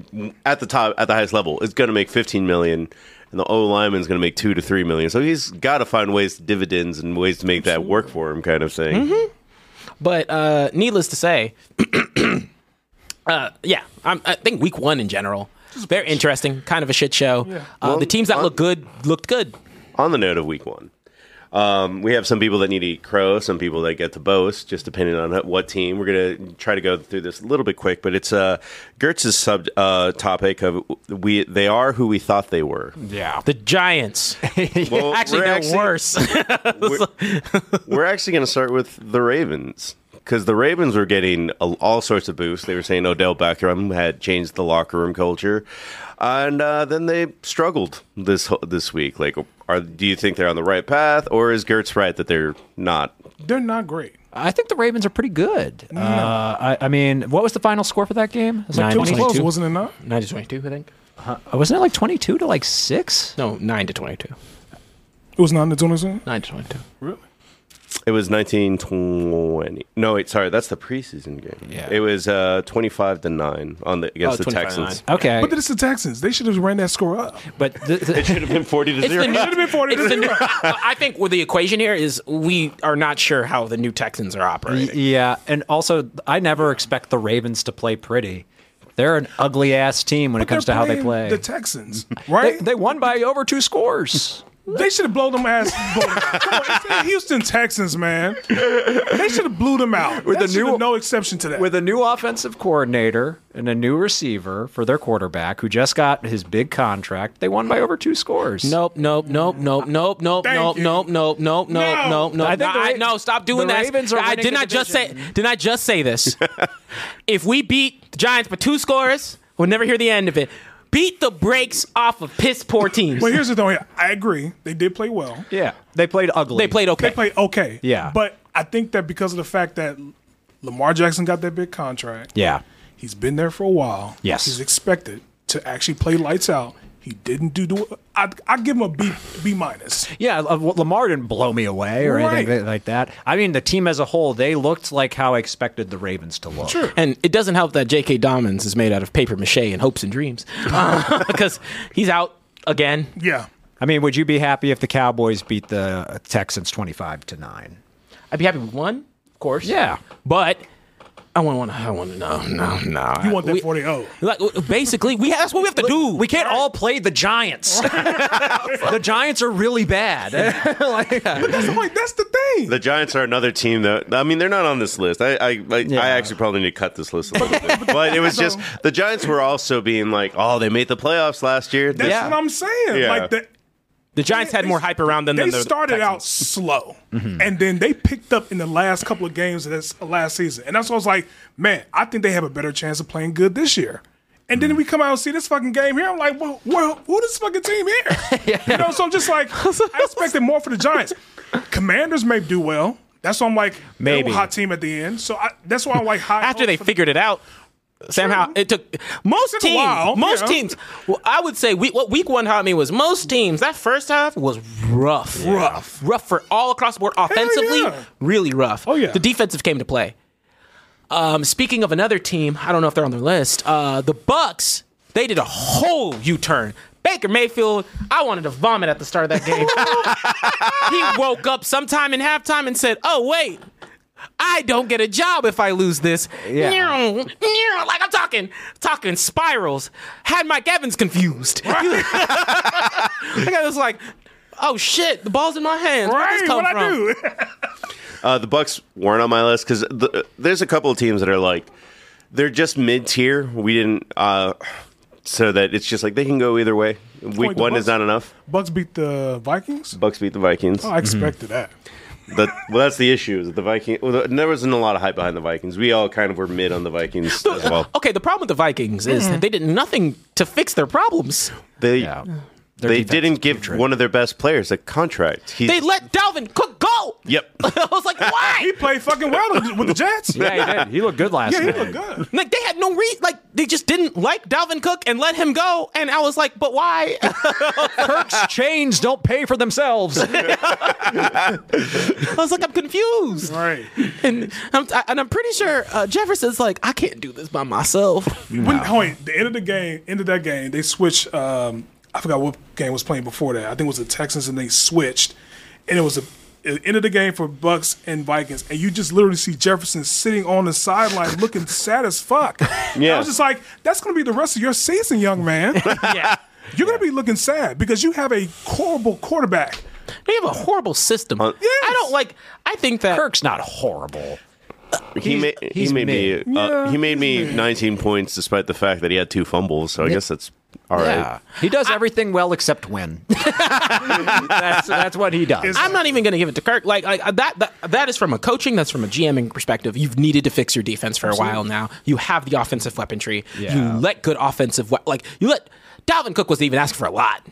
at the top at the highest level is going to make 15 million and the O lineman's going to make 2 to 3 million. So he's got to find ways to dividends and ways to make that work for him kind of thing.
But uh, needless to say, uh, yeah, I'm, I think week one in general, they're interesting. Kind of a shit show. Uh, the teams that look good looked good.
On the note of week 1. Um, we have some people that need to eat crow, some people that get to boast, just depending on what team. We're gonna try to go through this a little bit quick, but it's uh, Gertz's sub uh, topic of we they are who we thought they were.
Yeah.
The Giants.
Well,
actually,
we're
they're
actually-
worse.
we're, we're actually going to start with the Ravens because the Ravens were getting a, all sorts of boosts. They were saying Odell Beckham had changed the locker room culture, and uh, then they struggled this ho- this week. Like, are do you think they're on the right path, or is Gertz right that they're not?
They're not great.
I think the Ravens are pretty good. Uh, I, I mean, what was the final score for that game? It was like
Nine to
22.
Close, wasn't it not?
9 to 22, I think.
Uh, wasn't it like 22 to like 6?
No, 9 to 22.
It was not in the tuna zone?
9 to 22.
It was 1920. No, wait, sorry. That's the preseason game.
Yeah.
It was uh, 25 to 9 on the
Oh,
against the
25 to
Texans.
Okay.
But it's the Texans. They should have ran that score up.
But the, the-
It should have been 40 to 0.
Should have been 40 to
It's the new,
zero.
I think where the equation here is we are not sure how the new Texans are operating.
yeah, and also I never expect the Ravens to play pretty. They're an ugly ass team when
But
it comes to
they're
how they play.
playing The Texans,
they,
right?
they won by over two scores.
They should have blown them ass. blown them out. Come on, it's the Houston Texans, man. They should have blew them out. With
With
that
the
should
new-
have no exception to that.
with a new offensive coordinator and a new receiver for their quarterback who just got his big contract. They won by over two scores.
Nope, nope, nope, nope, nope, nope,
Thank
nope,
you.
nope, nope, nope, nope,
No.
nope, nope.
I think the
I-
Ra-
no, stop doing
the
that.
Ravens are
I
winning
did
the
not just say did not just say this. if we beat the Giants by two scores, we'll never hear the end of it. Beat the brakes off of piss poor teams.
but here's the thing. I agree. They did play well.
Yeah, they played ugly.
they played okay.
They played okay.
Yeah.
But I think that because of the fact that Lamar Jackson got that big contract,
Yeah,
he's been there for a while.
Yes.
He's expected to actually play lights out. He didn't do the. I I give him a B B minus.
yeah. uh, well, Lamar didn't blow me away or anything
Right.
tha- like that. I mean, the team as a whole, they looked like how I expected the Ravens to look. Sure.
And it doesn't help that J.K. Dobbins is made out of paper mache and hopes and dreams because he's out again.
Yeah.
I mean, would you be happy if the Cowboys beat the Texans twenty-five to nine?
I'd be happy with one, of course.
Yeah.
but I want to. I want to. No, no, no.
You want that oh.
We-
40 0.
Like basically, we that's what we have to do.
We can't all play the Giants. the Giants are really bad. Like,
I'm like, that's the thing.
The Giants are another team that I mean they're not on this list. I I, I,
Yeah.
I actually probably need to cut this list a little bit. But it was just the Giants were also being like, oh, they made the playoffs last year.
that's
Yeah.
what I'm saying.
Yeah.
Like, the,
the Giants had more hype around them
they
than the
started
Texans.
out slow and then they picked up in the last couple of games of this uh, last season and that's why i was like man i think they have a better chance of playing good this year and then we come out and see this fucking game here. I'm like, well, well who this fucking team here? You know, so I'm just like, I expected more for the Giants. Commanders may do well. That's why I'm like, they're a
Maybe.
hot team at the end. So I, that's why I'm like, high
after they
hopes for the-
figured it out. Somehow it took most
Took a
teams.
while,
most
yeah.
teams. Well, I would say week, what week one taught me was most teams. That first half was rough, rough, rough for all across the board. Offensively,
yeah.
really rough. Oh
yeah.
the defensive came to play. Um, speaking of another team, I don't know if they're on their list. Uh, the Bucks. They did a whole U-turn. Baker Mayfield. I wanted to vomit at the start of that game. he woke up sometime in halftime and said, "Oh wait, I don't get a job if I lose this.
Yeah.
Meow, meow, Like I'm talking, talking spirals. Had Mike Evans confused. Like, I was like, oh shit, the ball's in my hands. Where'd this
Right,
come
what I
from?
do?
Uh, the Bucks weren't on my list because the, there's a couple of teams that are like they're just mid tier. We didn't uh, so that it's just like they can go either way. Week
Wait, the
one is
Bucks-
not enough.
Bucks beat the Vikings.
Bucks beat the Vikings.
Oh, I expected that.
That- well, that's the issue. Is that the Vikings? Well, there wasn't a lot of hype behind the Vikings. We all kind of were mid on the Vikings as well.
Okay, the problem with the Vikings is
Mm-hmm.
that they did nothing to fix their problems.
They they
defense is
didn't give one of their best players a contract. He's,
They let Dalvin Cook go.
Yep.
Oh,
I was like, why?
He played fucking well with the Jets.
yeah, he did. He looked good last
yeah he
night.
looked good.
Like they had no re like they just didn't like Dalvin Cook and let him go. And I was like, but why?
Kirk's chains don't pay for themselves.
I was like, I'm confused.
Right.
And I'm, I, and I'm pretty sure uh, Jefferson's like, I can't do this by myself.
When, oh, wait, the end of the game, end of that game, they switched. Um, I forgot what game was playing before that. I think it was the Texans, and they switched, and it was a it end of the game for Bucks and Vikings, and you just literally see Jefferson sitting on the sideline looking sad as fuck. Yeah, I was just like, that's gonna be the rest of your season, young man.
yeah.
You're gonna be looking sad because you have a horrible quarterback.
They have a horrible system.
Yes.
I don't like, I think that.
Kirk's not horrible.
he made he
he's
made me uh,
mid.
he made me 19 points despite the fact that he had two fumbles. So I guess that's all right.
Yeah. He does everything well except win. that's, that's what he does.
I'm not even going to give it to Kirk. Like, like that, that, that is from a coaching, that's from a GMing perspective. You've needed to fix your defense for a while now. You have the offensive weaponry.
Yeah.
You let good offensive, we- like, you let Dalvin Cook wasn't even asking for a lot.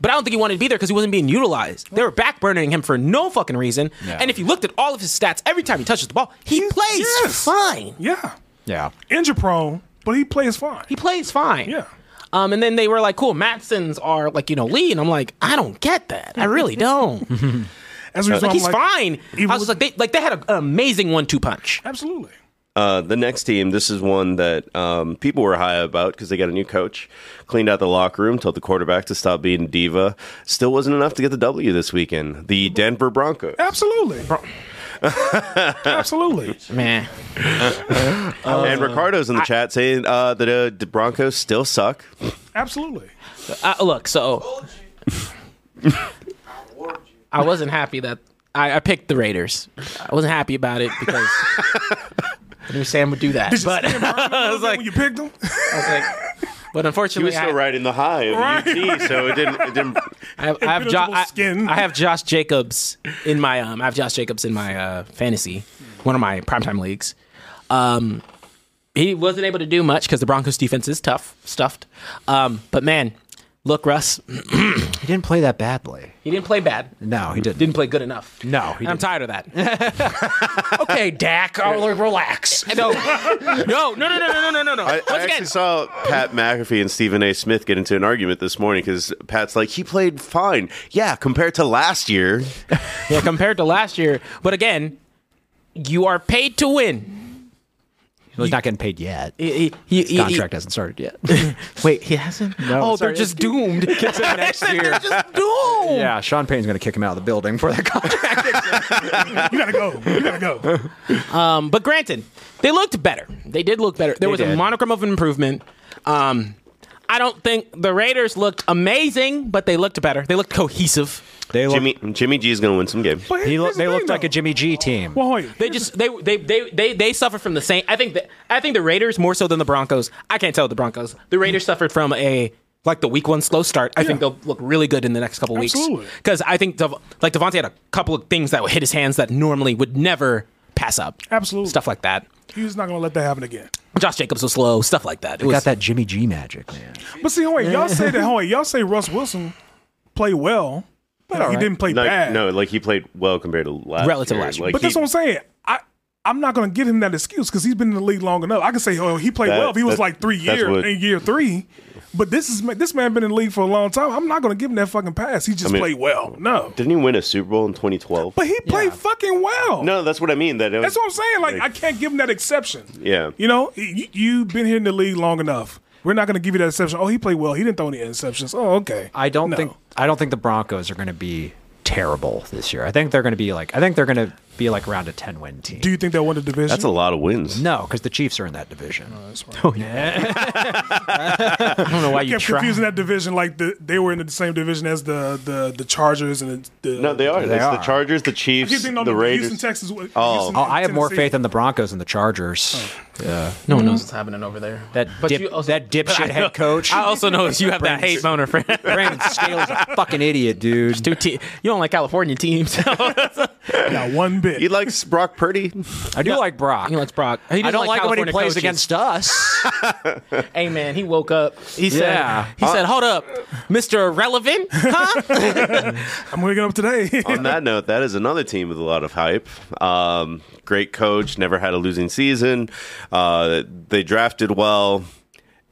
But I don't think he wanted to be there because he wasn't being utilized. They were backburning him for no fucking reason. And if you looked at all of his stats, every time he touches the ball, he plays
yes.
fine.
Yeah.
Yeah.
Injury prone, but he plays fine.
He plays fine.
Yeah.
Um, and then they were like, cool, Matson's are like, you know, Lee. And I'm like, I don't get that. I really don't.
As a result,
like, he's
I'm
fine.
he
I was just like, they, like, they had a, an amazing one two punch.
Absolutely.
Uh, the next team, this is one that um, people were high about because they got a new coach, cleaned out the locker room, told the quarterback to stop being a diva. Still wasn't enough to get the W this weekend. The Denver Broncos.
Absolutely. Absolutely.
Man.
Oh.
and Ricardo's in the chat saying uh, that uh, the Broncos still suck.
Absolutely.
Uh, look, so I wasn't happy that I, I picked the Raiders. I wasn't happy about it because I knew Sam would do that. But I was like,
when you picked him,
I was like, but
He
unfortunately,
was still
I,
riding the high of UT, so it didn't. It didn't
I have, I, have Jo-
Invisible
I-
skin.
I have Josh Jacobs in my um, I have Josh Jacobs in my uh, fantasy, one of my primetime leagues. Um, he wasn't able to do much because the Broncos defense is tough, stuffed. Um, but man, look, Russ,
He didn't play that badly.
he didn't play bad.
No, he didn't.
Didn't play good enough.
No, he
And I'm
didn't.
tired of that.
Okay, Dak, I'll relax.
no, oh, no, no, no, no, no, no, no, no.
I,
Once
I
again,
actually saw Pat McAfee and Stephen A. Smith get into an argument this morning because Pat's like, he played fine. Yeah, compared to last year.
yeah, compared to last year, but again, you are paid to win.
He's not getting paid yet.
He- he- he-
Contract hasn't started yet.
Wait, he hasn't.
No,
oh,
sorry,
they're just
it's-
doomed.
Kicks in next year.
they're just doomed.
Yeah, Sean Payne's going to kick him out of the building for that contract.
you gotta go. You gotta go.
But granted, they looked better. They did look better. There was a
did.
monochrome of improvement. Um, I don't think the Raiders looked amazing, but they looked better. They looked cohesive.
They look,
Jimmy Jimmy G is going to win some games.
But
he
here's
look-
the
they
thing,
looked like
though.
a Jimmy G team.
Well, wait.
They just they they they they, they suffered from the same. I think that I think the Raiders more so than the Broncos. I can't tell the Broncos. The Raiders suffered from a like the week one slow start. I think
Yeah.
they'll look really good in the next couple
Absolutely.
weeks because I think Dev- like Devontae had a couple of things that would hit his hands that normally would never pass up.
Absolutely.
stuff like that.
He's not gonna let that happen again.
Josh Jacobs was slow. Stuff like that. It
They
was,
got that Jimmy G magic, man.
But see, wait, y'all say that. Wait, y'all say Russ Wilson played well, but he didn't play
Like,
bad.
No, like he played well compared to last
Relative
year.
last year.
Like
But
he-
that's what I'm saying. I I'm not gonna give him that excuse because he's been in the league long enough. I can say, oh, he played
That-
well. If he was
that-
like three
that's
years
what-
in year three, but this is this man been in the league for a long time. I'm not gonna give him that fucking pass. He just
mean-
played well. No,
Didn't he win a Super Bowl in 2012?
but he played fucking well.
no, that's what I mean. That it was,
That's what I'm saying. Like, I can't give him that exception.
Yeah.
You know, you, you've been here in the league long enough. We're not going to give you that exception. Oh, he played well. He didn't throw any interceptions. Oh, okay.
I don't
No.
think I don't think the Broncos are going to be terrible this year. I think they're going to be like I think they're going to be like around a ten win team.
Do you think they'll win the division?
That's a lot of wins.
no, because the Chiefs are in that division.
I don't know why you
kept
try.
confusing that division like the, they were in the same division as the the, the Chargers and the, the
No, they are.
They
That's
are.
the Chargers, the
I keep
Chiefs,
thinking
the,
on the
Raiders.
Houston, Texas. Oh,
Oh, I have more faith in the Broncos than the Chargers.
Oh. No
Mm-hmm.
one knows what's happening over there.
That dip, that dipshit head coach.
I also know you have that hate boner for
Brandon Scales a fucking idiot, dude.
two te- You don't like California teams.
not one bit.
He likes Brock Purdy.
I do like Brock.
he likes Brock. He doesn't
I don't like, him when he
California
plays
coaches.
against us.
Hey man, he woke up. He said.
Yeah.
He said, "Hold up, Mister Irrelevant, huh?"
I'm waking up today.
On that note, that is another team with a lot of hype. Um, great coach, never had a losing season. Uh, they drafted well,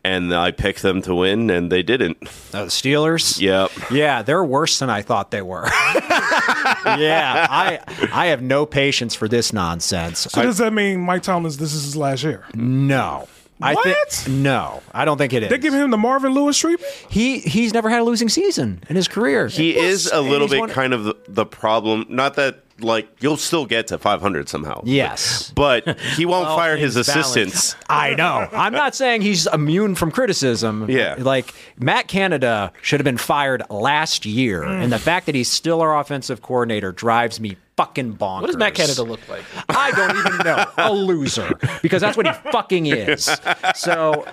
and I picked them to win, and they didn't.
Uh,
Oh, the Steelers.
Yep.
Yeah, they're worse than I thought they were. yeah, I I have no patience for this nonsense.
so does that mean Mike Tomlin's this is his last year?
no. I thi-
What?
no, I don't think it is.
They give him the Marvin Lewis treatment?
he he's never had a losing season in his career.
He is a little
he's
bit
one-
kind of the, the problem. Not that like you'll still get to 500 somehow.
yes.
But he won't fire his
is valid.
assistants.
I know. I'm not saying he's immune from criticism.
Yeah.
Like Matt Canada should have been fired last year,
Mm.
and the fact that he's still our offensive coordinator drives me fucking bonkers.
what does Matt Canada look like?
I don't even know. A loser. Because that's what he fucking is. So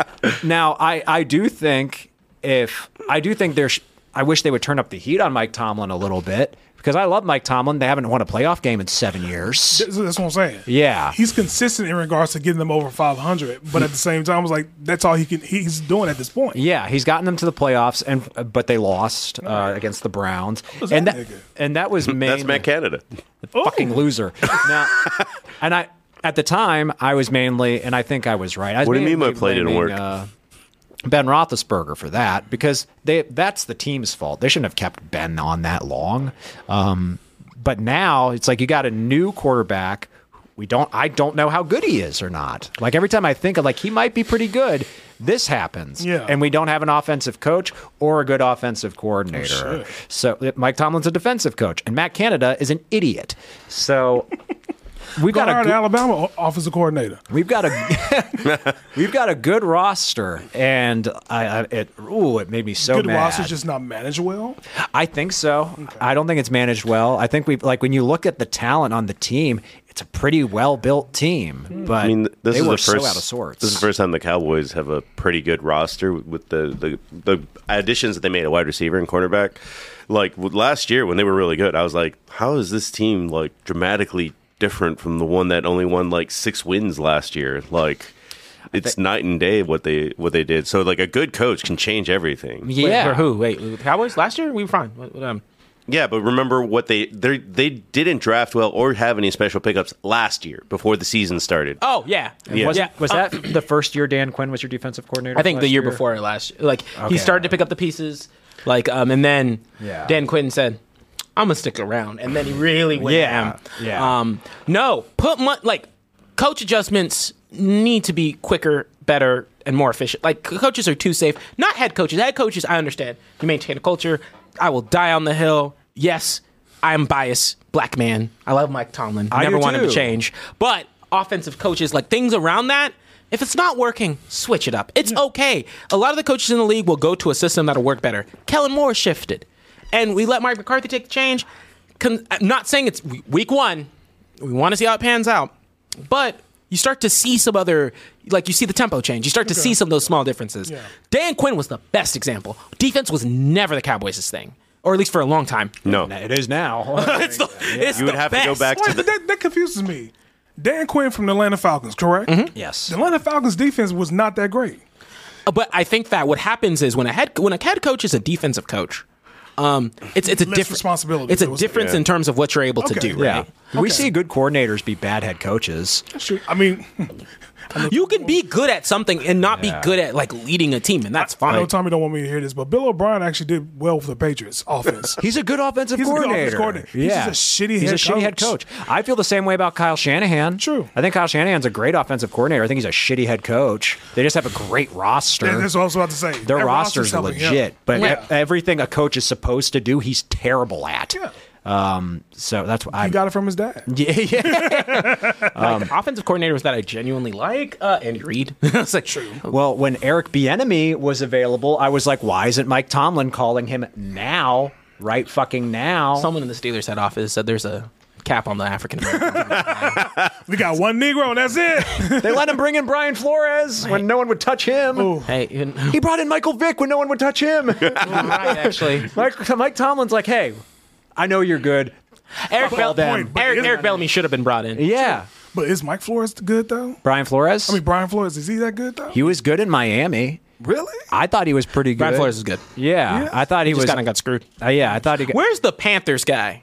now I, I do think if I do think there's I wish they would turn up the heat on Mike Tomlin a little bit because I love Mike Tomlin. They haven't won a playoff game in seven years.
That's, that's what I'm saying.
Yeah.
he's consistent in regards to getting them over 500, but at the same time, I was like, that's all he can. He's doing at this point.
Yeah, he's gotten them to the playoffs, and but they lost uh, against the Browns,
was
and
that
that
nigga?
and that was mainly,
That's Matt Canada.
fucking loser. Now, and I at the time I was mainly, and I think I was right. I was
What do you mean
mainly
my play didn't
blaming,
work?
uh, ben Roethlisberger for that because they that's the team's fault. They shouldn't have kept Ben on that long. Um, but now it's like you got a new quarterback. We don't. I don't know how good he is or not. Like every time I think of like he might be pretty good, this happens.
Yeah.
And we don't have an offensive coach or a good offensive coordinator. So uh, Mike Tomlin's a defensive coach, and Matt Canada is an idiot. So we've
Got
got a
hired
good,
Alabama o- offensive coordinator.
we've got a we've got a good roster, and I, I it ooh it made me so
Good
mad.
roster, just not managed well.
I think so. I don't think it's managed well. I think we like when you look at the talent on the team, it's a pretty well built
Hmm.
team, but
I mean, th- this
they
is
were
the first
so out of sorts.
This is the first time the Cowboys have a pretty good roster with the the, the additions that they made at wide receiver and cornerback. Like w- last year when they were really good, I was like, how is this team like dramatically different from the one that only won like six wins last year? Like. It's night and day what they what they did. So like a good coach can change everything.
yeah.
Wait, for who? Wait, the Cowboys last year we were fine. What, what, um,
Yeah, but remember what they they they didn't draft well or have any special pickups last year before the season started.
oh yeah, yeah.
Was,
yeah.
was that the first year Dan Quinn was your defensive coordinator?
I think the
last
year before last year, like he started to pick up the pieces, like um, and then
Yeah.
Dan Quinn said, "I'm gonna stick around," and then he really went
Yeah,
ham.
yeah.
Um, no, put mon- like coach adjustments need to be quicker, better, and more efficient. Like co- coaches are too safe. Not head coaches. Head coaches, I understand. You maintain a culture. I will die on the hill. Yes, I'm biased. Black man. I love Mike Tomlin. I never
do
want him to
too.
change. But offensive coaches, like things around that, if it's not working, switch it up. It's okay. A lot of the coaches in the league will go to a system that'll work better. Kellen Moore shifted, and we let Mike McCarthy take the change. Con- I'm not saying it's w- week one. We want to see how it pans out, but you start to see some other, like you see the tempo change. You start to see some of those small differences. Dan Quinn was the best example. Defense was never the Cowboys' thing, or at least for a long time.
no,
It is now.
It's the, it's
you would
the
have to go
best.
back to
Wait,
the
that, that confuses me. Dan Quinn from the Atlanta Falcons, correct?
yes.
The Atlanta Falcons defense was not that great.
Uh, But I think that what happens is when a head when a head coach is a defensive coach, um, it's it's a
Less
different
responsibility.
It's
It
a
was-
difference in terms of what you're able to
Okay.
do.
Yeah.
Right?
We see good coordinators be bad head coaches.
Shoot, I mean,
You can be good at something and not be good at like leading a team, and that's
I know
fine.
Tommy don't want me to hear this, but Bill O'Brien actually did well for the Patriots offense.
He's a good offensive
He's a good
coordinator.
offensive coordinator. He's
yeah.
just a shitty
He's
head
a shitty head
coach.
coach. I feel the same way about Kyle Shanahan.
True.
I think Kyle Shanahan's a great offensive coordinator. I think he's a shitty head coach. They just have a great roster.
That- that's what I was about to say.
Their
That
roster's
helping him.
legit, but
Yeah.
e- everything a coach is supposed to do, he's terrible at.
Yeah.
Um, so that's why
he
I
got it from his dad.
yeah, yeah.
Like, offensive coordinators that I genuinely like, uh, Andy Reid. it's like true.
Well, when Eric Bieniemy was available, I was like, why isn't Mike Tomlin calling him now? Right fucking now.
Someone in the Steelers head office said there's a cap on the African American.
We got one Negro, and that's it.
they let him bring in Brian Flores when no one would touch him.
hey, even,
He brought in Michael Vick when no one would touch him.
right, actually,
Mike, Mike Tomlin's like, hey, I know you're good.
Eric, Bell-
point, but
Eric,
isn't-
Eric Bellamy should have been brought in.
Yeah.
but is Mike Flores good though?
Brian Flores?
I mean, Brian Flores is he that good though?
he was good in Miami.
really?
I thought he was pretty good.
Brian Flores is good.
Yeah. I thought he,
He
was.
just kind of got screwed.
uh, yeah, I thought he got.
Where's the Panthers guy?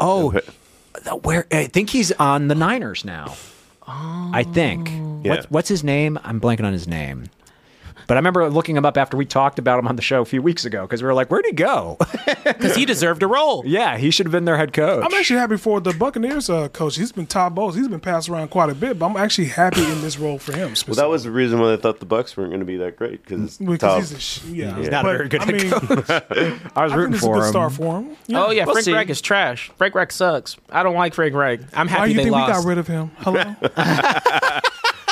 Oh, the- where? I think he's on the Niners now. I think.
Yeah.
What's, what's his name? I'm blanking on his name. But I remember looking him up after we talked about him on the show a few weeks ago because we were like, where'd he go?
Because he deserved a role.
yeah, he should have been their head coach.
I'm actually happy for the Buccaneers uh, coach. He's been top bowls. He's been passed around quite a bit, but I'm actually happy in this role for him.
Well, that was the reason why I thought the Bucks weren't going to be that great because
because Mm, he's a sh- yeah.
He's
not a
But,
very good
I
head
mean,
I was
I think
rooting
it's a
for
good
him.
start for him.
Oh yeah,
We'll
Frank
see.
Reich is trash. Frank Reich sucks. I don't like Frank Reich. I'm happy
Why do you
they
think
lost.
we got rid of him? Hello.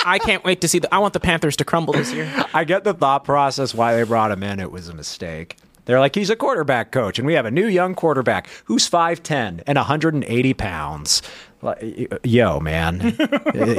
I can't wait to see the. I want the Panthers to crumble this year.
I get the thought process why they brought him in. It was a mistake. They're like, he's a quarterback coach, and we have a new young quarterback who's 5'10 and 180 pounds. Like, Yo, man,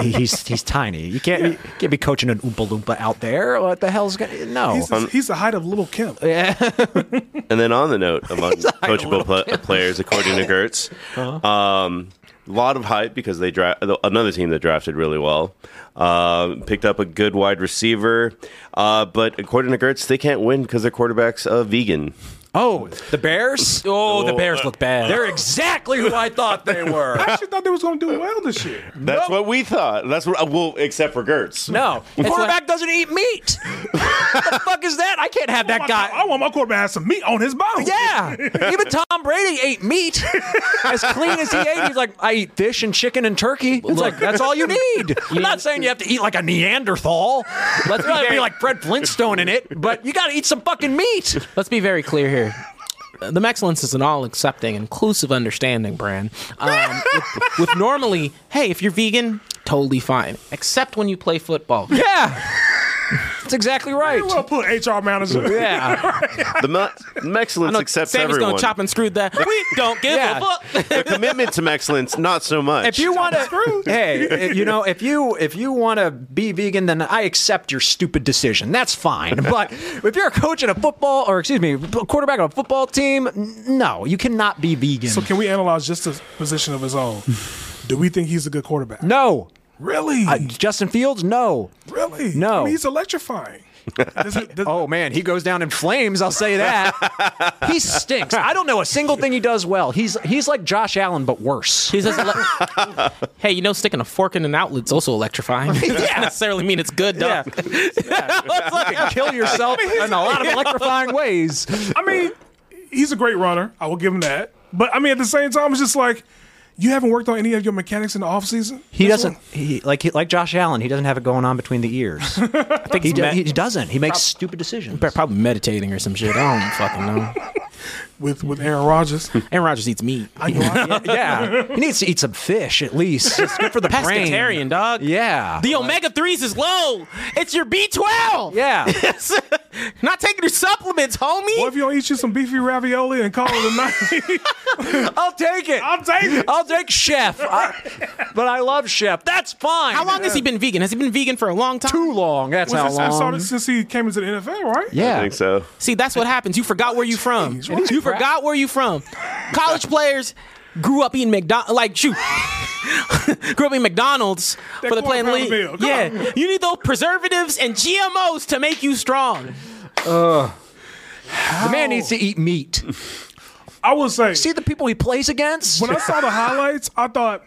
he's he's tiny. You can't you can't be coaching an Oompa Loompa out there. What the hell's gonna? No,
He's, he's the height of Little Kim.
And then on the note, among coachable pla players, according to Gertz,
Uh-huh.
a um, lot of hype because they dra- another team that drafted really well, uh, picked up a good wide receiver. Uh, but according to Gertz, they can't win because their quarterback's a vegan.
Oh, the Bears. Oh, the Bears look bad. They're exactly who I thought they were.
I actually thought they was going to do well this year.
That's what we thought. That's what well, except for Gertz.
No, quarterback doesn't eat meat. what the fuck is that? I can't have that guy.
I want Oh my quarterback to have some meat on his bone.
Yeah, even Tom Brady ate meat as clean as he ate. He's like, I eat fish and chicken and turkey. It's like that's all you need. I'm not saying you have to eat like a Neanderthal. Let's
be
be
very-
like Fred Flintstone in it, but you got to eat some fucking meat.
Let's be very clear here. The Mexcellence is an all-accepting, inclusive understanding brand. Um, with, with normally, hey, if you're vegan, totally fine, except when you play football.
Yeah, that's exactly right.
Well, put HR manager.
Yeah,
The me- Mexcellence accepts
Sammy's
everyone.
gonna chop and screw that. We don't give a
Yeah.
fuck.
the commitment to Mexcellence, not so much.
if you want to, hey, you know, if you if you want to be vegan, then I accept your stupid decision. That's fine. But if you're a coach at a football, or excuse me, a quarterback of a football team, n- no, you cannot be vegan.
So can we analyze just the position of his own? Do we think he's a good quarterback?
no,
Really?
Uh, Justin Fields, no.
really?
no.
I mean, he's electrifying. Does it- does-
Oh man, he goes down in flames. I'll say that. he stinks. I don't know a single thing he does well. He's he's like Josh Allen, but worse.
He says, ele- "Hey, you know, sticking a fork in an outlet's also electrifying. It doesn't necessarily mean it's good, dog.
Fucking kill yourself in a lot of electrifying ways.
I mean, he's a great runner. I will give him that. But I mean, at the same time, it's just like you haven't worked on any of your mechanics in the offseason.
He
That's
doesn't
what-
he, like he, like Josh Allen. He doesn't have it going on between the ears. I think he, do- he doesn't. He makes stupid decisions.
Probably meditating or some shit. I don't fucking know.
with with Aaron Rodgers.
Aaron Rodgers eats meat.
Uh,
I know I-
Yeah, he needs to eat some fish at least. It's good for the brain.
Pescatarian, dog.
Yeah,
The omega threes is low. It's your B twelve.
yeah.
Not taking your supplements, homie.
Well, if you don't eat you some beefy ravioli and call it a night,
I'll take it.
I'll take it.
I'll take Chef. I- but I love Chef. That's fine.
How long has he been vegan? Has he been vegan for a long time?
Too long. That's
Was
how
this-
long.
I saw this since he came into the NFL, right?
I
Yeah.
think so.
See, that's what happens. You forgot where you from. You forgot where you from. College players grew up eating McDonald's. Like, shoot. grew up eating McDonald's for the
quarter
playing
pound
league.
meal, come
Yeah.
on.
You need those preservatives and GMOs to make you strong.
The man needs to eat meat.
I will say,
See the people he plays against?
when I saw the highlights, I thought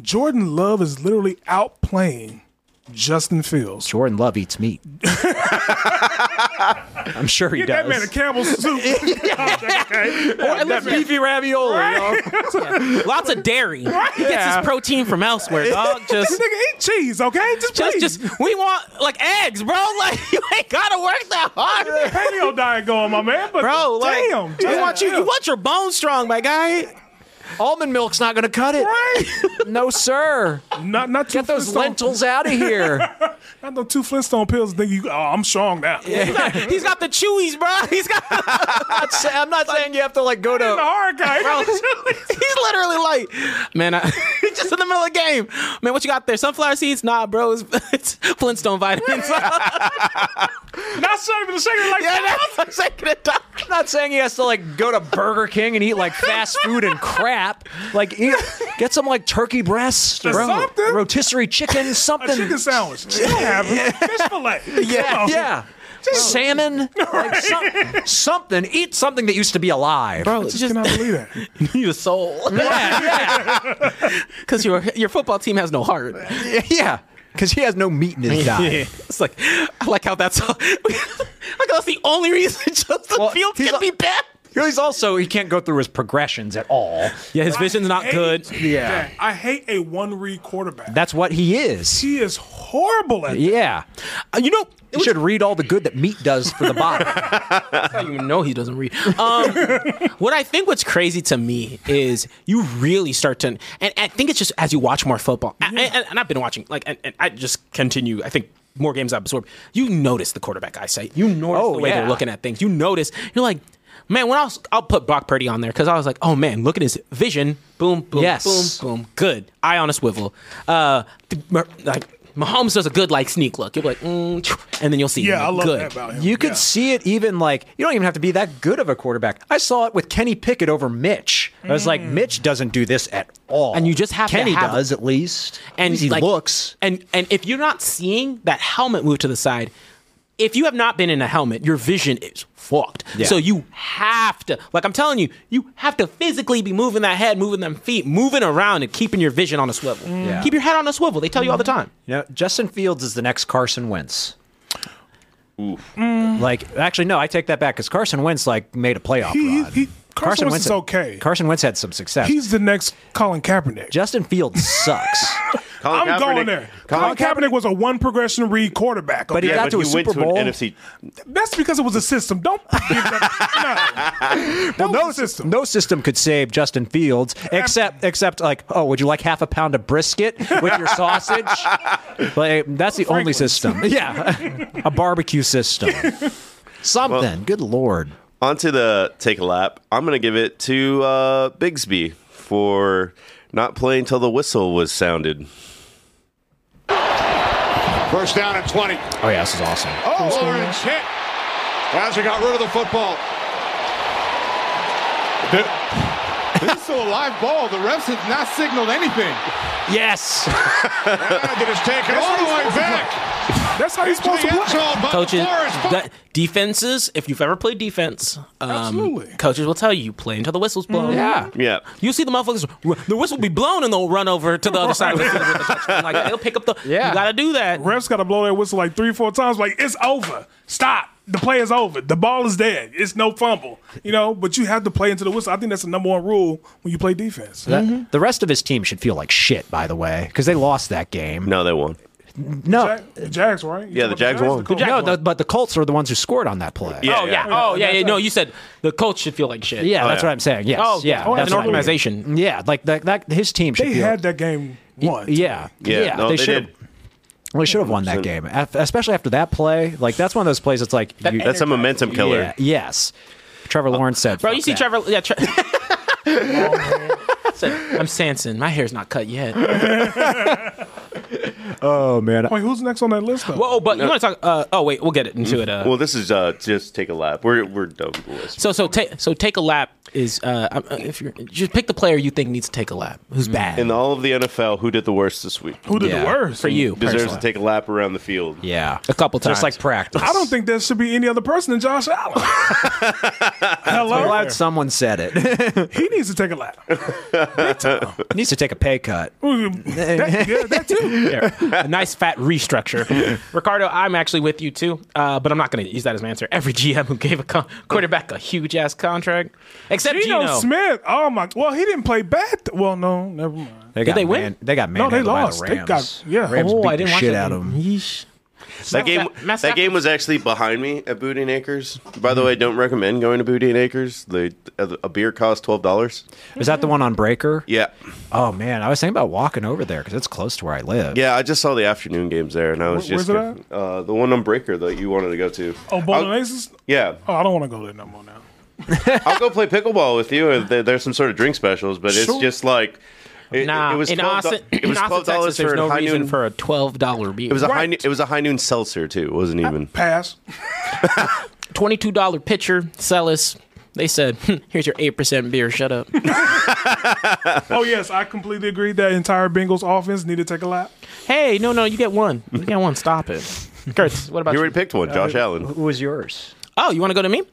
Jordan Love is literally outplaying Justin Fields.
Jordan Love eats meat. I'm sure he
Get that man a
does.
Campbell's soup.
Or at least beefy ravioli.
Lots of dairy. He gets his protein from elsewhere, dog.
This
Just.
nigga eat cheese, okay? Just
Just,
please.
just, we want like eggs, bro. Like you ain't gotta work that hard,
paleo diet going, my man. But
bro. Like
damn,
you want you, you
damn.
want your bones strong, my guy.
Almond milk's not going to cut it. No, sir.
not not two
Get those
Flintstone-
lentils out of here.
Not those two Flintstone pills. Think you? Oh, I'm strong now.
He's got, he's got the chewies, bro. He's got
I'm not, say- I'm not saying you have to like go
The
to.
hard guy.
Bro, he's literally like, man, I, he's just in the middle of the game. Man, what you got there? Sunflower seeds? Nah, bro, it's, it's Flintstone vitamins. yeah,
Not serving the second like
that's what I'm saying. It down.
I'm not saying he has to like go to Burger King and eat like fast food and crap. Like eat, get some like turkey breasts,
Or
bro,
something.
rotisserie chicken, something.
a chicken sandwich. Still have it. Fish fillet. Come
Yeah,
on.
yeah. Salmon, like some, something. Eat something that used to be alive.
Bro, it's just
Cannot believe that.
you need a soul. Yeah, because your your football team has no heart.
Yeah, because he has no meat in his diet.
It's like I like how that's all, like that's the only reason Justin
Well,
Fields
he's
can
a-
be bad.
He's also he can't go through his progressions at all.
Yeah, his vision's not
Hate
good.
that. I hate a one read quarterback.
That's what he is.
he is horrible at
Yeah,
Uh, You know, it
you
was
should read all the good that meat does for the body.
I don't even know he doesn't read. Um, what I think what's crazy to me is you really start to, and I think it's just as you watch more football, I- I- and, and I've been watching, like, and, and I just continue. I think more games I absorb. You notice the quarterback eyesight. You notice
Oh,
the way
yeah.
they're looking at things. You notice. You're like. man, when I was, I'll put Brock Purdy on there because I was like, oh man, look at his vision. Boom, boom,
Yes.
boom, boom. Good. Eye on a swivel. Uh, th- mer- like Mahomes does a good like sneak look. You're like, mm, choo, and then you'll see.
Yeah, I love
good.
that about him.
You could
Yeah.
see it even like you don't even have to be that good of a quarterback. I saw it with Kenny Pickett over Mitch. I was like, Mitch doesn't do this at all,
Mm. And you just have to
Kenny
have-
does at least,
and
he
like,
looks.
and and if you're not seeing that helmet move to the side if you have not been in a helmet your vision is fucked
Yeah.
so you have to like i'm telling you you have to physically be moving that head moving them feet moving around and keeping your vision on a swivel
Yeah.
keep your head on a swivel they tell you all the time
You know, Justin Fields is the next Carson Wentz.
Mm.
Like, actually, no, I take that back because Carson Wentz like made a playoff
He-
run.
he- Carson Wentz is
had-
okay.
Carson Wentz had some success.
He's the next Colin Kaepernick.
Justin Fields sucks,
Colin
I'm
Kaepernick-
going there.
Colin
Colin, Kaepernick was a one progression read quarterback.
but he
okay?
Yeah,
got
but
to a
he went
Super
to
Bowl.
an NFC.
that's because it was a system. Don't give that. No. That
no
was a system.
No system could save Justin Fields, except except like, oh, would you like half a pound of brisket with your sausage? like, that's the only
Franklin's.
system. Yeah, a barbecue system. Something. Good lord.
Onto the take a lap. I'm going to give it to uh, Bigsby for not playing till the whistle was sounded.
First down and 20.
Oh yeah, this is awesome.
Oh, Lawrence hit. Lazar got rid of the football. This is still a live ball. The refs have not signaled anything.
Yes.
And it is taken all the way back.
That's how you're
To
supposed
the
to
end
play.
zone by
coaches
Forrest Buckner.
that- defenses if you've ever played defense um,
Absolutely.
coaches will tell you you play until the whistle's blown
Yeah.
Yeah.
You see the motherfuckers, the whistle be blown and they'll run over to the other side of the field with the touchdown. Like, they'll pick up the.
Yeah.
You got to do that.
Refs got to blow their whistle like three, four times. Like it's over. Stop. The play is over. The ball is dead. It's no fumble. You know, but you have to play into the whistle. I think that's the number one rule when you play defense.
That-
Mm-hmm.
The rest of his team should feel like shit, by the way, because they lost that game.
No, they won.
No,
Ja- the Jags, right? You
Yeah, the
talking
Jags
about
won.
The Colts
no,
won.
the, but the Colts are the ones who scored on that play.
Yeah,
oh, yeah. Oh, yeah, yeah. No, you said the coach should feel like shit.
Yeah, that's
yeah.
what I'm saying. Yes.
Oh,
yeah.
Oh,
that's
as an
what I mean.
organization.
Yeah, like that, that. His team should.
they
feel,
had that game won.
Yeah,
Yeah, no, they
should have.
did.
Well, they should have won that game, Af- especially after that play. Like that's one of those plays that's like you-
That's a momentum killer.
yeah, yes. Trevor Lawrence said,
Uh, Bro,
"Fuck
you see
that."
Trevor. Yeah, Tre- Said, I'm Sanson. My hair's not cut yet.
Oh man,
Wait, who's next on that list? Though?
Whoa, but you want to talk? Uh, oh, wait, we'll get it into it. Uh,
Well, this is uh, just take a lap. We're we're done with the list.
so, so take so take a lap is uh, I'm- uh, if you're just pick the player you think needs to take a lap who's bad
Mm. In all of the NFL, who did the worst this week?
Who did
Yeah.
the worst?
for you.
deserves
personally.
to take a lap around the field?
yeah,
a couple times.
just like practice.
I don't think there should be any other person than Josh Allen.
I'm
Hello,
glad someone said it.
he needs to take a lap.
Needs to take a pay cut.
That- yeah, that too.
a nice fat restructure. Ricardo, I'm actually with you too, uh, but I'm not going to use that as my answer. Every GM who gave a con- quarterback a huge ass contract, except
Geno
Geno.
Smith. Oh my. Well, he didn't play bad. th- Well, no, never mind.
They got
they win?
man- they got
No,
manhandled
they
by
lost.
the
They
Rams.
got yeah.
Rams
Oh,
beat
I didn't
the
watch
shit
that
out of
game.
them.
That game,
Matt
that game
Stafford.
was actually behind me at Booty and Acres. By the way, don't recommend going to Booty and Acres. They a a beer costs twelve dollars.
Is that the one on Breaker?
Yeah,
Oh man, I was thinking about walking over there because it's close to where I live.
yeah. I just saw the afternoon games there, and I was
Where-
just
where's it
uh, the one on Breaker that you wanted to go to.
Oh,
I'll-
Bowling Aces.
Yeah,
Oh, I don't want to go there no more now.
I'll go play pickleball with you. and there- There's some sort of drink specials, but it's
Sure.
just like it,
Nah,
it was
in
$12
Austin,
it was
in Austin,
twelve dollars
Texas,
for
there's no
a high
reason
noon.
for a twelve dollar beer.
it was a high. noon- It was a high noon seltzer too. It wasn't even.
Pass.
twenty-two dollar pitcher. Sell us. They said, "Hmm, "Here's your eight percent beer. Shut up."
Oh yes, I completely agree. That entire Bengals offense need to take a lap.
hey, no, no, you get one. You get one. Stop it, Kurtz. What about
You
you?
already picked one, Josh Allen.
Who was yours?
Oh, you want to go to me?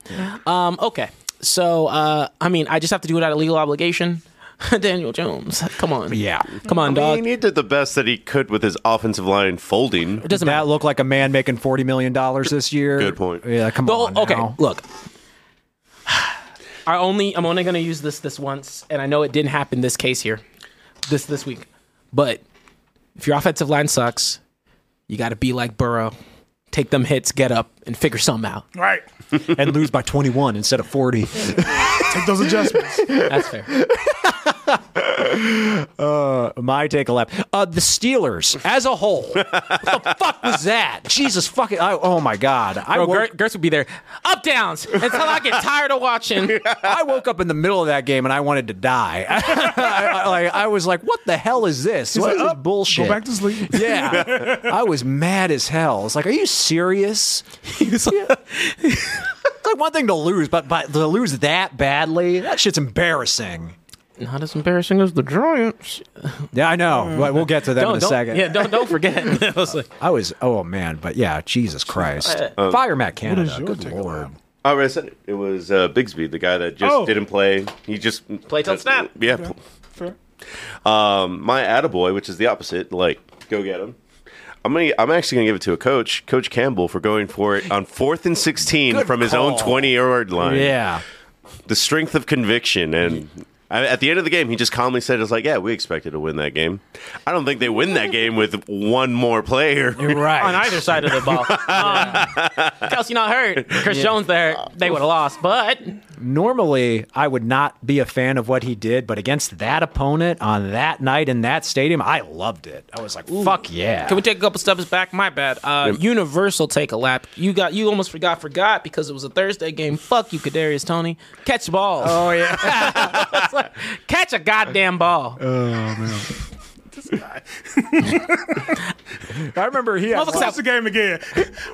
Um, okay. So, uh, I mean, I just have to do it out of legal obligation. Daniel Jones, come on.
Yeah.
Come on,
I
dog.
mean, he did the best that he could with his offensive line folding.
It doesn't
that
matter.
look like a man making forty million dollars this year?
Good point.
Yeah, come
The
on.
whole- okay,
now.
look. I only I'm only going to use this this once, and I know it didn't happen this case here, this this week. But if your offensive line sucks, you got to be like Burrow, take them hits, get up, and figure something out.
Right.
and lose by twenty one instead of forty.
Take those adjustments.
That's fair.
Uh, my take a lap. Uh, the Steelers as a whole. what the fuck was that? Jesus fucking. I, oh my god. I
Bro,
woke,
Gertz would be there. Up downs until I get tired of watching.
I woke up in the middle of that game and I wanted to die. I, I- like, I was like, what the hell is this?
He's
What
like,
is this
"Up,
bullshit?
Go back to sleep.
yeah, I was mad as hell. It's like, are you serious? He's like, it's like one thing to lose, but but to lose that badly, that shit's embarrassing.
Not as embarrassing as the Giants.
Yeah, I know. Well, We'll get to that
Don't-
in a
don't-
second.
Yeah, don't don't forget. I was like,
I was, oh man, but yeah, Jesus Christ.
Uh,
Um,
Fire Matt
what
Canada.
is your
Good lord.
Oh, I said it. It was uh, Bigsby, the guy that just
Oh.
didn't play. He just uh,
Play till snap.
Yeah.
Yeah.
Fair.
Um, my attaboy, which is the opposite, like go get him. I'm gonna, I'm actually gonna give it to a coach, Coach Campbell, for going for it on fourth and sixteen
Good
from his own
call.
twenty yard line.
Yeah.
the strength of conviction, and I, at the end of the game, he just calmly said, "It's like, yeah, we expected to win that game. I don't think they win that game with one more player. You're
right
on either side of the ball. Um, Kelsey not hurt. Chris Jones there. They would have lost, but
Normally, I would not be a fan of what he did, but against that opponent on that night in that stadium, I loved it. I was like, fuck yeah.
Can we take a couple steps back? My bad. Uh, Universal take a lap. You got you almost forgot forgot because it was a Thursday game. Fuck you, Kadarius Tony. Catch balls. Oh
yeah.
Catch a goddamn ball.
Oh man.
I remember he had,
Motherfucker, watch the game again.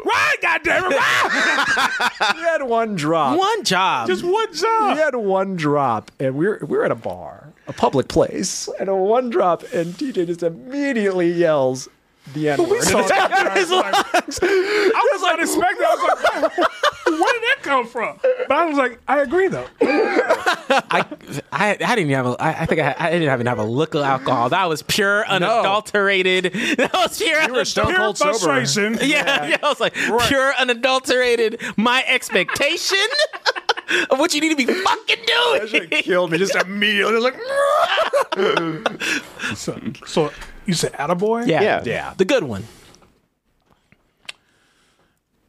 Why, goddamn it? Why?
he had one drop.
One job.
Just one job.
He had one drop, and we were, we were at a bar, a public place, and a one drop, and TJ just immediately yells, the N-word.
We saw that. I was like, I was not expecting. I was like, where did that come from? But I was like, I agree though.
I, I didn't even have a, I, I think I, I didn't even have a look of alcohol. That was pure unadulterated. That was pure
You were stone
unadul-
cold Pure sober. frustration.
Yeah, yeah, I was like pure unadulterated. My expectation of what you need to be fucking doing.
killed me just immediately. like,
So, so you said Attaboy?
Yeah. Yeah. Yeah. The good one.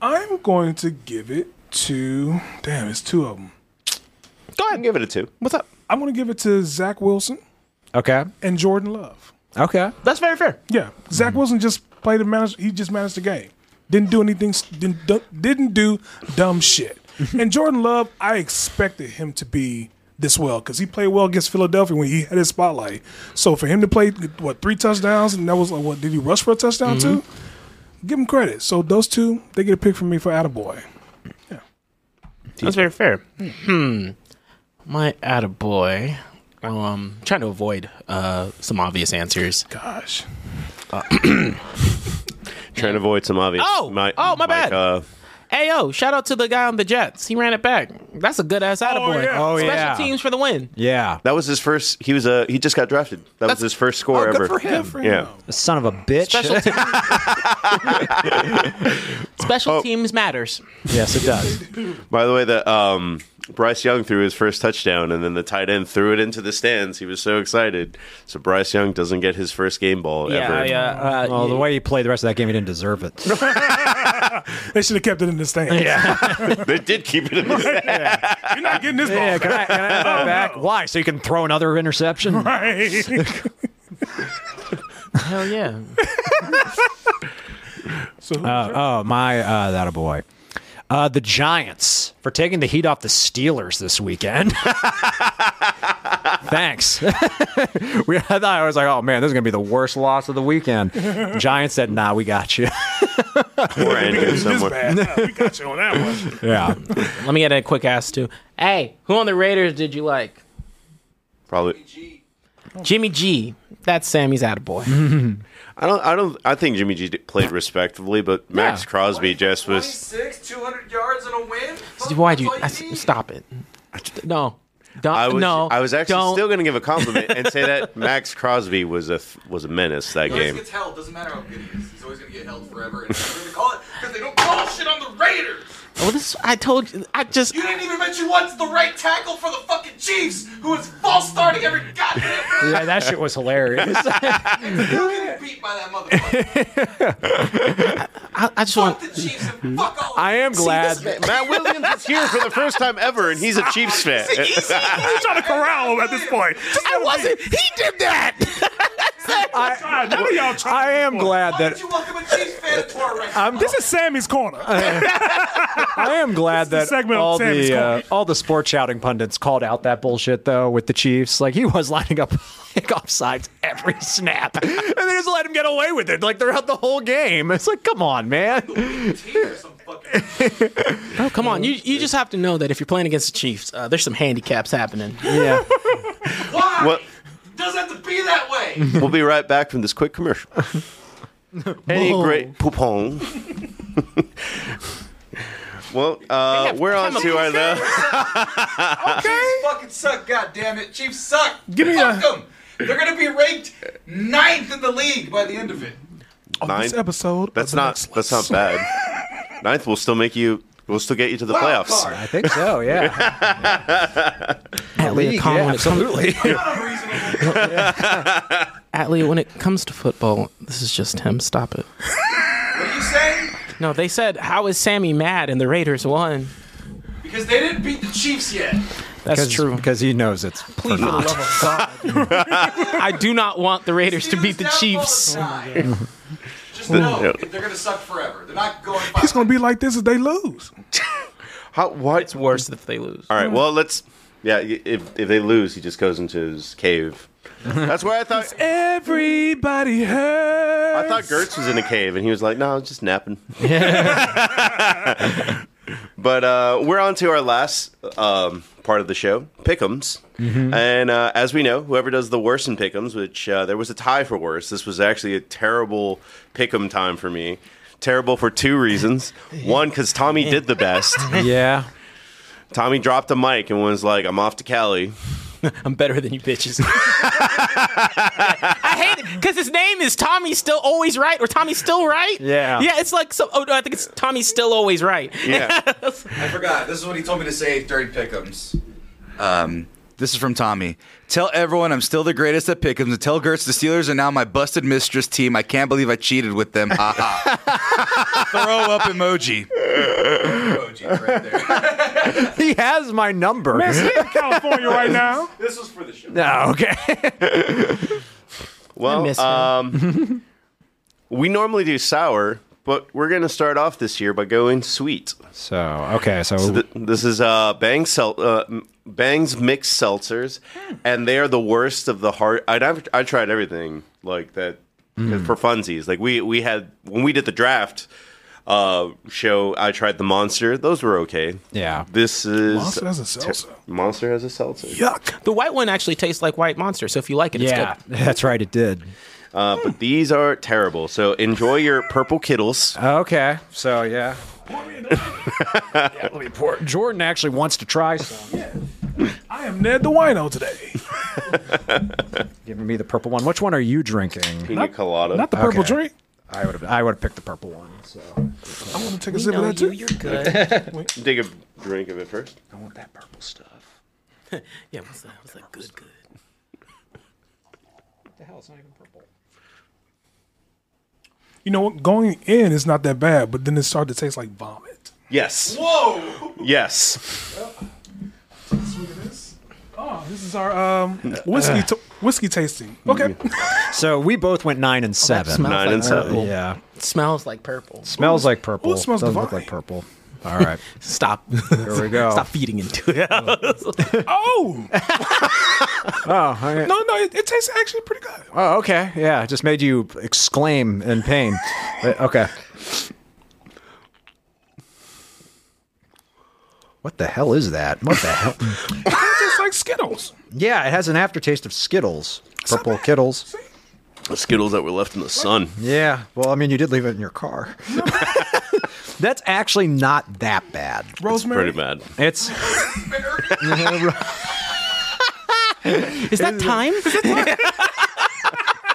I'm going to give it to. Damn, it's two of them.
Go ahead and give it a two.
What's up? I'm going to give it to Zach Wilson
Okay.
and Jordan Love.
Okay.
That's very fair.
Yeah, Zach Wilson just played a manage. He just managed the game. Didn't do anything. s- Didn't du- didn't do dumb shit. and Jordan Love, I expected him to be this well because he played well against Philadelphia when he had his spotlight. So for him to play what three touchdowns and that was like what did he rush for a touchdown too? Give him credit. So those two, they get a pick from me for Attaboy.
That's very fair. Hmm. My attaboy. Um, trying to avoid uh, some obvious answers.
Gosh.
Trying to avoid some obvious.
Oh!
my,
Oh, my bad.
Uh,
Hey yo! Shout out to the guy on the Jets. He ran it back. That's a good ass attaboy.
yeah. Oh,
Special
yeah.
teams for the win.
Yeah,
that was his first. He was a. He just got drafted. That was his first score
oh, good
ever.
for him. Good for
Yeah.
Son of a bitch.
Special teams. Special
Oh.
teams matters.
yes, it does.
By the way, the um, Bryce Young threw his first touchdown, and then the tight end threw it into the stands. He was so excited. So Bryce Young doesn't get his first game ball ever. uh,
yeah. uh,
well, the way he played the rest of that game, he didn't deserve it.
They should have kept it in the stands.
they did keep it in the stands.
You're not getting this ball.
yeah, can I, can I have that back? Why? So you can throw another interception?
Right.
Hell yeah.
so who-
Uh, oh my, uh, that a boy. Uh, the Giants for taking the heat off the Steelers this weekend. Thanks. we, I thought I was like, oh man, this is gonna be the worst loss of the weekend. Giants said, nah, we got you.
Or end it
this
somewhere.
bad. Uh, we got you on that one.
yeah.
Let me get a quick ass too. Hey, who on the Raiders did you like?
Probably.
Jimmy G. That's Sammy's
Mm-hmm.
attaboy.
I don't. I don't. I think Jimmy G did- played respectfully, but Max
Yeah.
Crosby just was.
26, 200 yards and a win.
Why'd you, I
That's all
s- stop it? No. Don't,
I was.
no.
I was actually
don't.
still going to give a compliment and say that Max Crosby was a th- was a menace that
He always
game.
gets held. Doesn't matter how good he is. He's always gonna get held forever. And they're gonna call it because they don't call shit on the Raiders.
Well, this I told you. I just
You didn't even mention once the right tackle for the fucking Chiefs, who is false starting every goddamn.
yeah, that shit was hilarious.
You're getting beat by that motherfucker.
I, I just want.
I am glad.
Matt Williams is here for the first time ever, and he's a Chiefs fan.
I'm trying to
Oh,
corral him at this point. I wasn't.
He did that.
I, None of y'all tried.
I am glad that
I'm, this is Sammy's corner.
I am glad
This is
that
the segment of
all
Sammy's
the uh,
Corner.
all the sports shouting pundits called out that bullshit though with the Chiefs. Like he was lining up kickoff sides every snap, and they just let him get away with it. Like throughout the whole game, it's like, come on, man.
Bro, come on. You you just have to know that if you're playing against the Chiefs, uh, there's some handicaps happening.
Yeah.
Well,
Doesn't have to be that way.
we'll be right back from this quick commercial. Any
Whoa.
great
Oh.
poupon. well, uh, we're on to our
okay. fucking suck, goddamn it. Chiefs suck.
Give me
Fuck them. They're gonna be ranked ninth in the league by the end of it.
this episode of
That's
The
not that's not bad. Ninth will still make you. Will still get you to the
Wild
playoffs.
card. I
think so. Yeah.
At Leah Khan, when it comes-
Unreasonable.
At Leah, when it comes to football, this is just him. Stop it.
What are you saying?
No, they said, "How is Sammy mad?" And the Raiders won.
Because they didn't beat the Chiefs yet.
That's true.
because he knows it's
Please, for the love of God. I do not want the Raiders to beat the Chiefs. Oh
Just
The-
know
yeah.
they're gonna suck forever. They're not going.
It's gonna be like this if they lose.
How, what?
It's worse if they lose.
All right. Well, let's. Yeah. y- If if they lose, he just goes into his cave. That's where I thought.
Everybody hurts.
I thought Gertz was in a cave, and he was like, "No, I was just napping." but uh, we're on to our last um, part of the show, Pick'ems. And uh, as we know, whoever does the worst in Pick'ems, which uh, there was a tie for worst. This was actually a terrible Pick'em time for me. Terrible for two reasons. One, because Tommy did the best.
yeah.
Tommy dropped a mic and was like, "I'm off to Cali."
I'm better than you bitches. I hate it because his name is Tommy Still Always Right or Tommy Still Right.
Yeah.
Yeah, it's like some. Oh, no, I think it's Tommy Still Always Right.
Yeah.
I forgot. This is what he told me to say during pickups. Um, this is from Tommy. Tell everyone I'm still the greatest at pickups, and tell Gertz the Steelers are now my busted mistress team. I can't believe I cheated with them. Ha ha. Throw up emoji.
he has my number.
Man, stay in California right now.
This was for the show.
No, okay.
Well,
miss him.
um, we normally do sour, but we're going to start off this year by going sweet.
so okay, so,
Th- this is uh, Bang Sel- uh, M- Bang's mixed seltzers,
Hmm.
and they are the worst of the hard. I'd, I've, I tried everything like that
Hmm.
for funsies. Like we we had when we did the draft uh, show, I tried the monster. Those were okay.
yeah.
This is
Monster has a seltzer.
Monster has a seltzer.
Yuck.
The white one actually tastes like White Monster, so if you like it, it's
Yeah,
good.
that's right. It did.
Uh, but these are terrible. So enjoy your purple kittles.
Okay, so yeah. Yeah, let me pour. Jordan actually wants to try some.
I am Ned the Wino today.
Giving me the purple one. Which one are you drinking?
Pina colada.
Not the purple
Okay.
drink.
I would have. I would have picked the purple one. So
I want to take a
We
sip of
know
that too.
you. You're good.
Take a drink of it first.
I want that purple stuff.
yeah, what's that? What's that? Good, good.
What the hell? It's not even purple.
You know what? Going in is not that bad, but then it started to taste like vomit.
Yes.
Whoa!
Yes.
Oh, this is our um, whiskey t- whiskey tasting. Okay,
Mm.
So we both went nine and seven.
smells
Nine
like
and seven.
purple.
yeah,
It smells like purple.
smells like purple.
ooh, it smells
Doesn't look
divine.
like purple. All right,
Stop.
here we go.
Stop feeding into it.
Oh
Oh, all right.
no, no, it, it tastes actually pretty good.
oh, okay. Yeah, just made you exclaim in pain. Uh, okay. What the hell is that? What the hell?
It tastes like Skittles.
Yeah, it has an aftertaste of Skittles, purple Kittles.
The Skittles that were left in the sun.
Yeah. Well, I mean, you did leave it in your car. That's actually not that bad.
Rosemary.
Pretty bad.
It's
Is that time?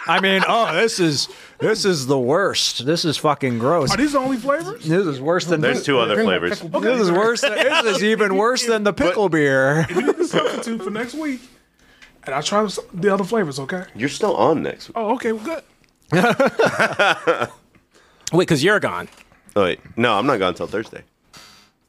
I mean, oh, this is this is the worst. This is fucking gross.
Are these the only flavors?
This is worse than.
There's two other flavors.
This is worse. Than, this is even worse than the pickle beer.
If you need a substitute for next week, and I try the other flavors, okay?
You're still on next.
Oh, okay, well, good.
Wait, because you're gone.
Oh, wait, no, I'm not gone until Thursday.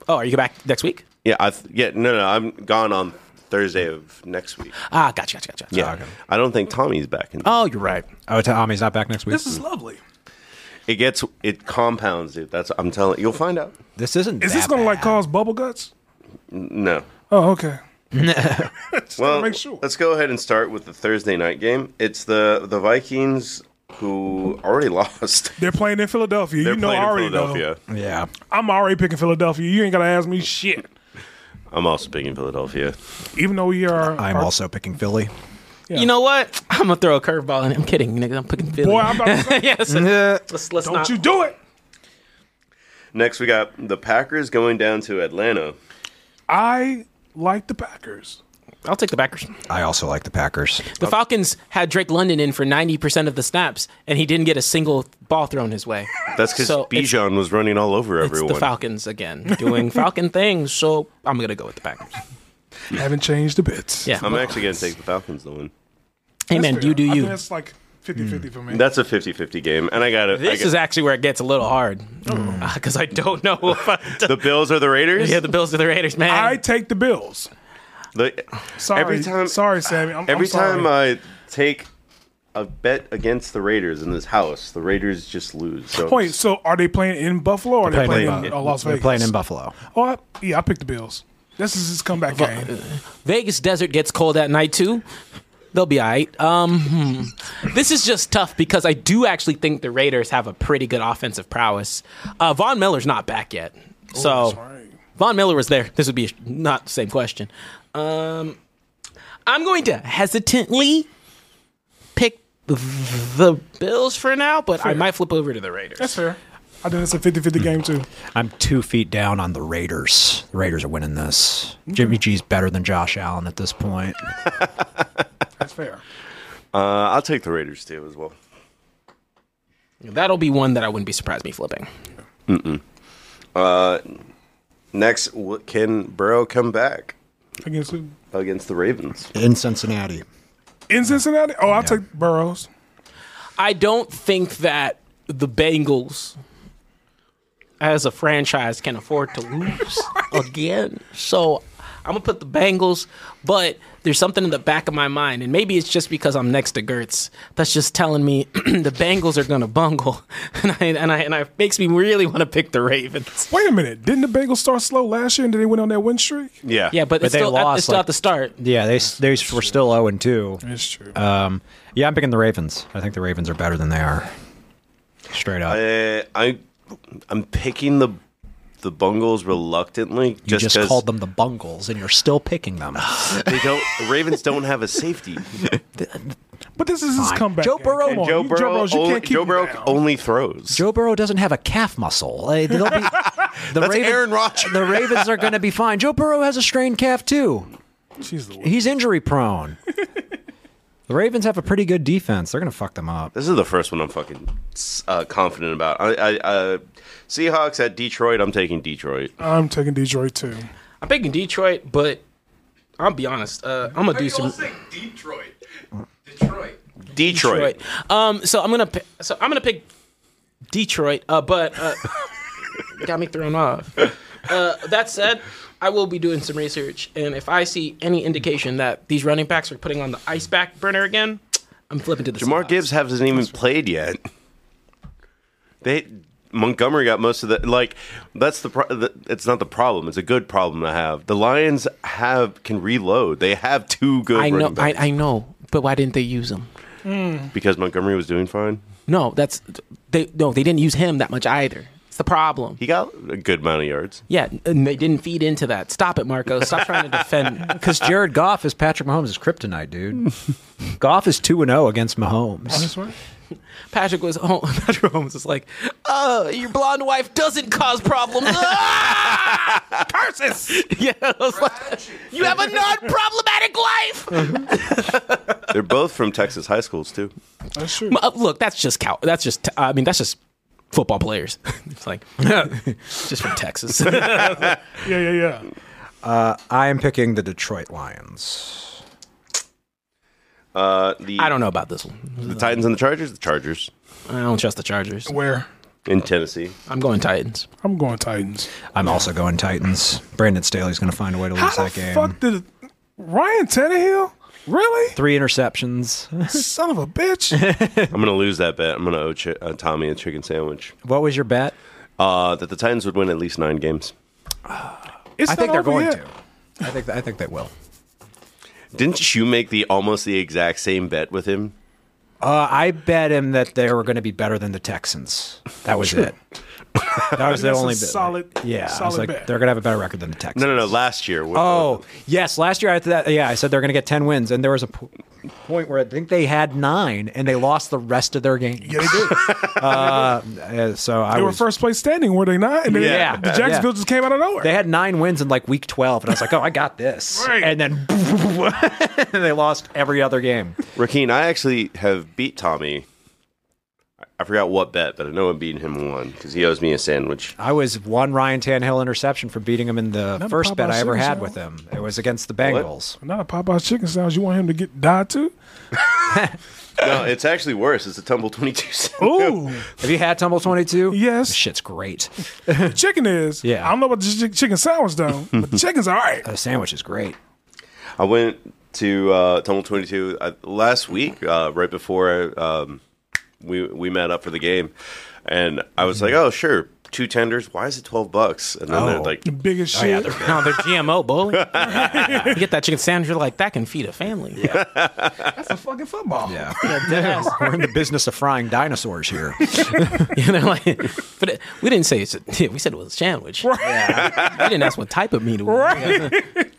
Oh, are you back next week?
Yeah, I th- yeah no no I'm gone on Thursday of next week.
Ah, gotcha, gotcha, gotcha.
Yeah, I don't think Tommy's back. In-
Oh, you're right.
Oh, Tommy's not back next week.
This is lovely.
it gets it compounds it. That's I'm telling you'll find out.
This isn't.
Is this gonna like cause bubble guts?
No.
Oh, okay.
well, let's go ahead and start with the Thursday night game. It's the the Vikings who already lost.
They're playing in Philadelphia.
They're
you know, I
playing in
already know.
Philadelphia.
Yeah.
I'm already picking Philadelphia. You ain't gotta ask me shit.
I'm also picking Philadelphia.
Even though we are,
I'm
are-
also picking Philly.
You know what? I'm gonna throw a curveball in. it. I'm kidding, nigga. I'm picking Philly.
Boy, I'm about to say,
yes.
Uh,
Yeah.
Let's, let's
don't
not.
you do it.
Next, we got the Packers going down to Atlanta.
I like the Packers.
I'll take the backers.
I also like the Packers.
The Falcons had Drake London in for 90% of the snaps, and he didn't get a single ball thrown his way.
That's because
So, it's-
Bijan was running all over
It's
everyone.
the Falcons again, doing Falcon things. So I'm going to go with the Packers.
Haven't changed a bit.
Yeah.
I'm actually going to take the Falcons to win.
Hey, man, you do
I think
you.
that's like 50-50
Mm.
for me.
That's a 50 50 game. And I got to.
This is actually where it gets a little hard
Oh.
because I don't know. If I,
the Bills are the Raiders?
yeah, the Bills are the Raiders, man.
I take the Bills.
The-
Sorry,
Every time-
sorry, Sammy. I'm,
every
I'm sorry.
time uh, I take a bet against the Raiders in this house, the Raiders just lose. So
Wait, so are they playing in Buffalo or are they playing, in, uh, Las
They're
Vegas?
playing in Buffalo.
Oh, I, yeah, I picked the Bills. This is his comeback game.
Vegas desert gets cold at night too. They'll be all right. Um, hmm. This is just tough because I do actually think the Raiders have a pretty good offensive prowess. Uh, Von Miller's not back yet,
Oh,
so Von Miller was there. This would be not the same question. Um, I'm going to hesitantly pick the, the Bills for now, but I might flip over to the Raiders.
That's fair. I think it's a 50-50 game too.
I'm two feet down on the Raiders. The Raiders are winning this. Jimmy G's better than Josh Allen at this point.
That's fair.
uh, I'll take the Raiders too as well.
That'll be one that I wouldn't be surprised me flipping.
Uh, next, w- can Burrow come back
Against who?
against the Ravens?
In Cincinnati.
In Cincinnati? Oh, I'll take Burrows.
I don't think that the Bengals as a franchise can afford to lose again. So I'm gonna put the Bengals, but there's something in the back of my mind, and maybe it's just because I'm next to Gertz that's just telling me the Bengals are gonna bungle, and I, and I and I makes me really want to pick the Ravens.
Wait a minute. Didn't the Bengals start slow last year and then they went on that win streak?
Yeah.
Yeah, but,
But
it's
they
still,
lost,
it's still
like-
at the start.
Yeah, they they were still 0 and 2.
It's true.
Um, yeah, I'm picking the Ravens. I think the Ravens are better than they are. Straight up.
Uh, I, I'm picking the the Bungles reluctantly
you
just
just,
because
called them the Bungles, and you're still picking them.
they don't. the Ravens don't have a safety.
But this is his
Fine.
comeback.
Joe
game.
Burrow-
Come on,
Joe
you-
Burrow,
Burrows, you
only,
can't keep
Joe
him
Burrow
down.
only throws.
Joe Burrow doesn't have a calf muscle. Uh, they'll be, the
That's
Raven-
Aaron Rodgers.
The Ravens are going to be fine. Joe Burrow has a strained calf too.
She's the
He's injury prone. The Ravens have a pretty good defense. They're going to fuck them up.
This is the first one I'm fucking uh, confident about. I, I, uh, Seahawks at Detroit. I'm taking Detroit.
I'm taking Detroit too.
I'm picking Detroit, but I'll be honest. Uh, I'm gonna do some.
Detroit. Detroit.
Detroit.
Detroit. Um, so I'm gonna pick, so I'm gonna pick Detroit. Uh, but uh, got me thrown off. Uh, that said, I will be doing some research, and if I see any indication that these running backs are putting on the ice back burner again, I'm flipping to the
Jamar
Seahawks.
Gibbs hasn't even played yet. They Montgomery got most of the like. That's the, pro- the it's not the problem. It's a good problem to have. The Lions have can reload. They have two good.
I know,
running
I,
backs
I know, but why didn't they use him?
because Montgomery was doing fine.
No, that's they. No, they didn't use him that much either. It's the problem.
He got a good amount of yards.
yeah, and they didn't feed into that. Stop it, Marco. Stop trying to defend.
Because Jared Goff is Patrick Mahomes' kryptonite, dude. Goff is 2 and 0 against Mahomes.
Patrick was home. Patrick Holmes is like, uh, your blonde wife doesn't cause problems. Ah! Curses. Yeah, I was like, you have a non-problematic life.
They're both from Texas high schools too.
That's true.
uh, Look, that's just cow. That's just. I mean, that's just football players. it's like just from Texas.
yeah, yeah, yeah.
Uh, I am picking the Detroit Lions.
Uh, the
I don't know about this one.
The Titans and the Chargers. The Chargers
I don't trust the Chargers.
Where?
in Tennessee.
I'm going Titans.
I'm going Titans.
I'm also going Titans. Brandon Staley's going to find a way to
How
lose
the
that game.
fuck did Ryan Tannehill? Really?
Three interceptions.
Son of a bitch.
I'm gonna lose that bet. I'm gonna owe Chi- uh, Tommy a chicken sandwich.
What was your bet?
Uh, that the Titans would win at least nine games.
It's
I think
not
they're
over
going
yet.
to. I think I think they will.
Didn't you make the almost the exact same bet with him?
Uh, I bet him that they were going to be better than the Texans. That was it. That was the
That's a
only bit.
solid.
yeah, I
solid
was like,
bet.
they're going to have a better record than the Texans.
No, no, no. Last year.
Oh yes, last year I that yeah I said they're going to get ten wins, and there was a po- point where I think they had nine, and they lost the rest of their game.
Yeah, they did.
Uh, uh, so I
they were
was.
first place standing, were they not? And then
Yeah.
the Jacksonville
Yeah.
just came out of nowhere.
They had nine wins in like week twelve, and I was like, "Oh, I got this!"
Right.
And then they lost every other game.
Rakeen, I actually have beat Tommy. I- I forgot what bet, but I know I'm beating him one because he owes me a sandwich.
I was one Ryan Tannehill interception for beating him in the
Not
first bet
Popeye
I ever
Simmons,
had
though.
with him. It was against the Bengals.
Not a Popeye's chicken sandwich. You want him to get died too?
No, it's actually worse. It's a tumble 22 sandwich.
Ooh,
Have you had Tumble Twenty Two?
Yes.
shit's great.
the chicken is.
Yeah.
I don't know about the chi- chicken sandwich though, but the chicken's all right.
The sandwich is great.
I went to uh, Tumble 22 uh, last week, uh, right before um, we we met up for the game, and I was like, "Oh, sure, two tenders. Why is it 12 bucks?" And then they're
Oh.
like,
The biggest
Oh, yeah,
shit.
they're-
No, they're GMO, boy. you get that chicken sandwich, you're like, that can feed a family. Yeah.
That's a fucking football.
Yeah. We're in the business of frying dinosaurs here.
they're like, but it- we didn't say it's a, we said it was a sandwich. We didn't ask what type of meat it was.
Right.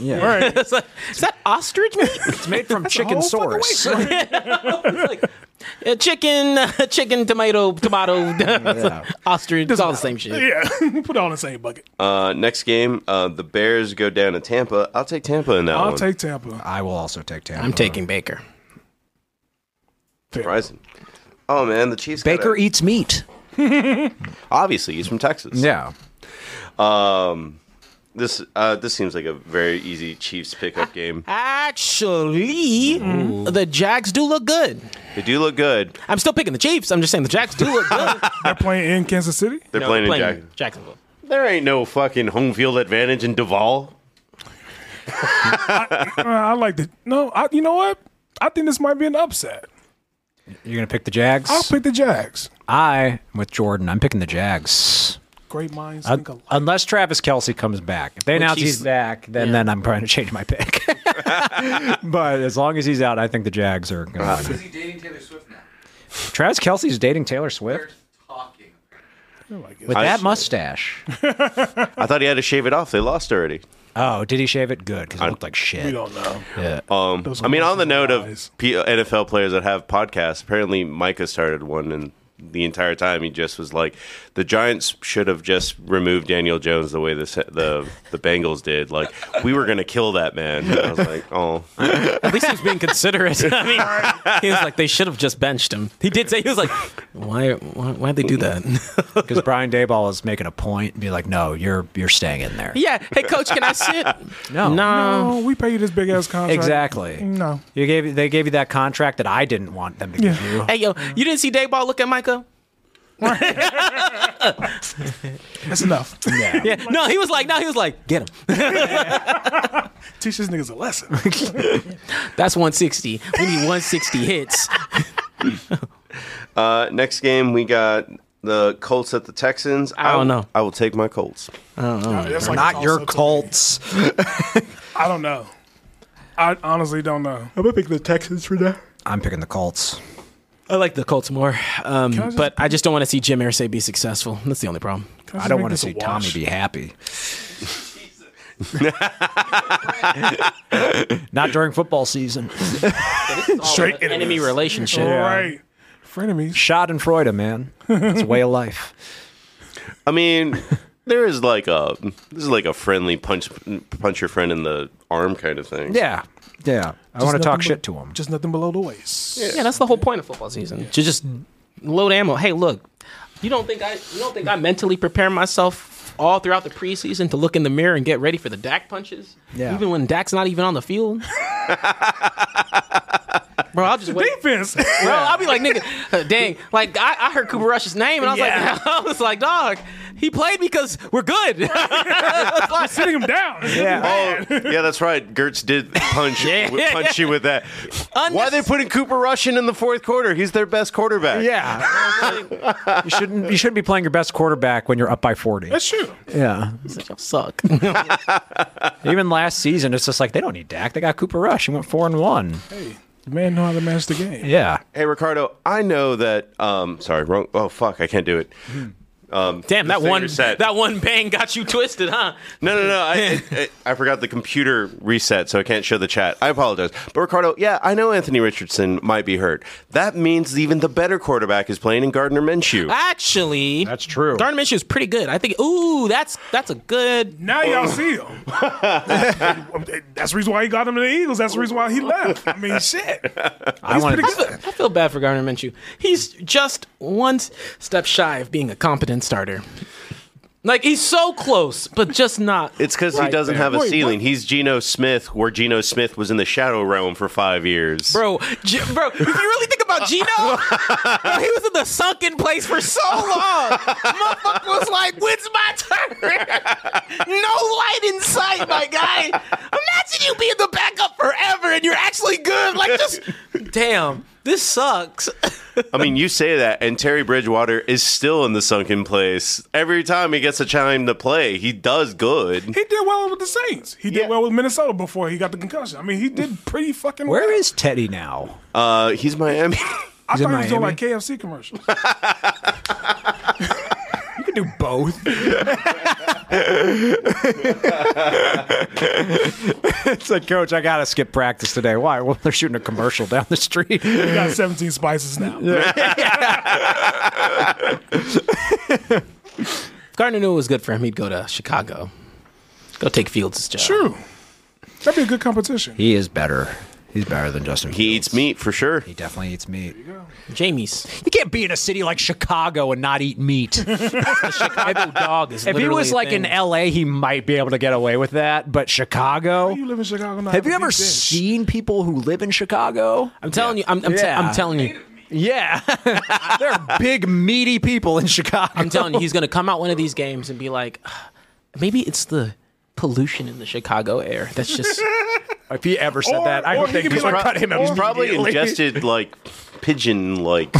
Yeah.
Right.
It's like, is that ostrich meat?
It's made from
whole
chicken
fucking
source.
It's like, uh, chicken, uh, chicken, tomato, tomato, ostrich. It's all the same shit.
Yeah. Put it all in the same bucket.
uh, "Next game, uh, the Bears go down to Tampa. I'll take Tampa in that
I'll
one."
take Tampa.
I will also take Tampa.
I'm taking Baker.
Surprising. Oh man, the Chiefs. got
Baker E
a-
eats meat.
obviously he's from Texas.
Yeah.
Um, this uh, this seems like a very easy Chiefs pickup game.
Actually, the Jags do look good.
They do look good.
I'm still picking the Chiefs. I'm just saying the Jags do look good.
They're playing in Kansas City.
They're
No,
playing,
they're
in Jack.
Jacksonville.
There ain't no fucking home field advantage in Duval.
Uh, I like the no. I, you know what? I think this might be an upset.
You're going to pick the Jags?
I'll pick the Jags.
I am with Jordan. I'm picking the Jags.
Great minds
Un-
think alike.
unless Travis Kelsey comes back. If they
Which
announce
he's-
he's, back, then, then I'm trying to change my pick. but as long as he's out, I think the Jags are going to win.
he dating Taylor Swift now?
Travis Kelsey's dating Taylor Swift
Talking.
with
I-
that mustache.
I thought he had to shave it off. They lost already.
Oh, did he shave it? Good, because it looked like
We
shit.
don't know.
Yeah. Oh.
Um,
Those
I mean, on the
are
note
lies.
of P- uh, NFL players that have podcasts, apparently Micah started one, and the entire time he just was like, "The Giants should have just removed Daniel Jones the way the the the Bengals did. Like we were gonna kill that man." And I was like, "Oh,
At least he was being considerate. I mean, he was like, they should have just benched him. He did say he was like, why? Why why'd they do that?
Because Brian Dayball is making a point and be like, no, you're you're staying in there.
yeah. Hey, coach, can I sit?
No.
No.
No, we pay you this big ass contract.
Exactly.
No.
You gave they gave you that contract that I didn't want them to give you.
Hey, yo, you didn't see Dayball look at Micah?
That's enough.
Yeah. No, he was like, no, he was like, get him.
Teach these niggas a lesson.
That's 160. We need 160 hits.
Uh, next game, we got the Colts at the Texans.
I don't know.
I will take my Colts.
That's like
Not
a
your
toss-up to
Colts.
me. I don't know. I honestly don't know. I'm gonna pick the Texans for that.
I'm picking the Colts.
I like the Colts more, um,
Mm,
I just-
but I just don't want to see Jim Irsay be successful. That's the only problem.
I don't want to see Tommy be happy. Not during football season.
straight
Enemy relationship.
Right. Frenemies.
Schadenfreude, man. It's a way of life.
I mean, There is like a this is like a friendly punch punch your friend in the arm kind of thing.
Yeah. Yeah. I
Just
want to talk
nothing
shit
be-
to him.
Just nothing below the waist.
Yeah, that's the whole point of football season. To just load ammo. Hey, look, you don't think I you don't think I mentally prepare myself all throughout the preseason to look in the mirror and get ready for the Dak punches?
Yeah.
Even when Dak's not even on the field. Bro, I'll just wait.
Defense.
Bro, I'll be like, nigga, uh, dang. Like, I, I heard Cooper Rush's name, and I was
Yeah.
like, I was like, dog, he played because we're good. It's like-
sitting him down.
Yeah. Oh, yeah, that's right. Gertz did punch
Yeah.
w- punch you with that. Why are they putting Cooper Rush in in the fourth quarter? He's their best quarterback.
Yeah. you shouldn't you shouldn't be playing your best quarterback when you're up by 40.
That's true.
Yeah.
Y'all suck.
Even last season it's just like they don't need Dak. They got Cooper Rush. He went 4 and 1.
The man know how to manage the game.
Yeah.
Hey Ricardo, I know that um sorry, wrong oh fuck, I can't do it. Um,
Damn,
the
that
thing
one
reset.
that one bang got you twisted, huh?
No, no, no. I, I, I forgot the computer reset, so I can't show the chat. I apologize. But Ricardo, yeah, I know Anthony Richardson might be hurt. That means even the better quarterback is playing in Gardner Minshew.
Ah! Actually, that's true. Darn Minshew is pretty good. I think. Ooh, that's that's a good.
Now y'all see him. That's the reason why he got him to the Eagles. That's the reason why he left. I mean, shit.
I, wanted, I, feel, I feel bad for Gardner Minshew. He's just one s- step shy of being a competent starter. Like he's so close, but just not.
It's because he
right
doesn't
there.
have a ceiling. He's Geno Smith, where Geno Smith was in the shadow realm for five years.
Bro, G- bro, if you really think about Gino, bro, he was in the sunken place for so long. Motherfucker was like, when's my turn? no light in sight, my guy. Imagine you being the backup forever and you're actually good. Like, just, damn, this sucks.
I mean, you say that, and Terry Bridgewater is still in the sunken place. Every time he gets a chime to play, he does good.
He did well with the Saints. He did well with Minnesota before he got the concussion. I mean, he did pretty fucking well.
Where is Teddy now?
Uh, he's Miami.
I
He's in
thought he was
Miami?
doing like KFC commercials.
Both. it's like, coach, I gotta skip practice today. Why? Well, they're shooting a commercial down the street.
He got 17 spices now.
If Gardner knew it was good for him, he'd go to Chicago. Go take Fields' job.
True. That'd be a good competition.
He is better. He's better than Justin.
He eats meat for sure.
He definitely eats meat.
Jamie's.
You can't be in a city like Chicago and not eat meat.
Chicago dog is
if he
literally
was
a
like
thing.
in L.A., he might be able to get away with that. But Chicago,
You live in Chicago now.
have you
Big
ever
dish.
seen people who live in Chicago?
I'm telling you, I'm, I'm,
Yeah.
am telling you,
Yeah, they're big meaty people in Chicago.
I'm telling you, he's gonna come out one of these games and be like, "Ah, maybe it's the pollution in the Chicago air that's just.
If he ever said
Or-
that, I
or
would
he
think
could be
he's gonna
like-
cut him.
or-
He's probably
immediately.
ingested like pigeon like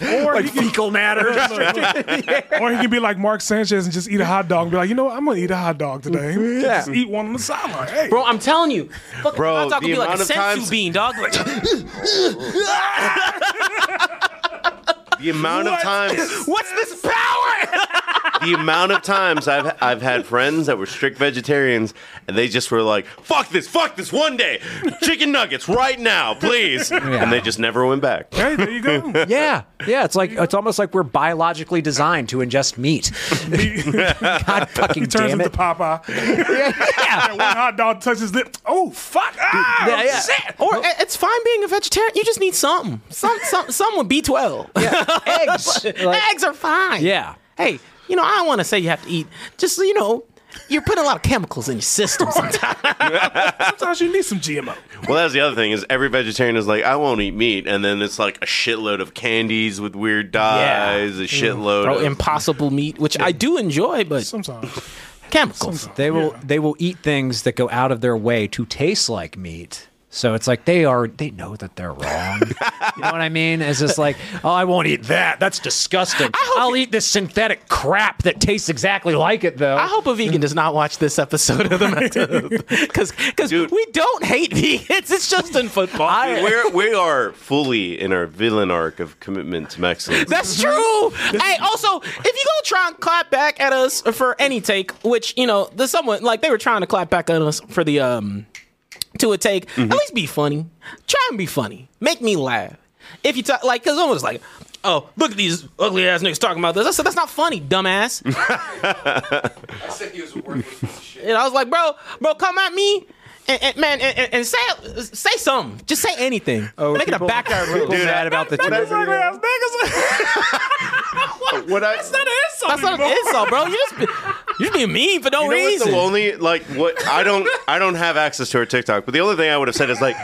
Or,
like
he can,
fecal matter.
or he can be like Mark Sanchez and just eat a hot dog and be like, you know what? I'm going to eat a hot dog today. Just eat one on the sideline. Hey.
Bro, I'm telling you, fucking
Bro,
hot dog
the
will be like a
amount of
sensu
times-
bean, dog. Like,
the amount of times
what's this power?
the amount of times I've I've had friends that were strict vegetarians and they just were like, "Fuck this, fuck this, one day, chicken nuggets right now, please," and they just never went back.
Hey, there you go.
yeah, yeah. It's like it's almost like we're biologically designed to ingest meat. God fucking
He turns
damn
into
it!
Popeye. And one hot dog touches lip. Oh, fuck. Ah,
Yeah, yeah.
shit.
Or it- it's fine being a vegetarian. You just need something. Some, some, some with B12.
Eggs. Like-
Eggs are fine.
Yeah.
Hey, you know, I don't want to say you have to eat. Just so you know, you're putting a lot of chemicals in your system sometimes.
Sometimes you need some GMO.
Well, that's the other thing is every vegetarian is like, "I won't eat meat," and then it's like a shitload of candies with weird dyes, a shitload.
Bro,
of,
impossible meat, which I do enjoy, but
Sometimes.
chemicals.
They will they will eat things that go out of their way to taste like meat. So it's like they are they know that they're wrong. you know what I mean? It's just like, oh, I won't eat that. That's disgusting. I'll eat this synthetic crap that tastes exactly like it though.
I hope a vegan does not watch this episode of the because because we don't hate vegans. It's just in football.
we're, we are fully in our villain arc of commitment to excellence.
That's true. hey, also, if you gonna try and clap back at us for any take, which you know, the someone like they were trying to clap back at us for the um to a take, at least be funny. Try and be funny. Make me laugh. If you talk like, because someone was like, "Oh, look at these ugly ass niggas talking about this," I said, "That's not funny, dumbass."
I said he was a worthless piece of shit.
and I was like, "Bro, bro, come at me." And, and man, and, and- and say say something. Just say anything. Oh, Make it a backyard rule.
people mad about the
That's
Tuesday
ugly ass niggas. That's not an insult. That's not an insult, bro. You just you being mean for no
you know what's
reason.
the only like what I don't I don't have access to her TikTok, but the only thing I would have said is like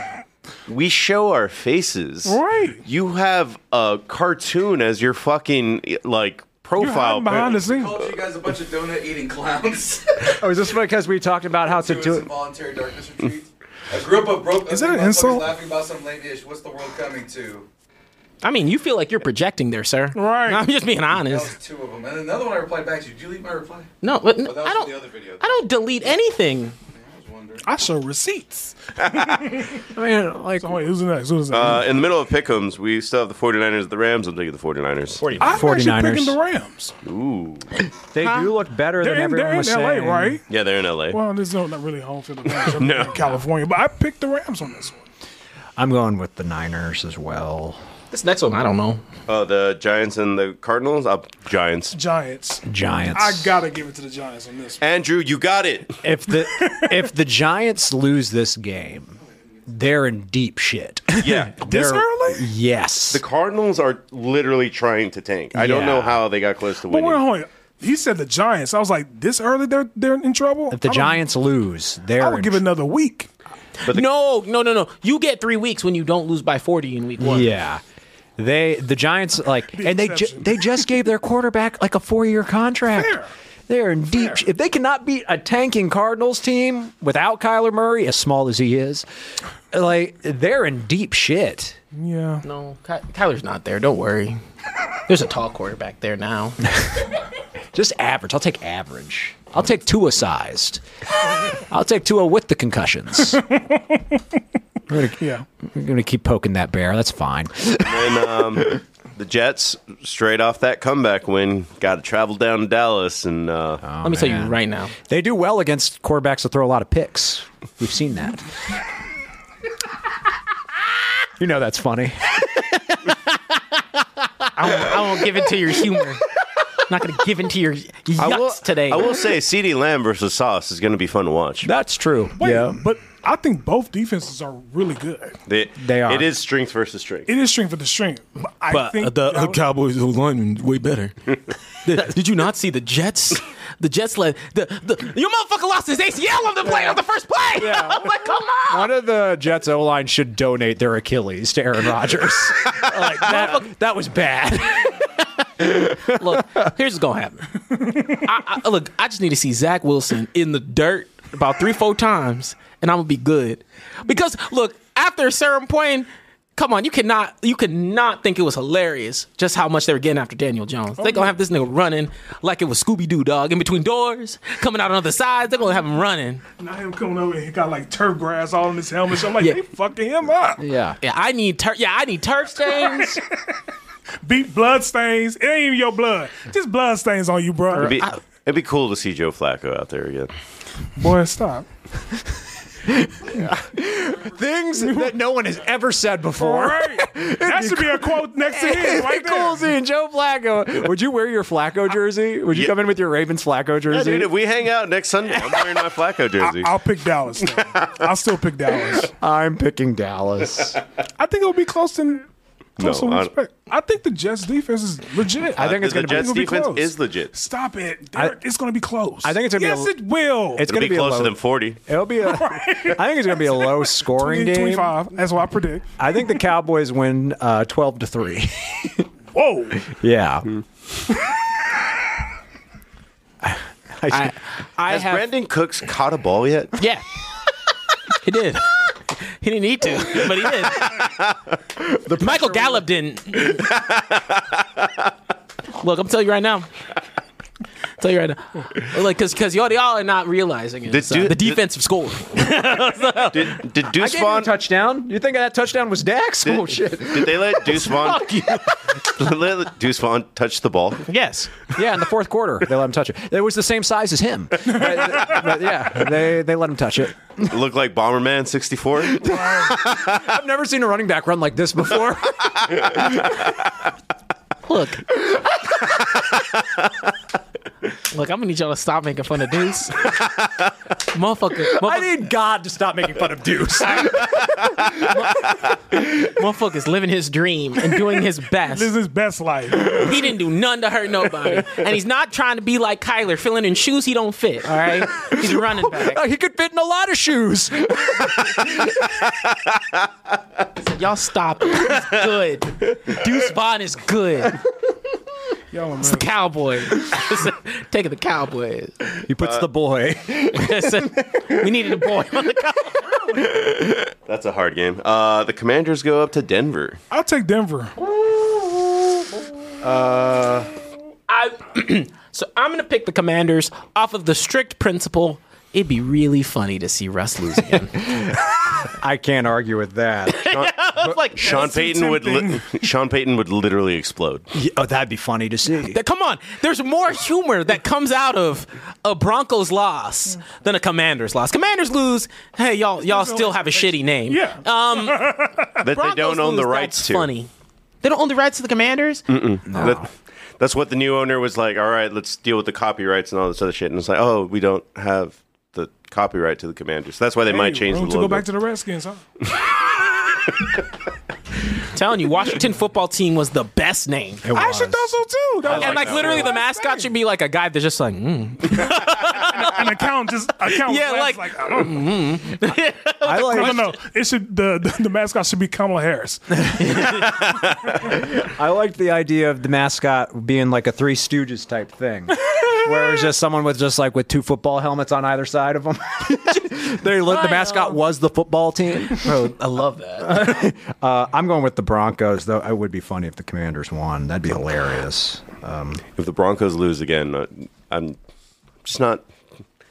we show our faces. Right. You have a cartoon as your fucking like profile.
scenes.
Called you guys a bunch of donut eating clowns.
Oh, is this because we talked about how to do it?
Voluntary darkness retreats. A group of broke.
Is that an insult?
Laughing about some lame ish. What's the world coming to?
I mean, you feel like you're projecting there, sir. Right. I'm just being honest.
That was two of them, and another one I replied back to. Did you leave my reply?
No, but
Oh, that was
I don't.
The other video.
I don't delete anything.
I show receipts.
I
mean, like, wait, who's next? Who's next?
Uh, in the middle of Pick'ems, we still have the 49ers the Rams. I'm taking the 49ers.
I'm actually picking the Rams.
Ooh.
They do look better
They're
than
in,
everyone
they're in
was
LA,
saying.
right?
Yeah, they're in LA.
Well, this is not really home field advantage. I'm
No.
in California, but I picked the Rams on this one.
I'm going with the Niners as well.
This next one, I don't know.
Oh, the Giants and the Cardinals? Uh, Giants.
Giants.
Giants.
I gotta give it to the Giants on this.
Andrew, you got it.
If the if the Giants lose this game, they're in deep shit.
Yeah.
This They're- early? Yes.
The Cardinals are literally trying to tank. I don't
Yeah.
know how they got close to
But wait,
winning.
hold on. He said the Giants. I was like, this early they're they're in trouble.
If the
I don't-
Giants lose, they're
I would give it another week.
no, no, no, no. You get three weeks when you don't lose by 40 in week one.
yeah. They the Giants like and they ju- they just gave their quarterback like a four year contract. They're in deep. sh- If they cannot beat a tanking Cardinals team without Kyler Murray, as small as he is, like they're in deep shit.
Yeah.
No, Ky- Kyler's not there. Don't worry. There's a tall quarterback there now.
Just average. I'll take average. I'll take Tua sized. I'll take Tua with the concussions. I'm gonna,
yeah.
I'm gonna keep poking that bear. That's fine.
And then um, the Jets, straight off that comeback win, got to travel down to Dallas. And uh,
Let me tell you right now.
They do well against quarterbacks that throw a lot of picks. We've seen that. you know that's funny.
I won't, I won't give into your humor. I'm not going to give into your yucks
I will,
today.
I will say, CD Lamb versus Sauce is going to be fun to watch.
That's true.
Wait, But I think both defenses are really good.
They,
They are.
It is strength versus strength.
It is strength for the strength. But, I
But
think
the
that would-
Cowboys O lineman way better. did, did you not see the Jets? The Jets led the, the your motherfucker lost his ACL on the play on the first play. I'm like, come on.
One of the Jets O line should donate their Achilles to Aaron Rodgers. like that, that was bad.
look, here's what's gonna happen. I, I, look, I just need to see Zach Wilson in the dirt about three, four times, and I'm gonna be good. Because look, after a certain point, come on, you cannot, you cannot think it was hilarious just how much they were getting after Daniel Jones. They're gonna have this nigga running like it was Scooby Doo, dog, in between doors, coming out on the sides. They're gonna have him running.
Now him coming over and he got like turf grass all in his helmet. So I'm like,
Yeah.
they fucking him up.
Yeah,
yeah, I need turf. Yeah, I need turf stains.
Beat blood stains. It ain't even your blood. Just blood stains on you, bro.
It'd be, it'd be cool to see Joe Flacco out there again.
Boy, stop.
Things that no one has ever said before.
That should be a quote next to him right there.
cool scene, Joe Flacco. Would you wear your Flacco jersey? Would you come in with your Ravens Flacco
Yeah,
jersey?
dude, if we hang out next Sunday, I'm wearing my Flacco jersey.
I'll pick Dallas. though. I'll still pick Dallas.
I'm picking Dallas.
I think it'll be close to. Close
No,
no,
I-
expect. I think the Jets defense is legit.
Uh, the
be-
Jets
it'll be
defense
close.
is legit.
Stop it.
I-
Derek, it's going to be close.
I think it's gonna be a-
Yes, it will.
It's
It'll
gonna
be
be a
closer
low-
than 40.
It'll be a. I think it's gonna be a low scoring game.
25. That's what I predict.
I think the Cowboys win uh, twelve to three.
Whoa.
yeah.
Hmm.
I, I
Has
have,
Brandon Cooks caught a ball yet?
yeah, he did. He didn't need to, but he did. Michael Gallup didn't. Look, I'm telling you right now. tell you right now, like because because y'all, y'all are not realizing it.
Did
So,
do-
the
did-
defensive scoring.
Did, did
I
Deuce
gave you a
Vaughn?
touchdown. You think that touchdown was Dax?
Did,
oh shit!
did they let Deuce Vaughn? let Deuce Vaughn touch the ball?
Yes.
Yeah, in the fourth quarter, they let him touch it. It was the same size as him. But, but yeah, they, they let him touch it.
Look like Bomberman sixty four.
I've never seen a running back run like this before.
Look. Look, I'm gonna need y'all to stop making fun of Deuce. motherfucker, I
need God to stop making fun of Deuce.
motherfucker's living his dream and doing his best.
This is his best life.
He didn't do none to hurt nobody, and he's not trying to be like Kyler, filling in shoes he don't fit. All right, he's a running back.
he could fit in a lot of shoes.
Y'all stop. it. He's good. Deuce Vaughn is good.
Yo, man.
It's the cowboy. Taking the cowboys.
He puts
Uh,
the boy.
we needed a boy on the cow.
That's a hard game. Uh, the Commanders go up to Denver.
I'll take Denver.
Uh,
I so I'm gonna pick the Commanders off of the strict principle. It'd be really funny to see Russ lose again.
I can't argue with that.
I was like,
Sean
that's too
Payton would li-
tempting.
Sean Payton would literally explode.
oh, that'd be funny to see.
That- Come on, there's more humor that comes out of a Broncos loss than a Commanders loss. Commanders lose, hey y'all, y'all still have a shitty name. Yeah. Um, that
they don't own the rights to.
Funny. They don't own the rights to the Commanders.
Mm-mm. That- that's what the new owner was like. All right, let's deal with the copyrights and all this other shit. And it's like, oh, we don't have the copyright to the Commanders. That's why they might change the
room to
logo.
go back to the Redskins, huh?
telling you, Washington football team was the best name.
I should thought so too. That was
and like literally, the mascot should be like a guy that's just like, mm.
an account just account.
yeah,
laughs
like,
like
mm.
I like. No, no, no. It should the, the the mascot should be Kamala Harris.
I liked the idea of the mascot being like a Three Stooges type thing, where it was just someone with just like with two football helmets on either side of them. they look, the mascot was the football team.
Bro, I love that.
Uh, I'm going with the Broncos, though. It would be funny if the Commanders won. That'd be hilarious. Um,
if the Broncos lose again, uh, I'm just not.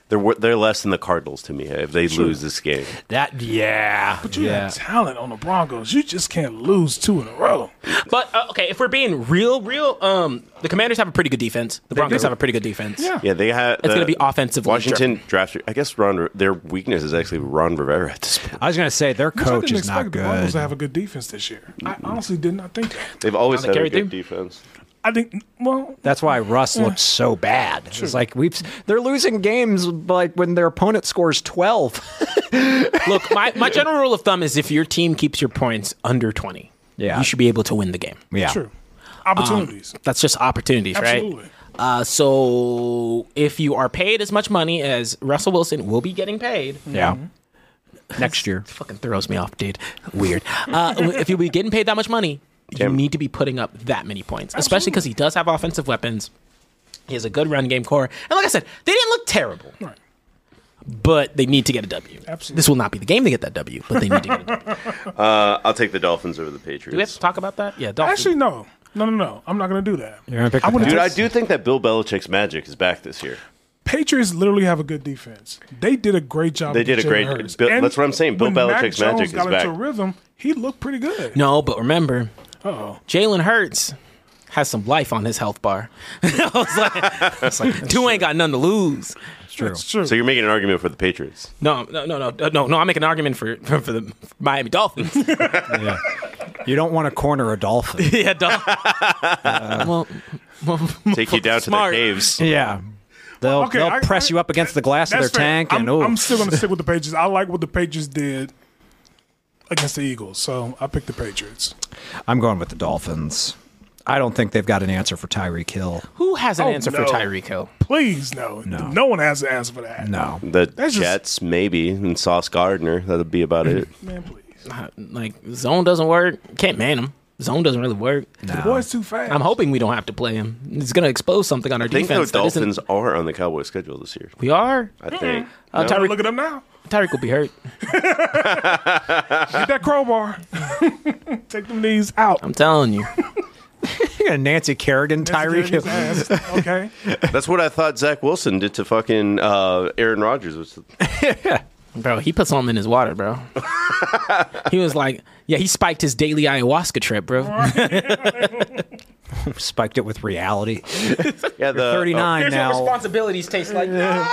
They're wor- they're less than the Cardinals to me if they
Sure.
lose this game.
That yeah,
but you have talent on the Broncos. You just can't lose two in a row.
But uh, okay, if we're being real, real, um, the Commanders have a pretty good defense. The
They
Broncos
do.
have a pretty good defense.
Yeah, they have.
It's gonna be offensively
Washington draft. I guess Ron. Re- Their weakness is actually Ron Rivera at this point.
I was gonna say their
Which I didn't expect the Broncos to have a good defense this year. I honestly did not think that.
They've always
Now
had
they
a
carry
good defense.
I think well,
That's why Russ
Yeah.
looks so bad. It's like we've they're losing games like when their opponent scores twelve.
Look, my, my general rule of thumb is if your team keeps your points under twenty,
Yeah.
you should be able to win the game.
Yeah.
True. Opportunities.
Um, that's just opportunities,
Absolutely.
right? Uh, so if you are paid as much money as Russell Wilson will be getting paid,
Yeah.
Mm-hmm.
Next year.
fucking throws me off, dude. Weird. Uh, if you'll be getting paid that much money, you need to be putting up that many points, especially because he does have offensive weapons. He has a good run game core, and like I said, they didn't look terrible, but they need to get a W. Absolutely. This will not be the game to get that W, but they need to. Get a w.
Uh, I'll take the Dolphins over the
Do we have
Patriots.
to talk about that? Yeah, Dolphins.
Actually, no, no, no, no. I'm not going to do that.
You're gonna pick
I the would've
Dude, I
Pats.
do think that Bill Belichick's magic is back this year.
Patriots literally have a good defense. They did a great job.
They
with
did a
Jalen
great-
Hurts.
Bill-
And
that's what I'm saying. Bill
when Mac
Belichick's
Jones
magic is
got into
back.
a rhythm. He looked pretty good.
No, but remember,
Uh-oh.
Jalen Hurts has some life on his health bar. I was like, I was like two ain't got nothing to lose. It's
true.
So you're making an argument for the Patriots.
No, no, no, no, no, no. I'm making an argument for for, for the Miami Dolphins.
You don't want to corner a dolphin.
yeah, Dolphins. well,
Take you down to the
Smart.
caves.
Yeah. They'll,
Okay,
they'll
I-
press you up against the glass of their
That's fair.
tank
I'm,
and oh
I'm still going to stick with the Patriots. I like what the Patriots did against the Eagles, so I picked the Patriots.
I'm going with the Dolphins. I don't think they've got an answer for Tyreek Hill.
Who has an
Oh,
answer
no.
for Tyreek Hill?
Please, no, no, one has an answer for that.
No.
The
That's just-
Jets, maybe, and Sauce Gardner. That'll be about it.
Mm-hmm.
Man, please.
Like zone doesn't work. Can't man him. Zone doesn't really work.
The boy's too fast.
I'm hoping we don't have to play him. It's gonna expose something on our
I think the
defense. that isn't-
Dolphins are on the Cowboys' schedule this year.
We are.
I think.
Uh,
No?
Tyreek
Look at him now.
Tyreek will be hurt.
Uh,
Get that crowbar. Take them knees out.
I'm telling you.
You're gonna Nancy Kerrigan, Tyreek. Hill.
okay.
That's what I thought Zach Wilson did to fucking uh, Aaron Rodgers. Was-
Bro, he put something in his water, bro. he was like, yeah, he spiked his daily ayahuasca trip, bro.
Spiked it with reality.
Uh, yeah, the
39
Here's what
now.
responsibilities taste like. No!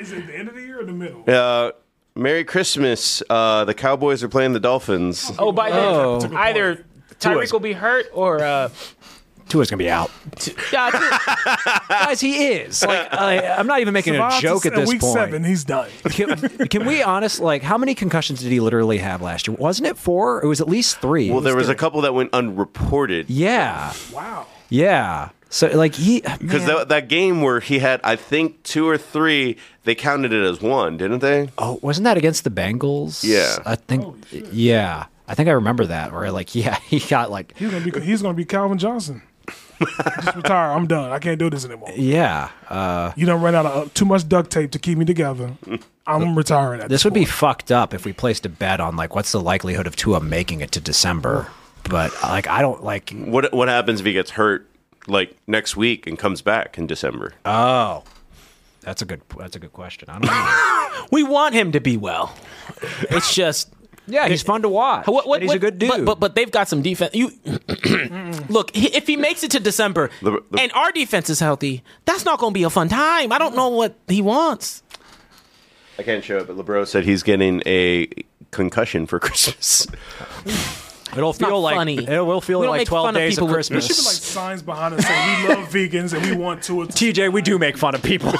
Is it the end of the year or the middle?
Uh, Merry Christmas. Uh, the Cowboys are playing the Dolphins.
Oh, by then,
Oh.
either Tyreek will be hurt or. Uh,
Tua's gonna be out.
yeah,
Guys, he is. Like, I, I'm not even making a
Survives
joke at this
week
point.
seven, he's done.
Can, can we honest? Like, how many concussions did he literally have last year? Wasn't it four? It was at least three.
Well, there was a couple that went unreported.
Yeah. Wow. Yeah. So like he
Because that, that game where he had, I think, two or three, they counted it as one, didn't they?
Oh, wasn't that against the Bengals?
Yeah.
I think. yeah. I think I remember that. Where like, yeah, he got like,
He's gonna be he's gonna be Calvin Johnson. Just retire. I'm done. I can't do this anymore.
yeah. Uh,
You don't run out of too much duct tape to keep me together. I'm retiring. At
this would be fucked up if we placed a bet on like what's the likelihood of Tua making it to December. But uh, like, I don't like.
What What happens if he gets hurt like next week and comes back in December?
Oh, that's a good. That's a good question. I don't know.
we want him to be well. It's just.
Yeah, he's fun to watch.
What, what,
and he's
what-
a good dude.
But, but but they've got some defense. You look he- if he makes it to December
The- the-
and our defense is healthy, that's not going to be a fun time. I don't know what he wants.
I can't show it, but LeBro said he's getting a concussion for Christmas.
It'll
not
feel like
funny.
it will feel
We don't
like
make
twelve
fun of
days
people
of
with-
There should be like
Christmas.
signs behind us saying we love vegans and we want to.
TJ, we do make fun of people.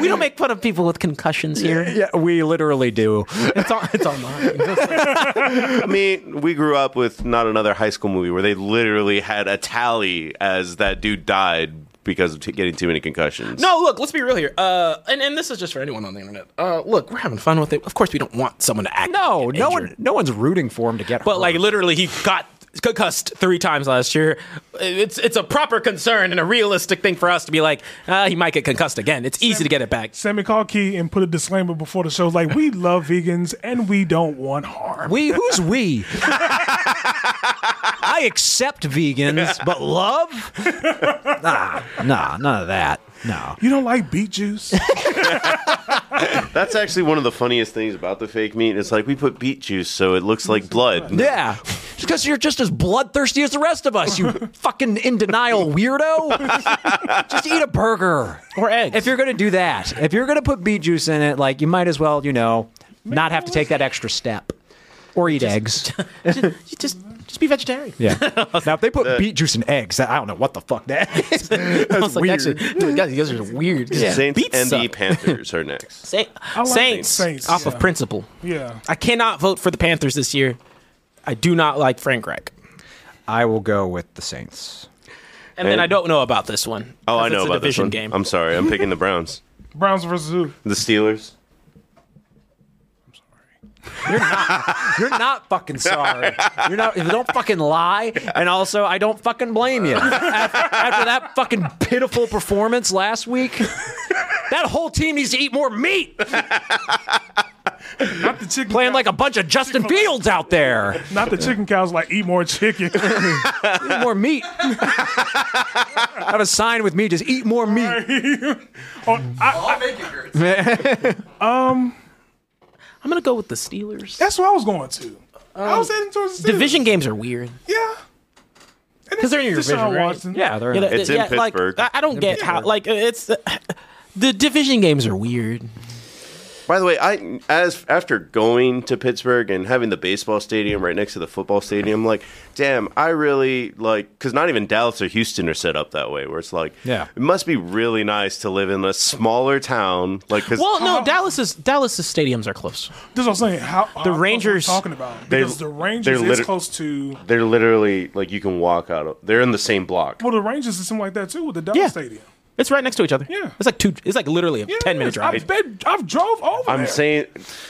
we don't make fun of people with concussions here.
yeah, we literally do.
It's on it's online.
I mean, we grew up with not another high school movie where they literally had a tally as that dude died because of t- getting too many concussions.
No, look, let's be real here. Uh, and, and this is just for anyone on the internet. Uh, look, we're having fun with it. Of course, we don't want someone to act.
No, no one, no one's rooting for him to get.
But like literally, he got concussed three times last year. It's it's a proper concern and a realistic thing for us to be like, uh, he might get concussed again. It's easy to get it back.
Sammy call Key and put a disclaimer before the show like we love vegans and we don't want harm.
We who's we? I accept vegans, but love? Nah, nah, none of that. No.
You don't like beet juice?
That's actually one of the funniest things about the fake meat. It's like we put beet juice so it looks like blood.
Yeah, because you're just as bloodthirsty as the rest of us. You fucking in denial weirdo. just eat a burger
or eggs.
If you're gonna do that, if you're gonna put beet juice in it, like you might as well, you know, not have to take that extra step. Or eat eggs.
You just just be vegetarian.
Yeah. now if they put beet juice and eggs, I don't know what the fuck that is.
I
That's
was like,
weird.
actually, dude, guys, you guys are weird.
Saints
Beats
and the
suck.
Panthers are next.
Sa-
like
Saints,
Saints,
off
yeah.
of principle.
yeah.
I cannot vote for the Panthers this year. I do not like Frank Reich.
I will go with the Saints.
And then I don't know about this one.
Oh, I
'cause
know
it's a
about this
division
one.
game.
I'm sorry. I'm picking the Browns.
Browns versus who?
The Steelers.
You're not fucking sorry. You're not. you Don't fucking lie. And also, I don't fucking blame you. After, after that fucking pitiful performance last week, that whole team needs to eat more meat.
Not the chicken
Playing like a bunch of Justin Fields out there.
not the chicken cows like eat more chicken.
Eat more meat. Have a sign with me. Just eat more meat.
Oh, I,
I'll make it hurt.
um
I'm gonna go with the Steelers.
that's what I was going to. I was heading towards the Steelers.
Division games are weird
Yeah.
because they're in your
Deshaun
division, right?
Watson.
Yeah, they're.
Yeah,
in
the-
It's in
yeah, like,
Pittsburgh.
I I don't get how like it's the division games are weird.
By the way, I as after going to Pittsburgh and having the baseball stadium right next to the football stadium, like, damn, I really like because not even Dallas or Houston are set up that way. Where it's like,
Yeah.
it must be really nice to live in a smaller town, like because
Well, no, Dallas's Dallas's stadiums are close.
This is what I'm saying. How, how close we're
Rangers-
talking about
They-
because the Rangers
they're
is
liter-
close to
they're literally like you can walk out. of They're in the same block.
well the Rangers is something like that too with the Dallas
Yeah.
Stadium.
It's right next to each other. Yeah. It's like two. It's like literally a ten minute drive.
I've, been, I've drove over
I'm
there.
saying,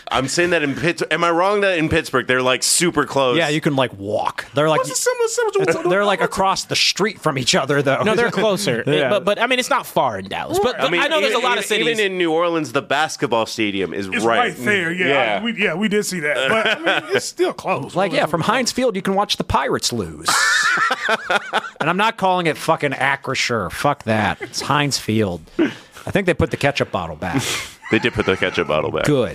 I'm saying that in Pittsburgh. Am I wrong that in Pittsburgh they're like super close?
Yeah, you can like walk. They're like
similar,
they're, they're like across the street from each other though.
No, they're closer. It-
Yeah.
but but I mean, it's not far in Dallas. But, but I, know there's a
even-
lot of cities.
Even in New Orleans, the basketball stadium is
It's
right,
right, there. Yeah, I- we, yeah, we did see that, but I mean, it's still close.
Like yeah, from Heinz Field you can watch the Pirates lose. and I'm not calling it fucking Acrisure. Fuck that. It's Heinz Field. I think they put the ketchup bottle back.
they did put the ketchup bottle back.
Good.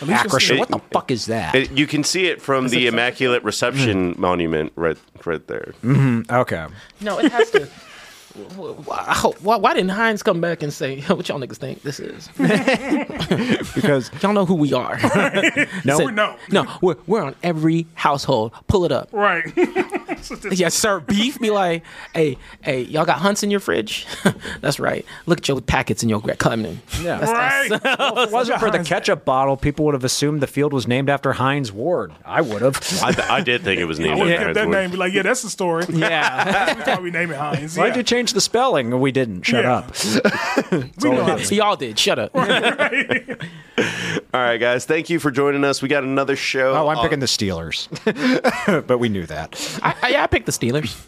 At least it's-
Acrisure. What the fuck is that?
It- you can see it from the Immaculate Reception Monument right, right there.
Mm-hmm. Okay.
no, it has to. Why, why- why didn't Heinz come back and say, "Yo, "What y'all niggas think this is"?
because
y'all know who we are.
No.
Said,
We
know.
No, we're we're on every household. Pull it up.
Right.
yes, sir. Beef. Be like, hey, hey, y'all got hunts in your fridge? That's right. Look at your packets and your Clemson.
Yeah.
That's us.
Well, if it wasn't for the ketchup bottle, people would have assumed the field was named after Heinz Ward. I would have.
I, th- I did think it was
I
named
would
after
have kept that
Heinz Ward.
name. Be like, yeah, that's the story.
Yeah.
that's why we name it Heinz.
Why'd
Yeah.
you change the spelling? We didn't. Shut
Yeah.
up.
we know how to-
Y'all did. Shut up.
All right, guys. Thank you for joining us. We got another show.
Oh, I'm
on-
picking the Steelers. but we knew that.
I, I, yeah, I picked the Steelers.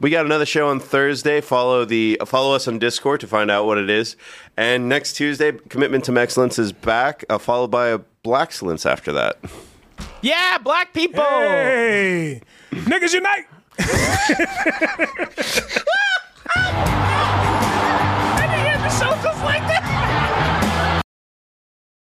We got another show on Thursday. Follow the follow us on Discord to find out what it is. And next Tuesday, Commitment to Excellence is back, uh, followed by a Black Excellence after that.
Yeah, black people.
Oh.
Hey, niggas unite.